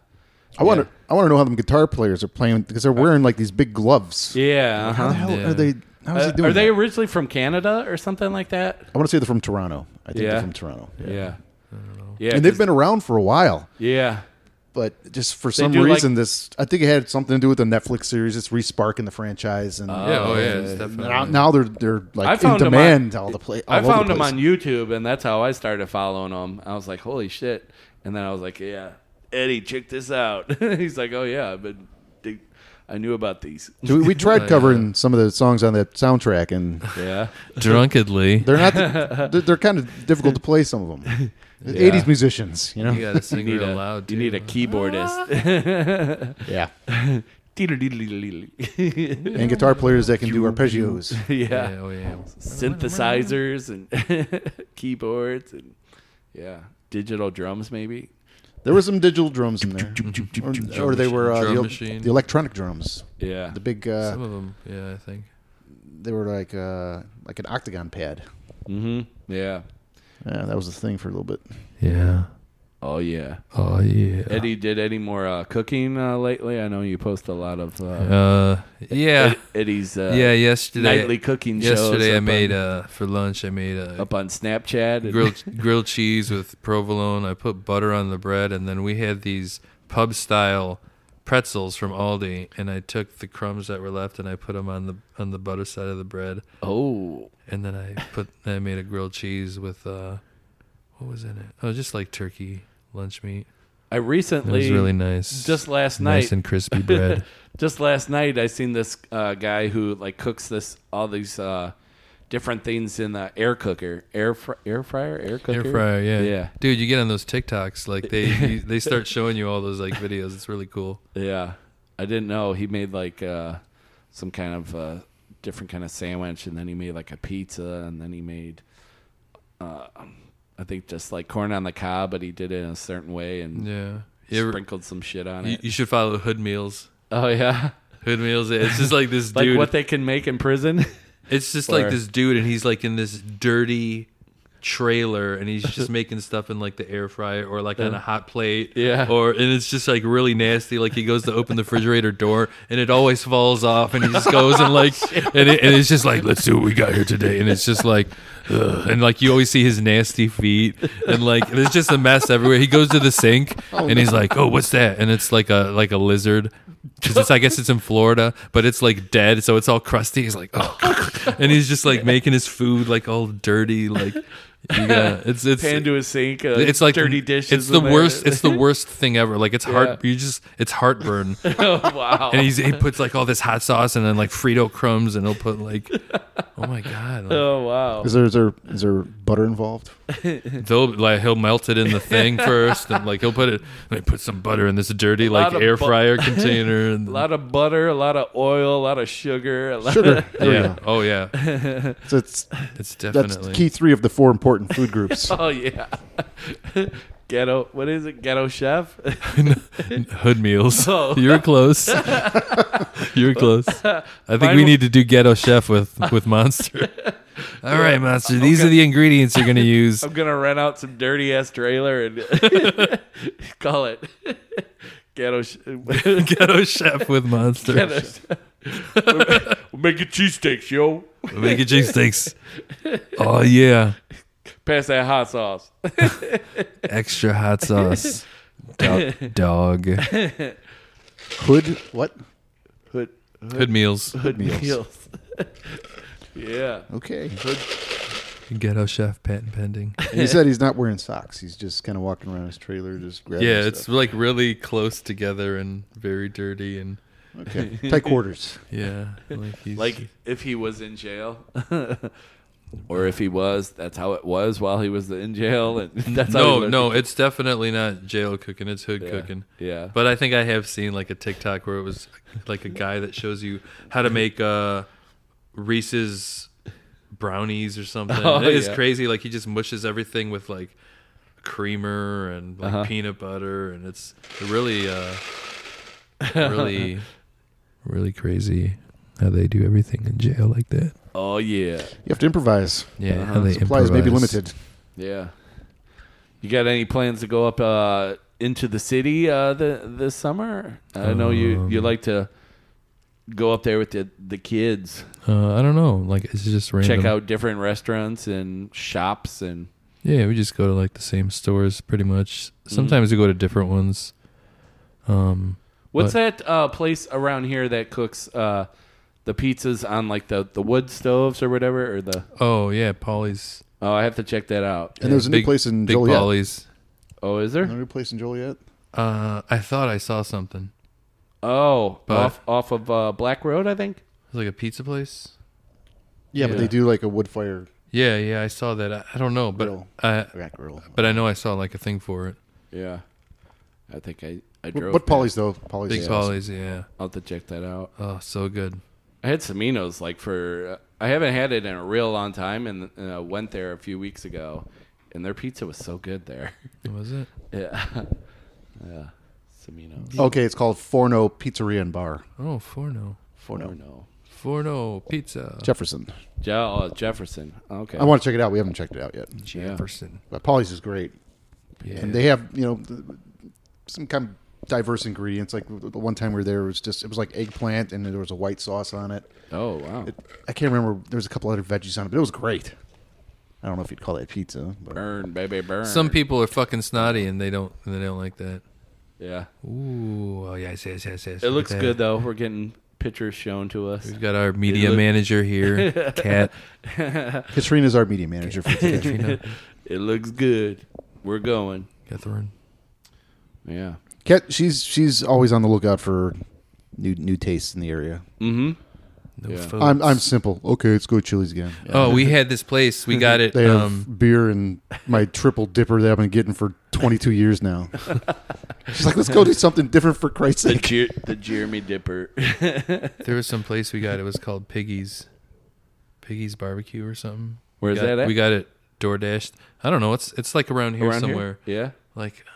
Speaker 2: I want to I want to know how them guitar players are playing because they're wearing like these big gloves.
Speaker 1: yeah,
Speaker 2: How the
Speaker 1: uh-huh.
Speaker 2: hell
Speaker 3: Yeah.
Speaker 2: are they? How is
Speaker 1: Uh,
Speaker 2: he doing?
Speaker 1: are they
Speaker 2: that?
Speaker 1: originally from Canada or something like that?
Speaker 2: I want to say they're from Toronto. I think
Speaker 1: Yeah.
Speaker 2: they're from Toronto.
Speaker 1: Yeah, yeah, yeah
Speaker 2: And
Speaker 1: 'cause-
Speaker 2: they've been around for a while,
Speaker 1: yeah,
Speaker 2: but just for some
Speaker 1: do, like-
Speaker 2: reason, this I think it had something to do with the Netflix series. It's resparking the franchise, and
Speaker 3: Yeah. Oh, yeah. It's
Speaker 2: uh,
Speaker 3: definitely.
Speaker 2: now, now they're they're
Speaker 1: I
Speaker 2: like in
Speaker 1: found 'em on-
Speaker 2: demand all the play.
Speaker 1: I
Speaker 2: all over
Speaker 1: found
Speaker 2: the
Speaker 1: them
Speaker 2: place.
Speaker 1: on YouTube, and that's how I started following them. I was like, holy shit! And then I was like, yeah, Eddie, check this out. He's like, oh yeah, I've been. dig- I knew about these.
Speaker 2: Dude, we tried covering some of the songs on that soundtrack, and
Speaker 1: Yeah.
Speaker 3: drunkenly.
Speaker 2: they're not. The, they're, they're kind of difficult to play. Some of them,
Speaker 1: Yeah.
Speaker 2: eighties musicians, you know.
Speaker 3: You gotta sing
Speaker 1: You need
Speaker 3: real
Speaker 1: a,
Speaker 3: loud.
Speaker 1: you need a
Speaker 3: too.
Speaker 1: keyboardist.
Speaker 2: Yeah,
Speaker 1: yeah,
Speaker 2: and guitar players that can do arpeggios.
Speaker 3: Yeah, oh yeah.
Speaker 1: synthesizers and keyboards and yeah, digital drums maybe.
Speaker 2: There were some digital drums in there, or, or they were uh,
Speaker 3: Drum
Speaker 2: the,
Speaker 3: machine.
Speaker 2: the electronic drums.
Speaker 1: Yeah,
Speaker 2: The big, uh,
Speaker 3: Some of them, yeah, I think.
Speaker 2: they were like uh, like an octagon pad.
Speaker 1: hmm yeah,
Speaker 2: Yeah, that was the thing for a little bit.
Speaker 3: Yeah.
Speaker 1: oh yeah.
Speaker 3: Oh yeah.
Speaker 1: Eddie, did any more uh, cooking uh, lately? I know you post a lot of uh,
Speaker 3: Uh, yeah,
Speaker 1: Ed- Eddie's uh,
Speaker 3: yeah. Yesterday,
Speaker 1: nightly cooking shows.
Speaker 3: yesterday I
Speaker 1: up
Speaker 3: made
Speaker 1: on,
Speaker 3: uh for lunch. I made a
Speaker 1: up on Snapchat. and-
Speaker 3: grilled grilled cheese with provolone. I put butter on the bread, and then we had these pub style pretzels from Aldi, and I took the crumbs that were left and I put them on the on the butter side of the bread,
Speaker 1: oh,
Speaker 3: and then I put I made a grilled cheese with uh, what was in it? Oh, just like turkey lunch meat.
Speaker 1: I
Speaker 3: It
Speaker 1: recently
Speaker 3: was really nice.
Speaker 1: just last night
Speaker 3: nice and crispy bread.
Speaker 1: just last night i seen this uh, guy who like cooks this all these uh, different things in the air cooker air fr- air fryer air cooker
Speaker 3: Air fryer, yeah,
Speaker 1: yeah
Speaker 3: dude. You get on those TikToks, like they you, they start showing you all those like videos. It's really cool.
Speaker 1: yeah i didn't know he made like uh, some kind of uh, different kind of sandwich and then he made like a pizza and then he made uh, i think just like corn on the cob but he did it in a certain way and
Speaker 3: Yeah, you, ever-
Speaker 1: sprinkled some shit on
Speaker 3: you,
Speaker 1: it
Speaker 3: you should follow Hood Meals.
Speaker 1: oh yeah
Speaker 3: Hood Meals. It's just like this
Speaker 1: like
Speaker 3: dude.
Speaker 1: what they can make in prison
Speaker 3: it's just
Speaker 1: or-
Speaker 3: like this dude, and he's like in this dirty trailer, and he's just making stuff in like the air fryer or like on a hot plate.
Speaker 1: Yeah.
Speaker 3: Or and it's just like really nasty. Like he goes to open the refrigerator door, and it always falls off, and he just goes and like, and, it, and it's just like, let's see what we got here today, and it's just like. Ugh. And like you always see his nasty feet, and like there's just a mess everywhere. He goes to the sink, and he's like, "Oh, what's that?" And it's like a like a lizard, because it's I guess it's in Florida, but it's like dead, so it's all crusty. He's like, "Oh," and he's just like making his food like all dirty, like yeah, it's it's
Speaker 1: pan to a sink. Uh,
Speaker 3: it's like
Speaker 1: dirty dishes.
Speaker 3: It's the
Speaker 1: in there.
Speaker 3: worst. It's the worst thing ever. Like it's heart.
Speaker 1: Yeah.
Speaker 3: You just it's heartburn.
Speaker 1: oh, wow.
Speaker 3: and he's, he puts like all this hot sauce and then like Frito crumbs and he'll put like, oh my god, like,
Speaker 1: oh wow.
Speaker 2: Is there is there is there butter involved?
Speaker 3: they'll like he'll melt it in the thing first and like he'll put it and he put some butter in this dirty
Speaker 1: lot
Speaker 3: like
Speaker 1: of
Speaker 3: air
Speaker 1: bu-
Speaker 3: fryer container and
Speaker 1: A lot of butter, a lot of oil, a lot of sugar. A lot
Speaker 2: Sugar. There we
Speaker 3: yeah,
Speaker 2: go.
Speaker 3: oh yeah,
Speaker 2: So it's
Speaker 3: it's
Speaker 2: that's
Speaker 3: definitely
Speaker 2: key three of the four important food groups.
Speaker 1: oh yeah. Ghetto. What is it? Ghetto chef.
Speaker 3: hood meals.
Speaker 1: Oh.
Speaker 3: You're close. You're close. I think
Speaker 1: Mine
Speaker 3: we
Speaker 1: wa-
Speaker 3: need to do ghetto chef with with monster. All right, monster. These are the ingredients you're gonna use.
Speaker 1: I'm gonna rent out some dirty ass trailer and call it ghetto. Sh-
Speaker 3: ghetto chef with monster.
Speaker 1: ghetto. sh- we're making cheesesteaks, yo.
Speaker 3: Make it cheesesteaks. Oh yeah,
Speaker 1: Pass that hot sauce.
Speaker 3: extra hot sauce. Dog. dog.
Speaker 2: Hood what?
Speaker 1: Hood,
Speaker 3: Hood meals.
Speaker 1: hood
Speaker 2: meals.
Speaker 1: meals. yeah.
Speaker 2: Okay.
Speaker 3: Ghetto chef patent pending.
Speaker 2: And he said he's not wearing socks. He's just kind of walking around his trailer, just grabbing.
Speaker 3: Yeah, it's
Speaker 2: stuff.
Speaker 3: like really close together and very dirty and
Speaker 2: okay. Tight quarters.
Speaker 3: yeah, like he's
Speaker 1: like if he was in jail or if he was that's how it was while he was in jail and that's how he
Speaker 3: no,
Speaker 1: learned-
Speaker 3: no, it's definitely not jail cooking. It's hood
Speaker 1: Yeah,
Speaker 3: cooking.
Speaker 1: yeah
Speaker 3: But I think I have seen like a TikTok where it was like a guy that shows you how to make uh, Reese's brownies or something.
Speaker 1: Oh,
Speaker 3: it is
Speaker 1: yeah.
Speaker 3: crazy. Like he just mushes everything with like creamer and
Speaker 1: Uh-huh.
Speaker 3: like peanut butter, and it's really, uh, really, really crazy how they do everything in jail like that.
Speaker 1: oh yeah
Speaker 2: You have to improvise.
Speaker 3: Yeah,
Speaker 1: Uh-huh.
Speaker 3: how they
Speaker 2: Supplies may be
Speaker 3: improvise.
Speaker 2: limited.
Speaker 1: yeah you got any plans to go up uh into the city uh the this summer i know you you
Speaker 3: Um,
Speaker 1: like to go up there with the the kids
Speaker 3: Uh, I don't know. Like it's just random.
Speaker 1: check out different restaurants and shops and
Speaker 3: Yeah, we just go to like the same stores pretty much.
Speaker 1: Mm-hmm.
Speaker 3: Sometimes we go to different ones. Um,
Speaker 1: what's that uh place around here that cooks uh the pizzas on like the the wood stoves or whatever or the
Speaker 3: oh yeah, Polly's.
Speaker 1: Oh, I have to check that out.
Speaker 2: And there's a new
Speaker 3: Big-
Speaker 2: place in
Speaker 3: Big
Speaker 2: Joliet.
Speaker 3: Polly's.
Speaker 1: Oh, is
Speaker 2: A
Speaker 1: there?
Speaker 2: new place in Joliet.
Speaker 3: Uh, I thought I saw something.
Speaker 1: Oh,
Speaker 3: But-
Speaker 1: off off of uh, Black Road, I think.
Speaker 3: It's like a pizza place.
Speaker 2: Yeah,
Speaker 1: Yeah.
Speaker 2: but they do like a wood fire
Speaker 3: Yeah, yeah, I saw that. I, I don't know, but
Speaker 2: Grill.
Speaker 3: I
Speaker 2: rack grill.
Speaker 3: but I know I saw like a thing for it.
Speaker 1: Yeah, I think I I drove.
Speaker 2: But
Speaker 1: there.
Speaker 2: Paulie's though. Paulie's.
Speaker 3: Big
Speaker 2: yeah.
Speaker 3: Polly's, yeah.
Speaker 1: I'll have to check that out.
Speaker 3: Oh, so good.
Speaker 1: I had Semino's like for I haven't had it in a real long time, and uh, went there a few weeks ago, and their pizza was so good there.
Speaker 3: Was it?
Speaker 1: yeah, yeah, Semino's.
Speaker 2: Okay, it's called Forno Pizzeria and Bar,
Speaker 3: Oh, Forno.
Speaker 1: Forno. no.
Speaker 3: Forno pizza.
Speaker 2: Jefferson.
Speaker 1: Je- oh, Jefferson. Okay.
Speaker 2: I want to check it out. We haven't checked it out yet.
Speaker 3: Jefferson.
Speaker 2: But Polly's is great,
Speaker 3: Yeah.
Speaker 2: and they have you know th- some kind of diverse ingredients. Like the one time we were there, it was just it was like eggplant, and there was a white sauce on it.
Speaker 1: oh wow.
Speaker 2: it I can't remember. There was a couple other veggies on it, but it was great. I don't know if you'd call it pizza. But
Speaker 1: burn, baby, burn.
Speaker 3: Some people are fucking snotty and they don't and they don't like that.
Speaker 1: Yeah.
Speaker 3: Ooh, oh yes, yes, yes, yes.
Speaker 1: It looks
Speaker 3: Look at
Speaker 1: good
Speaker 3: that.
Speaker 1: though. We're getting pictures shown to us.
Speaker 3: We've got our media
Speaker 1: look-
Speaker 3: manager here, Kat.
Speaker 2: Katrina's our media manager for today.
Speaker 3: Katrina,
Speaker 1: It looks good. We're going.
Speaker 3: Catherine.
Speaker 1: Yeah.
Speaker 2: Kat, she's she's always on the lookout for new new tastes in the area.
Speaker 1: Mm-hmm.
Speaker 3: No
Speaker 1: Yeah.
Speaker 3: folks.
Speaker 2: I'm I'm simple. Okay, let's go Chili's again.
Speaker 3: Oh, we had this place. We got it.
Speaker 2: They have
Speaker 3: Um,
Speaker 2: beer and my triple dipper that I've been getting for 22 years now. She's like, let's go do something different for Christ's
Speaker 1: The
Speaker 2: sake.
Speaker 1: Jer- the Jeremy Dipper.
Speaker 3: there was some place we got. It was called Piggy's, Piggy's Barbecue or something. We
Speaker 1: Where's
Speaker 3: got-
Speaker 1: that at?
Speaker 3: We got it DoorDashed. I don't know. It's it's like around here
Speaker 1: Around here?
Speaker 3: somewhere.
Speaker 1: Yeah.
Speaker 3: Like,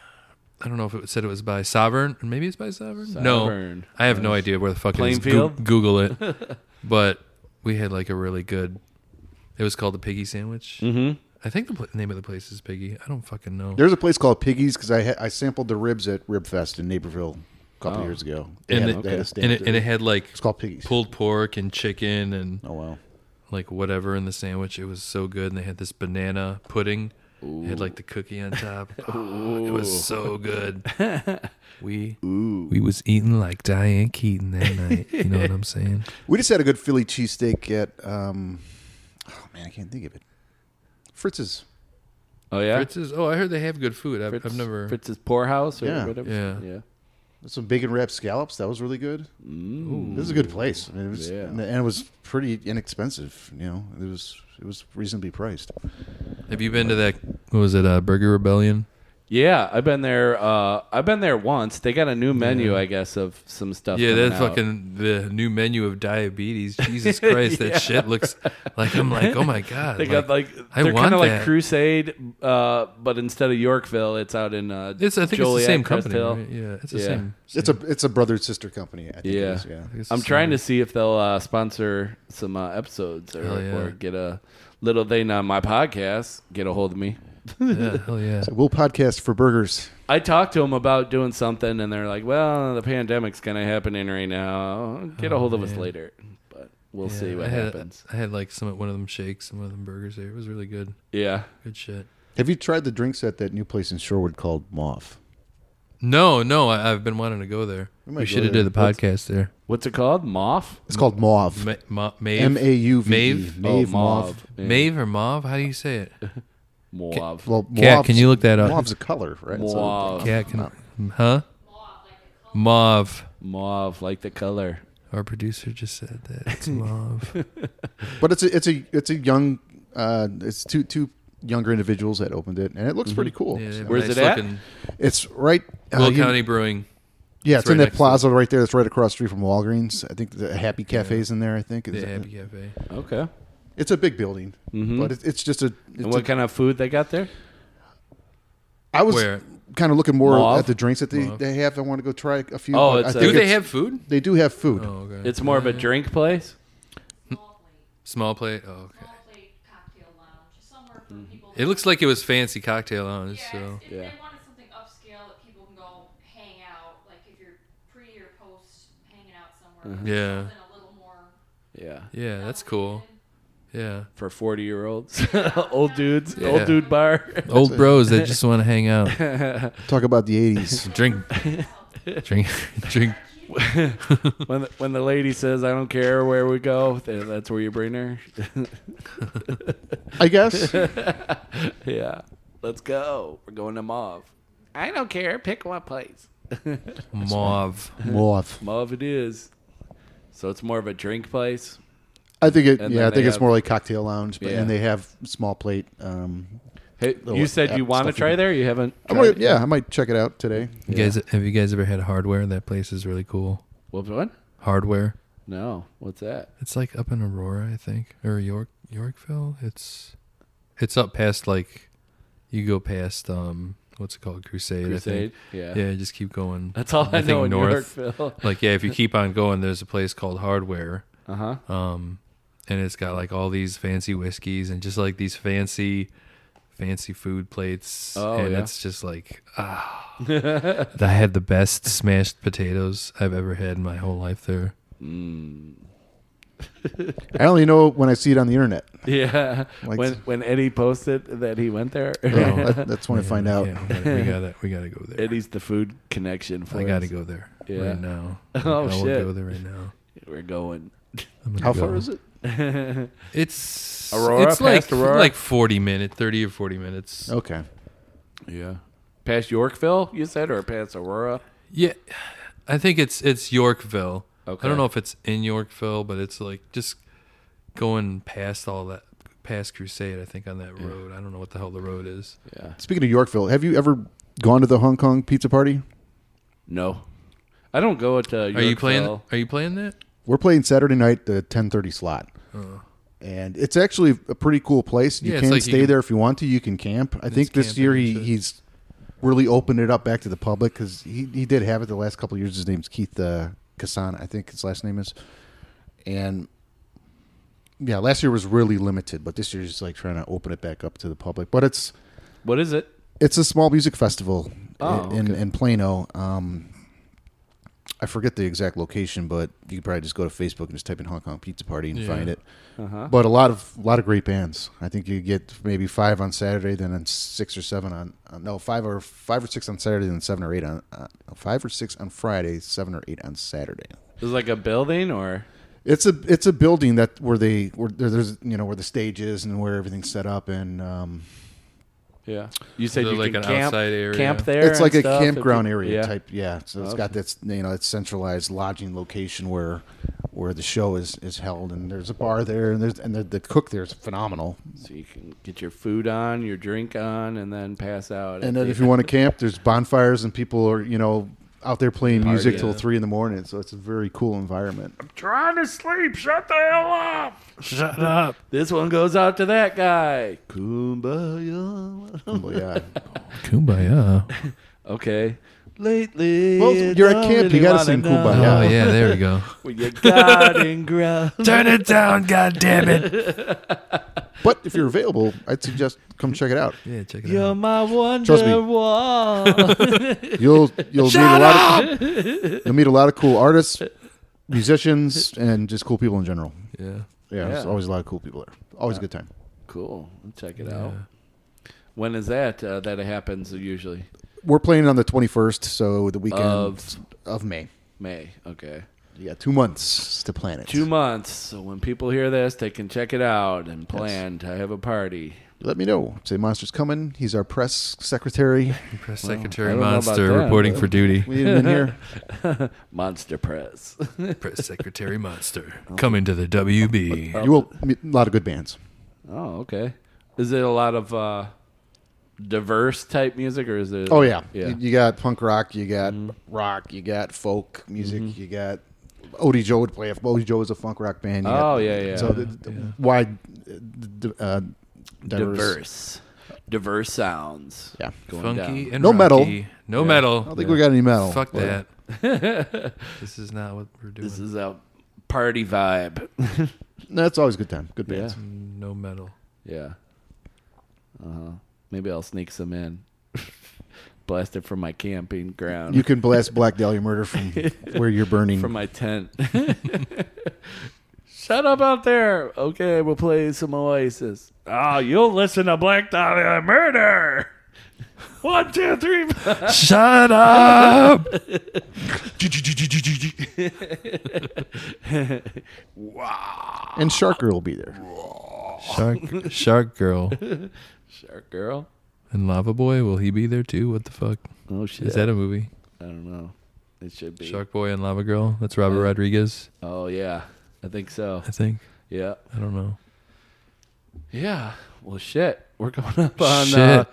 Speaker 3: I don't know if it said it was by Sovereign. Maybe it's by Sovereign. No,
Speaker 1: Sovereign.
Speaker 3: I have no idea where the fuck it is. Goo-
Speaker 1: Plainfield?
Speaker 3: Google it. but we had like a really good. It was called the Piggy Sandwich.
Speaker 1: Mm-hmm.
Speaker 3: I think the pl- name of the place is Piggy. I don't fucking know.
Speaker 2: There's a place called Piggy's because I ha- I sampled the ribs at Rib Fest in Naperville a couple
Speaker 1: Oh.
Speaker 2: years ago. They
Speaker 3: And
Speaker 2: had-
Speaker 3: it-
Speaker 2: they had a stand
Speaker 3: and it,
Speaker 2: there.
Speaker 3: and it had like
Speaker 2: it's called Piggy's.
Speaker 3: pulled pork and chicken and
Speaker 2: oh wow.
Speaker 3: like whatever in the sandwich. It was so good, and they had this banana pudding. It had like the cookie on top. Oh, it was so good. We we was eating like Diane Keaton that night. You know what I'm saying?
Speaker 2: We just had a good Philly cheesesteak at um, oh man, I can't think of it. Fritz's.
Speaker 1: Oh yeah.
Speaker 3: Fritz's. Oh, I heard they have good food. I've, I've never.
Speaker 1: Fritz's poorhouse or
Speaker 2: Yeah.
Speaker 1: whatever.
Speaker 3: Yeah.
Speaker 2: Some bacon wrapped scallops. That was really good.
Speaker 3: Mm.
Speaker 2: This is a good place. I mean, it was,
Speaker 1: Yeah.
Speaker 2: and it was pretty inexpensive. You know, it was it was reasonably priced.
Speaker 3: Have you been to that? What was it? Uh, Burger Rebellion.
Speaker 1: Yeah, I've been there. Uh, I've been there once. They got a new menu, I guess, of some stuff.
Speaker 3: yeah,
Speaker 1: coming
Speaker 3: that
Speaker 1: out.
Speaker 3: fucking the new menu of diabetes. Jesus Christ, that shit looks like I'm like, oh my god.
Speaker 1: They got like
Speaker 3: I
Speaker 1: they're
Speaker 3: want
Speaker 1: kind of like
Speaker 3: that.
Speaker 1: Crusade, uh, but instead of Yorkville, it's out in uh,
Speaker 3: It's I think
Speaker 1: Joliet,
Speaker 3: it's the same
Speaker 1: Crest
Speaker 3: company.
Speaker 1: Hill.
Speaker 3: right? Yeah, it's the
Speaker 1: Yeah.
Speaker 3: same.
Speaker 2: It's a it's a brother sister company. I think it
Speaker 1: Yeah.
Speaker 2: is, yeah.
Speaker 3: I think it's the
Speaker 1: I'm
Speaker 3: same.
Speaker 1: trying to see if they'll uh, sponsor some uh, episodes or,
Speaker 3: Hell yeah.
Speaker 1: or get a little thing on my podcast. Get a hold of me.
Speaker 3: Yeah, hell yeah.
Speaker 2: We'll podcast for burgers.
Speaker 1: I talked to them about doing something, and they're like, "Well, the pandemic's kind of happening right now. Get a hold of us later." But we'll
Speaker 3: Yeah,
Speaker 1: see what
Speaker 3: I had,
Speaker 1: happens.
Speaker 3: I had like some one of them shakes and one of them burgers there. It was really good.
Speaker 1: Yeah.
Speaker 3: Good shit.
Speaker 2: Have you tried the drinks at that new place in Shorewood called Moth?
Speaker 3: No, no, I, I've been wanting to go there.
Speaker 2: We
Speaker 3: We,
Speaker 2: might go
Speaker 3: should have
Speaker 2: there.
Speaker 3: did the podcast there.
Speaker 1: What's it called? Moth?
Speaker 2: It's called Mauve.
Speaker 3: Ma- Ma-
Speaker 2: M
Speaker 3: Mave,
Speaker 2: A U V E.
Speaker 3: Mave?
Speaker 1: Oh,
Speaker 2: Mave Mauve.
Speaker 1: Yeah.
Speaker 3: Mave or Mauve? How do you say it?
Speaker 1: Mauve.
Speaker 2: Well,
Speaker 3: Kat, can
Speaker 2: Mauve's-
Speaker 3: you look that up?
Speaker 2: Mauve's a color, right? So-
Speaker 1: Mauve.
Speaker 3: Yeah, can, huh? Mauve.
Speaker 1: Mauve, like the color.
Speaker 3: Our producer just said that it's mauve.
Speaker 2: but it's a it's a it's a young uh it's two two younger individuals that opened it and it looks pretty cool.
Speaker 3: Mm-hmm. Yeah, they
Speaker 2: So-
Speaker 3: have
Speaker 1: Where's
Speaker 3: nice
Speaker 1: it at?
Speaker 3: looking-
Speaker 2: It's right uh,
Speaker 3: Will
Speaker 2: you-
Speaker 3: County Brewing.
Speaker 2: Yeah,
Speaker 3: It's
Speaker 2: it's,
Speaker 3: right
Speaker 2: in that
Speaker 3: next to
Speaker 2: plaza right there. It's right across the street from Walgreens. I think the Happy Cafe's in there. I think
Speaker 3: The
Speaker 2: Is it-
Speaker 3: Happy Cafe.
Speaker 1: Okay.
Speaker 2: it's a big building, but it's, it's just a. It's
Speaker 1: Mm-hmm. And what
Speaker 2: a-
Speaker 1: kind of food they got there?
Speaker 2: I was
Speaker 3: Where?
Speaker 2: kind of looking more
Speaker 1: Mauve?
Speaker 2: at the drinks that they,
Speaker 3: Mauve.
Speaker 2: they have. I want to go try a few.
Speaker 1: Oh, it's
Speaker 2: but I
Speaker 1: a-
Speaker 2: think
Speaker 3: Do they
Speaker 2: it's-
Speaker 3: have food?
Speaker 2: They do have food.
Speaker 3: Oh, okay.
Speaker 1: It's more of a drink place.
Speaker 3: Small plate. Oh, okay.
Speaker 5: small plate cocktail lounge, somewhere for people.
Speaker 3: Mm-hmm. It looks like it was fancy cocktail lounge.
Speaker 5: yeah,
Speaker 3: So
Speaker 5: if
Speaker 1: Yeah.
Speaker 5: they wanted something upscale that people can go hang out, like if you're pre or post hanging out somewhere,
Speaker 3: Yeah.
Speaker 5: something a little more.
Speaker 1: Yeah.
Speaker 3: yeah, that's cool. Yeah.
Speaker 1: For 40 year olds, old dudes,
Speaker 3: Yeah. Oh.
Speaker 1: old dude bar.
Speaker 3: Old bros that just want to hang out,
Speaker 2: Talk about the eighties.
Speaker 3: drink, drink, drink.
Speaker 1: when, the, when the lady says, I don't care where we go, then that's where you bring her.
Speaker 2: I guess.
Speaker 1: yeah. Let's go. We're going to Mauve. I don't care. Pick one place.
Speaker 3: Mauve.
Speaker 2: Mauve.
Speaker 1: Mauve it is. So it's more of a drink place.
Speaker 2: I think it.
Speaker 1: And
Speaker 2: yeah,
Speaker 1: then
Speaker 2: I think
Speaker 1: they
Speaker 2: it's
Speaker 1: have-
Speaker 2: more like cocktail lounge, but
Speaker 1: Yeah.
Speaker 2: and they have small plate. Um,
Speaker 1: Hey,
Speaker 2: Little
Speaker 1: you said
Speaker 2: app
Speaker 1: you want to
Speaker 2: stuff you
Speaker 1: try
Speaker 2: can-
Speaker 1: there. You haven't.
Speaker 2: I
Speaker 1: tried
Speaker 2: might,
Speaker 1: it yet?
Speaker 2: yeah, I might check it out today.
Speaker 3: You guys, have you guys ever had hardware? That place is really cool.
Speaker 1: What? What?
Speaker 3: Hardware.
Speaker 1: No. What's that?
Speaker 3: It's like up in Aurora, I think, or York Yorkville. It's it's up past like you go past um what's it called Crusade?
Speaker 1: Crusade.
Speaker 3: I
Speaker 1: Yeah.
Speaker 3: think. Yeah, just keep going.
Speaker 1: That's all I,
Speaker 3: I think
Speaker 1: know in
Speaker 3: north.
Speaker 1: Yorkville.
Speaker 3: like yeah, if you keep on going, there's a place called Hardware,
Speaker 1: Uh huh.
Speaker 3: um, and it's got like all these fancy whiskeys and just like these fancy fancy food plates
Speaker 1: Oh,
Speaker 3: and
Speaker 1: yeah.
Speaker 3: it's just like ah i had the best smashed potatoes i've ever had in my whole life there
Speaker 2: I only know when I see it on the internet.
Speaker 1: Yeah.
Speaker 2: Like-
Speaker 1: when when Eddie posted that he went there,
Speaker 2: Yeah, that- that's when I find out.
Speaker 3: Yeah, we gotta we gotta go there
Speaker 1: Eddie's the food connection for
Speaker 3: I gotta
Speaker 1: us.
Speaker 3: go there
Speaker 1: Yeah.
Speaker 3: right now.
Speaker 1: Oh,
Speaker 3: I will
Speaker 1: shit.
Speaker 3: go there right now.
Speaker 1: We're going.
Speaker 3: I'm gonna
Speaker 2: How
Speaker 3: go.
Speaker 2: far is it?
Speaker 3: It's
Speaker 1: Aurora,
Speaker 3: It's like
Speaker 1: past Aurora?
Speaker 3: like forty minutes, thirty or forty minutes.
Speaker 2: Okay.
Speaker 1: Yeah. Past Yorkville, you said, or past Aurora?
Speaker 3: Yeah, I think it's it's Yorkville.
Speaker 1: Okay.
Speaker 3: I don't know if it's in Yorkville, but it's like just going past all that, past Crusade. I think on that road. I don't know what the hell the road is.
Speaker 1: Yeah.
Speaker 2: Speaking of Yorkville, have you ever gone to the Hong Kong pizza party?
Speaker 1: No. I don't go to Yorkville.
Speaker 3: Are you playing? Are you playing that?
Speaker 2: We're playing Saturday night the 10:30 slot. And it's actually a pretty cool place. You
Speaker 3: Uh-huh. Yeah, it's
Speaker 2: can
Speaker 3: like you
Speaker 2: stay
Speaker 3: can-
Speaker 2: there if you want to. You can camp. I think this
Speaker 3: camping
Speaker 2: year
Speaker 3: and
Speaker 2: he,
Speaker 3: shit.
Speaker 2: he's really opened it up back to the public because he, he did have it the last couple of years. His name's Keith uh, Kassan, I think his last name is. And yeah, last year was really limited, but this year he's like trying to open it back up to the public. But it's
Speaker 1: What is it?
Speaker 2: it's a small music festival
Speaker 1: Oh,
Speaker 2: in, in,
Speaker 1: okay.
Speaker 2: Plano. Um, I forget the exact location, but you could probably just go to Facebook and just type in Hong Kong Pizza Party and
Speaker 3: Yeah.
Speaker 2: find it.
Speaker 1: Uh-huh.
Speaker 2: But a lot of a lot of great bands. I think you get maybe five on Saturday, then on six or seven on uh, no five or five or six on Saturday, then seven or eight on uh, five or six on Friday, seven or eight on Saturday.
Speaker 1: Is it like a building or?
Speaker 2: It's a it's a building that where they where there- there's you know where the stage is and where everything's set up and um,
Speaker 1: Yeah. You said
Speaker 3: Is it
Speaker 1: you
Speaker 3: like
Speaker 1: can
Speaker 3: an
Speaker 1: camp,
Speaker 3: outside area?
Speaker 1: camp there.
Speaker 2: It's
Speaker 1: and
Speaker 2: like a
Speaker 1: stuff if you-
Speaker 2: campground area
Speaker 1: yeah.
Speaker 2: type. Yeah. So it's
Speaker 1: Okay.
Speaker 2: got this, you know, it's centralized lodging location where where the show is is held, and there's a bar there, and there's and the, the cook there is phenomenal.
Speaker 1: So you can get your food on, your drink on, and then pass out.
Speaker 2: And then if you want to camp, there's bonfires, and people are you know out there playing music till
Speaker 3: Yeah.
Speaker 2: three in the morning. So it's a very cool environment.
Speaker 4: Trying to sleep. Shut the hell up. Shut up.
Speaker 1: this one goes out to that guy. Kumbaya.
Speaker 2: But yeah.
Speaker 3: Kumbaya.
Speaker 1: Okay. Lately,
Speaker 2: Well,
Speaker 1: I
Speaker 2: you're at
Speaker 1: don't
Speaker 2: camp, you
Speaker 1: really
Speaker 2: gotta
Speaker 1: wanna
Speaker 2: sing
Speaker 1: know
Speaker 2: Kumbaya.
Speaker 3: Oh yeah, there we go.
Speaker 1: What you got in ground?
Speaker 3: Turn it down, god damn it.
Speaker 2: But if you're available, I'd suggest come check it out.
Speaker 3: Yeah, check it
Speaker 1: You're
Speaker 3: out.
Speaker 1: my
Speaker 2: Trust me.
Speaker 1: wonder wall.
Speaker 2: You'll you'll meet a lot. Of, you'll meet a lot of cool artists, musicians, and just cool people in general.
Speaker 3: Yeah.
Speaker 2: Yeah, there's
Speaker 1: Yeah.
Speaker 2: always a lot of cool people there. Always a good time.
Speaker 1: cool. I'll Check it out.
Speaker 3: yeah.
Speaker 1: When is that uh, that it happens usually?
Speaker 2: We're playing on the 21st, so the weekend
Speaker 1: Of-
Speaker 2: of, May.
Speaker 1: May. Okay.
Speaker 2: You got two months to plan it.
Speaker 1: Two months. So when people hear this, they can check it out and plan to have a party.
Speaker 2: Let me know. Say Monster's coming. He's our press secretary.
Speaker 3: Press
Speaker 1: I
Speaker 3: Secretary
Speaker 1: don't know about
Speaker 3: Monster
Speaker 1: that,
Speaker 3: reporting
Speaker 1: but-
Speaker 3: for duty.
Speaker 2: We need him in here.
Speaker 1: Monster Press.
Speaker 3: Press Secretary Monster coming to the WB.
Speaker 2: You will meet a lot of good bands.
Speaker 1: oh, okay. Is it a lot of uh, diverse type music or is it?
Speaker 2: Oh yeah,
Speaker 1: Yeah. Mm-hmm.
Speaker 2: You, you got punk rock, you got rock, you got folk music, you got Odie Joe would play. If Odie Joe was a funk rock band. you
Speaker 1: Oh
Speaker 2: got-
Speaker 1: yeah, yeah.
Speaker 2: So the, the wide, uh, d- uh, diverse.
Speaker 1: diverse, diverse sounds.
Speaker 2: Yeah.
Speaker 1: Going
Speaker 3: Funky
Speaker 1: down.
Speaker 3: and
Speaker 2: No metal.
Speaker 3: rocky. No metal.
Speaker 2: I don't think we got any metal.
Speaker 3: Fuck
Speaker 2: but-
Speaker 3: that. this is not what we're doing.
Speaker 1: This is a party vibe.
Speaker 2: No, it's always a good time. Good
Speaker 1: Yeah.
Speaker 2: bands.
Speaker 3: no metal.
Speaker 1: yeah. Uh huh. Maybe I'll sneak some in. Blast it from my camping ground.
Speaker 2: You can blast Black Dahlia Murder from where you're burning.
Speaker 1: from my tent. Shut up out there. Okay, we'll play some Oasis.
Speaker 4: Oh, you'll listen to Black Dahlia Murder. One, two, three.
Speaker 3: Shut up!
Speaker 2: and Shark Girl will be there.
Speaker 3: Shark, Shark Girl
Speaker 1: Shark Girl.
Speaker 3: and Lava Boy. Will he be there too? What the fuck?
Speaker 1: Oh shit.
Speaker 3: Is that a movie?
Speaker 1: I don't know. It should be.
Speaker 3: Shark Boy and Lava Girl. That's Robert Rodriguez,
Speaker 1: Oh yeah. I think so.
Speaker 3: I think.
Speaker 1: Yeah.
Speaker 3: I don't know.
Speaker 1: Yeah. Well shit. We're going up on uh,
Speaker 3: Shit.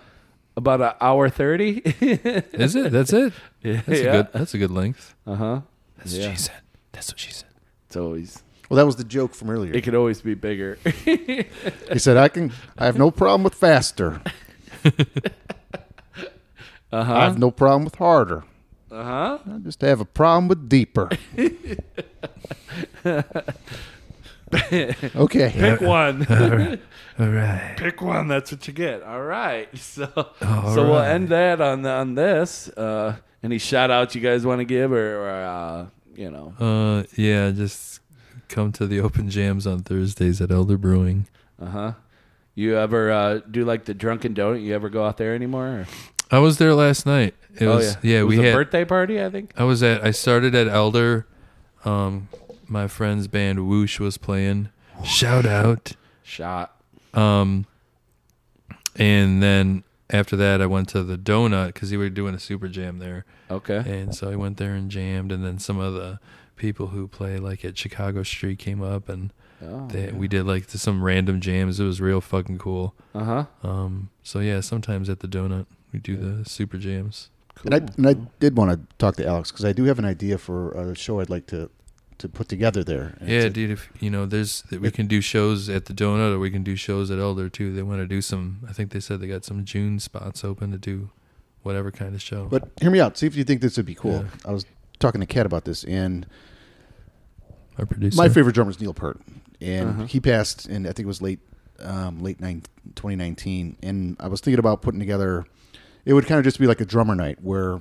Speaker 1: about an hour thirty.
Speaker 3: Is it? That's it. That's
Speaker 1: Yeah.
Speaker 3: a good. That's a good length.
Speaker 1: uh huh.
Speaker 3: That's
Speaker 1: Yeah.
Speaker 3: what she said. That's what she said.
Speaker 1: It's always
Speaker 2: Well, that was the joke from earlier.
Speaker 1: it could always be bigger.
Speaker 2: He said, "I can. I have no problem with faster. I
Speaker 1: Uh-huh.
Speaker 2: have no problem with harder.
Speaker 1: Uh huh.
Speaker 2: I just have a problem with deeper." okay.
Speaker 4: Pick one.
Speaker 3: All right.
Speaker 4: Pick one. That's what
Speaker 1: To get all right. So
Speaker 3: All
Speaker 1: so we'll
Speaker 3: right.
Speaker 1: end that on on this. Uh, any shout outs you guys want to give or, or uh, you know
Speaker 3: Uh, yeah. Just come to the open jams on Thursdays at Elder Brewing.
Speaker 1: uh huh. You ever uh, do like the drunken donut? You ever go out there anymore? Or?
Speaker 3: I was there last night. It
Speaker 1: Oh,
Speaker 3: was
Speaker 1: It was
Speaker 3: we
Speaker 1: a
Speaker 3: had
Speaker 1: birthday party. I think.
Speaker 3: I was at I started at Elder. Um my friend's band Whoosh was playing. Shout out.
Speaker 1: Shot.
Speaker 3: Um and then after that I went to the Donut cuz they were doing a super jam there.
Speaker 1: Okay.
Speaker 3: And so I went there and jammed and then some of the people who play like at Chicago Street came up and
Speaker 1: Oh.
Speaker 3: they, we did like some random jams. It was real fucking cool.
Speaker 1: Uh huh.
Speaker 3: Um so yeah, sometimes at the Donut we do the super jams.
Speaker 2: And I, and I did want to talk to Alex because I do have an idea for a show I'd like to to put together there. And
Speaker 3: Yeah,
Speaker 2: it's a-
Speaker 3: dude. If you know, there's that we can do shows at the Donut, or we can do shows at Elder too. They want to do some. I think they said they got some June spots open to do whatever kind of show.
Speaker 2: But hear me out. See if you think this would be cool. I was talking to Kat about this, and
Speaker 3: our producer,
Speaker 2: my favorite drummer is Neil Peart, and he passed, in I think it was late, um, late nine, 2019. And I was thinking about putting together. It would kind of just be like a drummer night where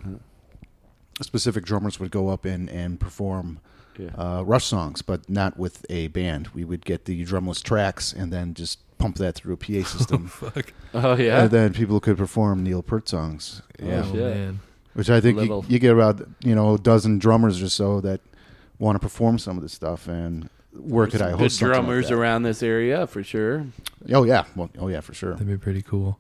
Speaker 2: specific drummers would go up and and perform
Speaker 1: Yeah.
Speaker 2: uh, Rush songs, but not with a band. We would get the drumless tracks and then just pump that through a PA system,
Speaker 3: Fuck.
Speaker 1: Oh yeah.
Speaker 2: and then people could perform Neil Peart songs.
Speaker 1: Yeah.
Speaker 3: Oh,
Speaker 1: shit.
Speaker 3: man.
Speaker 2: Which I think you,
Speaker 1: Little-
Speaker 2: you get about you know a dozen drummers or so that want to perform some of this stuff, and where could I
Speaker 1: good
Speaker 2: host something like
Speaker 1: drummers
Speaker 2: that?
Speaker 1: around this area for sure.
Speaker 2: Oh yeah, well, oh yeah, for sure.
Speaker 3: that'd be pretty cool.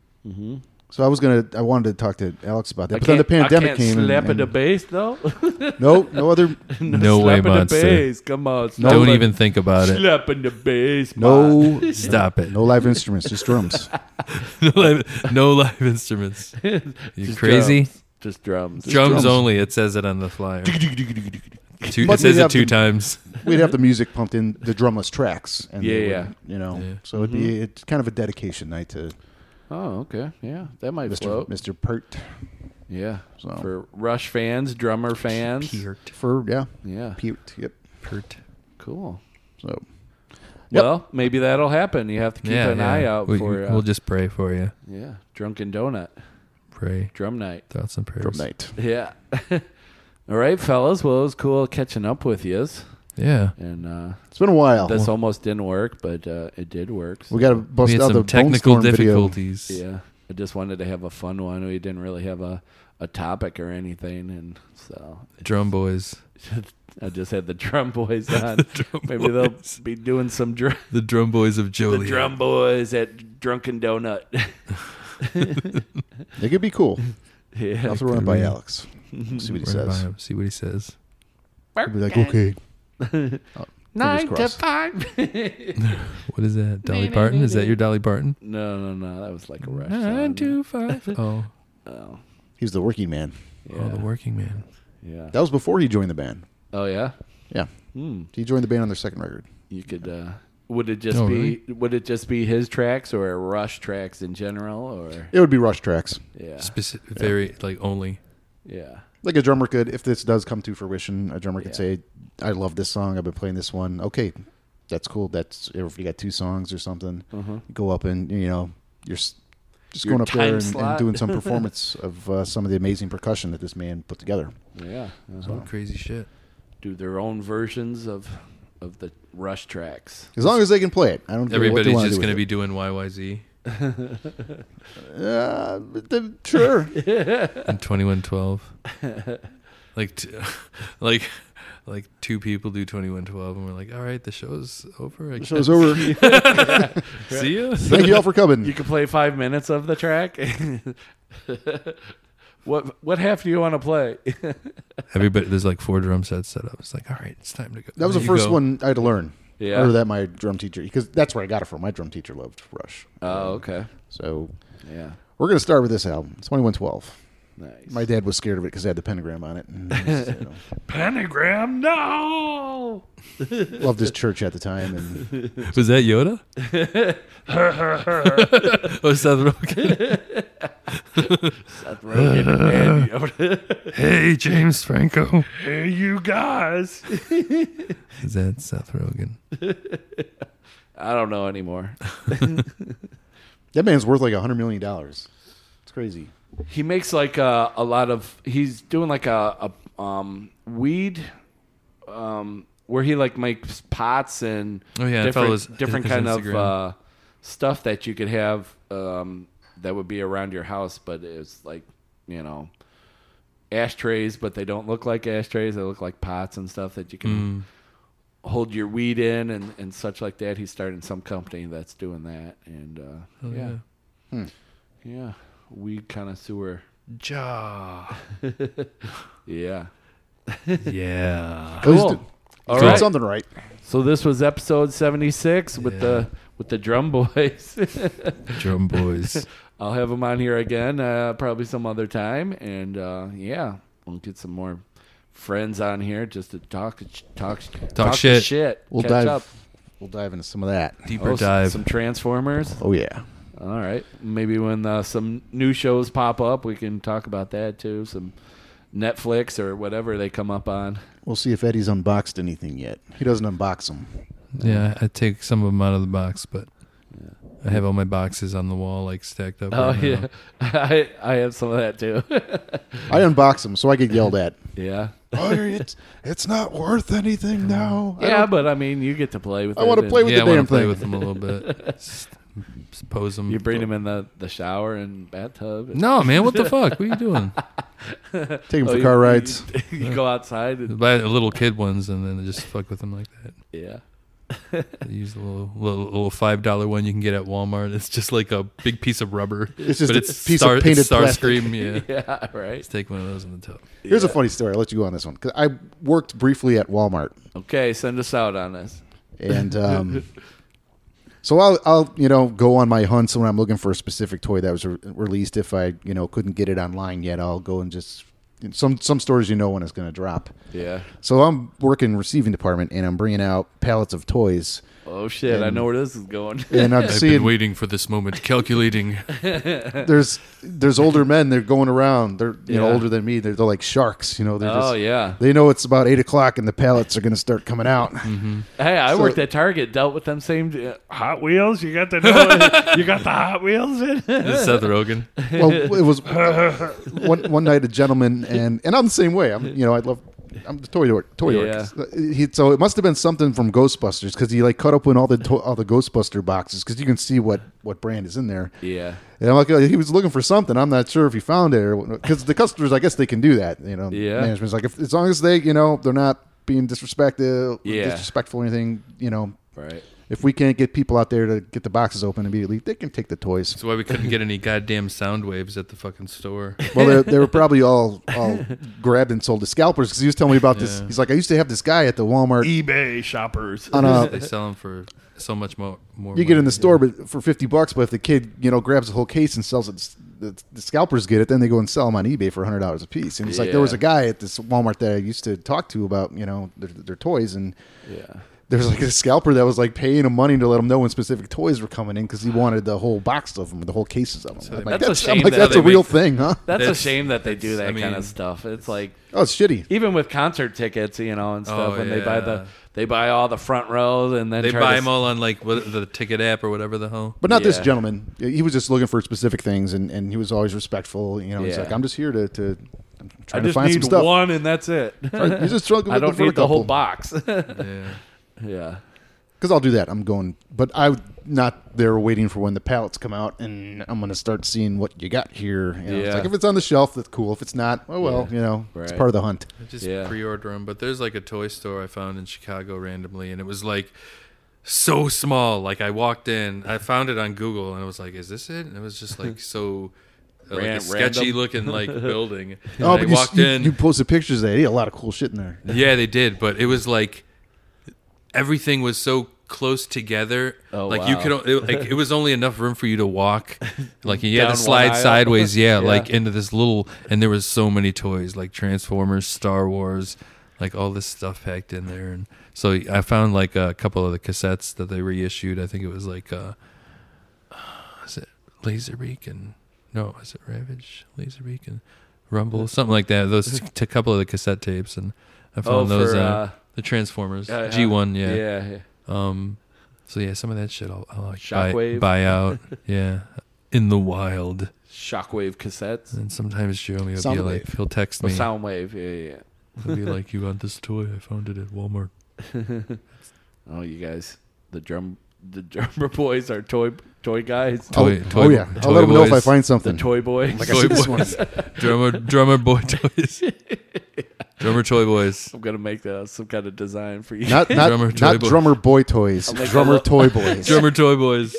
Speaker 2: So I was gonna, I wanted to talk to Alex about that,
Speaker 1: I
Speaker 2: but then the
Speaker 1: can't- I
Speaker 2: pandemic
Speaker 1: can't
Speaker 2: came. and-
Speaker 1: Slap at
Speaker 2: and
Speaker 1: the bass though.
Speaker 2: no, no other,
Speaker 3: No way,
Speaker 1: slapping the
Speaker 3: monster.
Speaker 1: bass. Come on.
Speaker 3: Don't even think about it.
Speaker 1: slapping the bass. mon.
Speaker 2: no,
Speaker 3: Stop it.
Speaker 2: no live instruments, just drums.
Speaker 3: no, live, no live instruments. You
Speaker 1: Just
Speaker 3: crazy? Drums,
Speaker 1: drums. Just drums.
Speaker 2: drums.
Speaker 3: only. It says it on the flyer. two,
Speaker 2: But
Speaker 3: it says
Speaker 2: we
Speaker 3: it
Speaker 2: have to-
Speaker 3: two times.
Speaker 2: We'd have the music pumped in the drumless tracks, and they
Speaker 1: Yeah, Mm-hmm.
Speaker 2: would, you know,
Speaker 3: Yeah.
Speaker 2: so it'd be it's kind of a dedication night to
Speaker 1: Oh, okay. Yeah, that might
Speaker 2: Mr.
Speaker 1: float.
Speaker 2: Mr. Pert
Speaker 1: Yeah,
Speaker 2: So-
Speaker 1: for Rush fans, drummer fans.
Speaker 2: for yeah,
Speaker 1: Yeah,
Speaker 2: Pete, yep.
Speaker 3: Pert.
Speaker 1: cool.
Speaker 2: So Yep.
Speaker 1: Well, maybe that'll happen. You have to keep
Speaker 3: yeah,
Speaker 1: an
Speaker 3: yeah.
Speaker 1: eye out
Speaker 3: we,
Speaker 1: for. Uh,
Speaker 3: We'll just pray for you.
Speaker 1: yeah, drunken donut
Speaker 3: Pray
Speaker 1: drum night.
Speaker 3: thoughts and prayers.
Speaker 2: drum night.
Speaker 1: Yeah. All right, fellas. Well, it was cool catching up with yous,
Speaker 3: Yeah.
Speaker 1: and uh,
Speaker 2: It's been a
Speaker 3: Oh.
Speaker 2: while.
Speaker 1: this almost didn't work, but uh, it did work. so-
Speaker 2: We got to bust
Speaker 3: we had
Speaker 2: out the
Speaker 3: some technical
Speaker 2: Bone Storm
Speaker 3: difficulties.
Speaker 1: Yeah, I just wanted to have a fun one. We didn't really have a, a topic or anything, and so
Speaker 3: Drum boys.
Speaker 1: I just had the drum boys on.
Speaker 3: drum
Speaker 1: Maybe
Speaker 3: boys. Oh,
Speaker 1: they'll be doing some drum.
Speaker 3: The drum boys of
Speaker 1: The
Speaker 3: Joliet.
Speaker 1: drum boys at Drunken Donut.
Speaker 2: video. It could be cool. I'll
Speaker 1: yeah,
Speaker 2: have to run it by
Speaker 3: Really?
Speaker 2: Alex. See what he
Speaker 3: Run by
Speaker 2: says.
Speaker 3: him, See what he says.
Speaker 2: He'll be like, okay. Oh,
Speaker 1: nine to
Speaker 2: fingers crossed.
Speaker 1: five.
Speaker 3: What is that? Dolly
Speaker 5: Nay, nay,
Speaker 3: Parton?
Speaker 5: nay,
Speaker 3: Is that
Speaker 5: nay.
Speaker 3: your Dolly Parton?
Speaker 1: no, no, no. That was like a rush.
Speaker 3: Nine
Speaker 1: song.
Speaker 3: two five. Oh,
Speaker 1: Oh,
Speaker 2: He's the working man.
Speaker 1: yeah.
Speaker 3: oh, the working man.
Speaker 1: yeah.
Speaker 2: That was before he joined the band.
Speaker 1: Oh yeah.
Speaker 2: Yeah,
Speaker 1: Hmm.
Speaker 2: he joined the band on their second record.
Speaker 1: You could. Uh, would it just
Speaker 3: Oh,
Speaker 1: be?
Speaker 3: really?
Speaker 1: Would it just be his tracks or Rush tracks in general? Or
Speaker 2: It would be Rush tracks.
Speaker 1: yeah,
Speaker 3: Speci- Very like only.
Speaker 1: yeah.
Speaker 2: Like a drummer could, if this does come to fruition, a drummer could
Speaker 1: Yeah.
Speaker 2: say, "I love this song. I've been playing this one. Okay, that's cool. That's if you got two songs or something, go up and you know you're s- just
Speaker 1: Your
Speaker 2: going up there
Speaker 1: time
Speaker 2: and, and
Speaker 1: slot.
Speaker 2: doing some performance of uh, some of the amazing percussion that this man put together.
Speaker 1: Yeah. Uh-huh.
Speaker 3: Oh, crazy shit.
Speaker 1: Do their own versions of of the rush tracks.
Speaker 2: As long as they can play it, I don't. care what they
Speaker 3: Everybody's
Speaker 2: wanna
Speaker 3: just
Speaker 2: do with
Speaker 3: gonna
Speaker 2: it.
Speaker 3: be doing YYZ
Speaker 2: Uh, th- sure.
Speaker 3: and twenty one twelve. Like, t- like, like two people do twenty one twelve, and we're like, all right, the show's over. I
Speaker 2: the show's over.
Speaker 3: guess. See ya.
Speaker 2: Thank you all for coming.
Speaker 1: You can play five minutes of the track. what what half do you want to play?
Speaker 3: Everybody, there's like four drum sets set up. It's like, all right, it's time to go.
Speaker 2: that was the
Speaker 3: There you
Speaker 2: first
Speaker 3: go.
Speaker 2: one I had to learn.
Speaker 1: Yeah.
Speaker 2: or that my drum teacher because that's where I got it from. My drum teacher loved Rush,
Speaker 1: Oh, okay.
Speaker 2: so
Speaker 1: Yeah.
Speaker 2: we're gonna start with this album. It's twenty one twelve.
Speaker 1: Nice.
Speaker 2: My dad was scared of it because it had the pentagram on it. And he was, you know,
Speaker 4: Pentagram, no.
Speaker 2: loved his church at the time, and
Speaker 3: Was that Yoda? oh, Seth Rogen. hey, James Franco.
Speaker 4: Hey, you guys.
Speaker 3: Is that Seth Rogen?
Speaker 1: I don't know anymore.
Speaker 2: that man's worth like hundred million dollars. It's crazy.
Speaker 1: He makes like a, a lot of. He's doing like a, a um, weed, um, where he like makes pots and
Speaker 3: Oh, yeah, I
Speaker 1: different
Speaker 3: follow his-
Speaker 1: different
Speaker 3: his
Speaker 1: kind
Speaker 3: Instagram.
Speaker 1: of uh, stuff that you could have um, that would be around your house, but it's like you know ashtrays, but they don't look like ashtrays. They look like pots and stuff that you
Speaker 3: Mm.
Speaker 1: can hold your weed in and, and such like that. He's starting some company that's doing that, and uh, yeah. Yeah, weed connoisseur.
Speaker 3: Ja.
Speaker 1: Yeah.
Speaker 3: Yeah.
Speaker 2: At least
Speaker 1: Cool.
Speaker 2: it-
Speaker 1: All
Speaker 2: it's doing
Speaker 1: right.
Speaker 2: something right.
Speaker 1: So this was episode seventy six with
Speaker 3: Yeah.
Speaker 1: the with the drum boys.
Speaker 3: Drum boys.
Speaker 1: I'll have them on here again, uh, probably some other time, and uh, yeah, we'll get some more friends on here just to talk talk talk, the
Speaker 3: shit.
Speaker 1: shit.
Speaker 2: We'll
Speaker 1: Catch
Speaker 2: dive.
Speaker 1: up.
Speaker 2: We'll dive into some of that.
Speaker 3: Deeper
Speaker 1: Oh, s-
Speaker 3: dive.
Speaker 1: Some Transformers.
Speaker 2: Oh yeah.
Speaker 1: All right. Maybe when uh, some new shows pop up, we can talk about that too. Some Netflix or whatever they come up on.
Speaker 2: We'll see if Eddie's unboxed anything yet. He doesn't unbox them.
Speaker 3: yeah, I take some of them out of the box, but I have all my boxes on the wall, like stacked up.
Speaker 1: Oh
Speaker 3: right now.
Speaker 1: yeah, I I have some of that too.
Speaker 2: I unbox them so I get yelled at.
Speaker 1: yeah,
Speaker 2: oh, it's it's not worth anything now. I
Speaker 1: yeah,
Speaker 2: don't-
Speaker 1: but I mean, you get to play with.
Speaker 2: I wanna
Speaker 1: it
Speaker 2: play
Speaker 1: and
Speaker 2: with
Speaker 3: yeah,
Speaker 2: the
Speaker 3: I want
Speaker 2: damn
Speaker 3: to play
Speaker 2: thing.
Speaker 3: with them a little bit. Just pose them.
Speaker 1: You bring them in the, the shower and bathtub. and-
Speaker 3: No, man, what the fuck? What are you doing?
Speaker 2: Take him
Speaker 1: Oh,
Speaker 2: for
Speaker 1: you-
Speaker 2: car rides.
Speaker 1: You, you go outside and
Speaker 3: Buy the little kid ones and then just fuck with them like that.
Speaker 1: yeah,
Speaker 3: They use the little little, little five dollar one you can get at Walmart. It's just like a big piece of rubber.
Speaker 2: It's just
Speaker 3: but
Speaker 2: a
Speaker 3: it's
Speaker 2: piece of
Speaker 3: star, it's
Speaker 2: painted plastic.
Speaker 3: Starscream. Yeah,
Speaker 1: yeah, right.
Speaker 3: just take one of those on the top.
Speaker 2: Here's a funny story. I'll let you go on this one. 'Cause I worked briefly at Walmart,
Speaker 1: Okay, send us out on this.
Speaker 2: and um, so I'll, I'll you know go on my hunts when I'm looking for a specific toy that was re- released. If I you know couldn't get it online yet, I'll go and just some some stores you know when it's going to drop.
Speaker 1: Yeah.
Speaker 2: So I'm working receiving department, and I'm bringing out pallets of toys,
Speaker 1: Oh shit, I
Speaker 2: And-
Speaker 1: know where this is going.
Speaker 2: and I'm
Speaker 3: I've
Speaker 2: seeing
Speaker 3: been waiting for this moment, calculating.
Speaker 2: there's there's older men. They're going around. They're you know
Speaker 1: Yeah.
Speaker 2: older than me. They're, they're like sharks. You know. They're
Speaker 1: oh
Speaker 2: just,
Speaker 1: yeah.
Speaker 2: They know it's about eight o'clock and the pallets are going to start coming out.
Speaker 1: Mm-hmm. Hey, I
Speaker 2: so-
Speaker 1: worked at Target. Dealt with them same.
Speaker 4: Hot Wheels, you got the know, you got the Hot Wheels in.
Speaker 3: This is Seth Rogen.
Speaker 2: Well, it was one one night a gentleman and and I'm the same way. I'm you know I love I'm the toy dork. Toy
Speaker 1: Yeah.
Speaker 2: dork. He, so it must have been something from Ghostbusters because he like cut open all the to- all the Ghostbuster boxes because you can see what what brand is in there.
Speaker 1: Yeah.
Speaker 2: And I'm like, oh, he was looking for something. I'm not sure if he found it or because the customers, I guess they can do that. You know,
Speaker 1: Yeah.
Speaker 2: management's like, if, as long as they, you know, they're not being disrespectful,
Speaker 1: Yeah.
Speaker 2: disrespectful or anything. You know,
Speaker 1: Right.
Speaker 2: if we can't get people out there to get the boxes open immediately, they can take the toys.
Speaker 3: That's why we couldn't get any goddamn sound waves at the fucking store.
Speaker 2: Well, they, they were probably all all grabbed and sold to scalpers because he was telling me about this.
Speaker 3: Yeah.
Speaker 2: He's like, I used to have this guy at the Walmart
Speaker 4: eBay shoppers.
Speaker 2: on a
Speaker 3: They sell them for so much more. more
Speaker 2: You get in
Speaker 3: money.
Speaker 2: the store, but for fifty bucks. But if the kid, you know, grabs a whole case and sells it, the, the scalpers get it. Then they go and sell them on eBay for hundred dollars a piece. And it's like there was
Speaker 1: Yeah.
Speaker 2: a guy at this Walmart that I used to talk to about, you know, their, their toys, and
Speaker 1: Yeah.
Speaker 2: there was like a scalper that was like paying him money to let him know when specific toys were coming in because he wanted the whole box of them, the whole cases of them. I'm like,
Speaker 1: That's a
Speaker 2: that's, I'm
Speaker 1: shame
Speaker 2: like,
Speaker 1: that
Speaker 2: that's
Speaker 3: they
Speaker 2: a real
Speaker 3: make-
Speaker 2: thing, huh?
Speaker 1: That's, a
Speaker 3: That's-
Speaker 1: shame that they do that
Speaker 3: that's- I
Speaker 1: kind
Speaker 3: mean-
Speaker 1: of stuff. It's like
Speaker 2: Oh, it's shitty.
Speaker 1: even with concert tickets, you know, and stuff.
Speaker 3: Oh,
Speaker 1: when they buy the
Speaker 3: yeah.
Speaker 1: they buy all the front rows and then
Speaker 3: They
Speaker 1: try
Speaker 3: buy
Speaker 1: to
Speaker 3: them all on like what, the ticket app or whatever the hell.
Speaker 2: But not this
Speaker 1: Yeah.
Speaker 2: gentleman. He was just looking for specific things, and, and he was always respectful. You know, he's
Speaker 1: Yeah.
Speaker 2: like, I'm just here to, to I'm
Speaker 1: I
Speaker 2: trying to
Speaker 1: just
Speaker 2: find
Speaker 1: need
Speaker 2: some stuff.
Speaker 1: one and that's it.
Speaker 2: Right? He's just struggling.
Speaker 1: I don't need the whole
Speaker 2: box.
Speaker 1: box.
Speaker 3: Yeah.
Speaker 1: yeah.
Speaker 2: Because I'll do that. I'm going, but I'm not there waiting for when the pallets come out, and I'm going to start seeing what you got here. You know, It's
Speaker 1: Yeah.
Speaker 2: like if it's on the shelf, that's cool. If it's not, oh well,
Speaker 1: Yeah.
Speaker 2: you know, it's
Speaker 1: Right.
Speaker 2: part of the hunt.
Speaker 3: I just
Speaker 1: Yeah.
Speaker 3: pre-order them. But there's like a toy store I found in Chicago randomly, and it was like so small. Like I walked in, I found it on Google, and I was like, "Is this it?" And it was just like so. uh, Like
Speaker 1: Ran-
Speaker 3: a sketchy
Speaker 1: random.
Speaker 3: looking like building. And
Speaker 2: oh,
Speaker 3: I
Speaker 2: but you,
Speaker 3: walked
Speaker 2: you,
Speaker 3: in.
Speaker 2: you posted pictures. They had a lot of cool shit in there.
Speaker 3: Yeah, they did, but it was like everything was so close together.
Speaker 1: Oh,
Speaker 3: like you
Speaker 1: wow.
Speaker 3: could, o- it, like it was only enough room for you to walk. Like you had
Speaker 1: Down
Speaker 3: to
Speaker 1: one
Speaker 3: slide
Speaker 1: aisle.
Speaker 3: sideways, yeah,
Speaker 1: Yeah.
Speaker 3: like into this little. And there was so many toys, like Transformers, Star Wars, like all this stuff packed in there. And so I found like a couple of the cassettes that they reissued. I think it was like, uh, is it Laserbeak and no, is it Ravage, Laserbeak and Rumble, something like that. Those t- couple of the cassette tapes, and I found
Speaker 1: Oh,
Speaker 3: those.
Speaker 1: for,
Speaker 3: uh,
Speaker 1: uh,
Speaker 3: the Transformers
Speaker 1: Yeah, yeah.
Speaker 3: G1, yeah.
Speaker 1: yeah, yeah.
Speaker 3: Um, so yeah, some of that shit I'll, I'll like buy,
Speaker 1: Shockwave.
Speaker 3: buy out. yeah, in the wild.
Speaker 1: Shockwave cassettes.
Speaker 3: And sometimes Jeremy will be
Speaker 2: Soundwave.
Speaker 3: like, he'll text
Speaker 1: Oh,
Speaker 3: me.
Speaker 1: Soundwave. Yeah, yeah.
Speaker 3: He'll be like, "You want this toy? I found it at Walmart."
Speaker 1: Oh, you guys, the drum, the drummer boys are toy toy guys.
Speaker 2: Oh,
Speaker 3: Toy-
Speaker 2: oh
Speaker 3: toy-
Speaker 2: yeah,
Speaker 3: toy
Speaker 2: I'll let them know if I
Speaker 3: boys.
Speaker 2: find
Speaker 1: The
Speaker 2: something.
Speaker 1: toy boys.
Speaker 2: like
Speaker 3: Toy
Speaker 2: I see this
Speaker 3: boys.
Speaker 2: one.
Speaker 3: Drummer, drummer boy toys. drummer toy boys.
Speaker 1: I'm gonna make that some kind of design for you.
Speaker 2: Not not drummer
Speaker 3: Drummer toy
Speaker 2: not
Speaker 3: boy.
Speaker 2: drummer boy toys.
Speaker 1: I'll make
Speaker 2: Drummer
Speaker 1: a lo-
Speaker 2: toy boys.
Speaker 3: Drummer toy boys.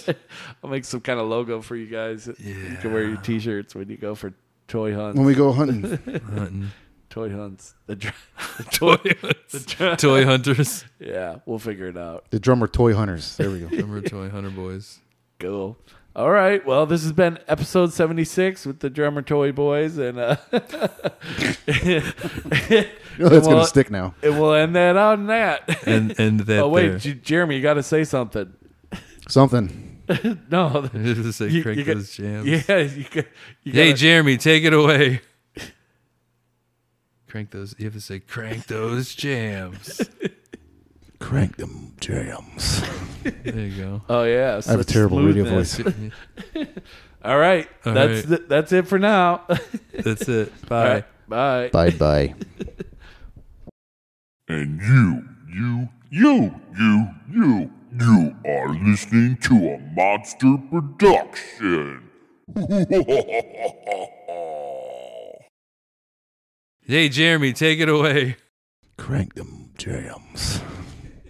Speaker 1: I'll make some kind of logo for you guys. You can wear your t-shirts when you go for toy hunts.
Speaker 2: when we go hunting,
Speaker 3: Hunting.
Speaker 1: Toy hunts. The dr-
Speaker 3: Toy, toy hunters.
Speaker 1: yeah, we'll figure it out.
Speaker 2: the drummer toy hunters. There we go.
Speaker 3: Drummer toy hunter boys.
Speaker 1: Cool. All right. Well, this has been episode 76 with the drummer toy boys and uh
Speaker 2: You know that's
Speaker 1: Well,
Speaker 2: gonna stick now.
Speaker 1: and we'll end that on that.
Speaker 3: And and that.
Speaker 1: oh wait,
Speaker 3: there.
Speaker 1: J- Jeremy, you got to say something.
Speaker 2: Something.
Speaker 1: No.
Speaker 3: I was gonna say,
Speaker 1: You-
Speaker 3: crank
Speaker 1: you got-
Speaker 3: those jams.
Speaker 1: Yeah, you got, you
Speaker 3: Hey,
Speaker 1: gotta-
Speaker 3: Jeremy, take it away. crank those. You have to say, crank those jams.
Speaker 2: Crank them jams.
Speaker 3: there you go.
Speaker 1: Oh yeah,
Speaker 2: I have a
Speaker 1: such
Speaker 2: terrible radio
Speaker 1: smoothness.
Speaker 2: voice.
Speaker 1: All right,
Speaker 3: All
Speaker 1: that's
Speaker 3: right.
Speaker 1: th- that's it for now.
Speaker 3: That's it.
Speaker 1: All
Speaker 3: Bye.
Speaker 1: right, bye.
Speaker 2: Bye bye.
Speaker 6: And you, you, you, you, you, you are listening to a monster production.
Speaker 3: Hey, Jeremy, take it away.
Speaker 2: Crank them jams.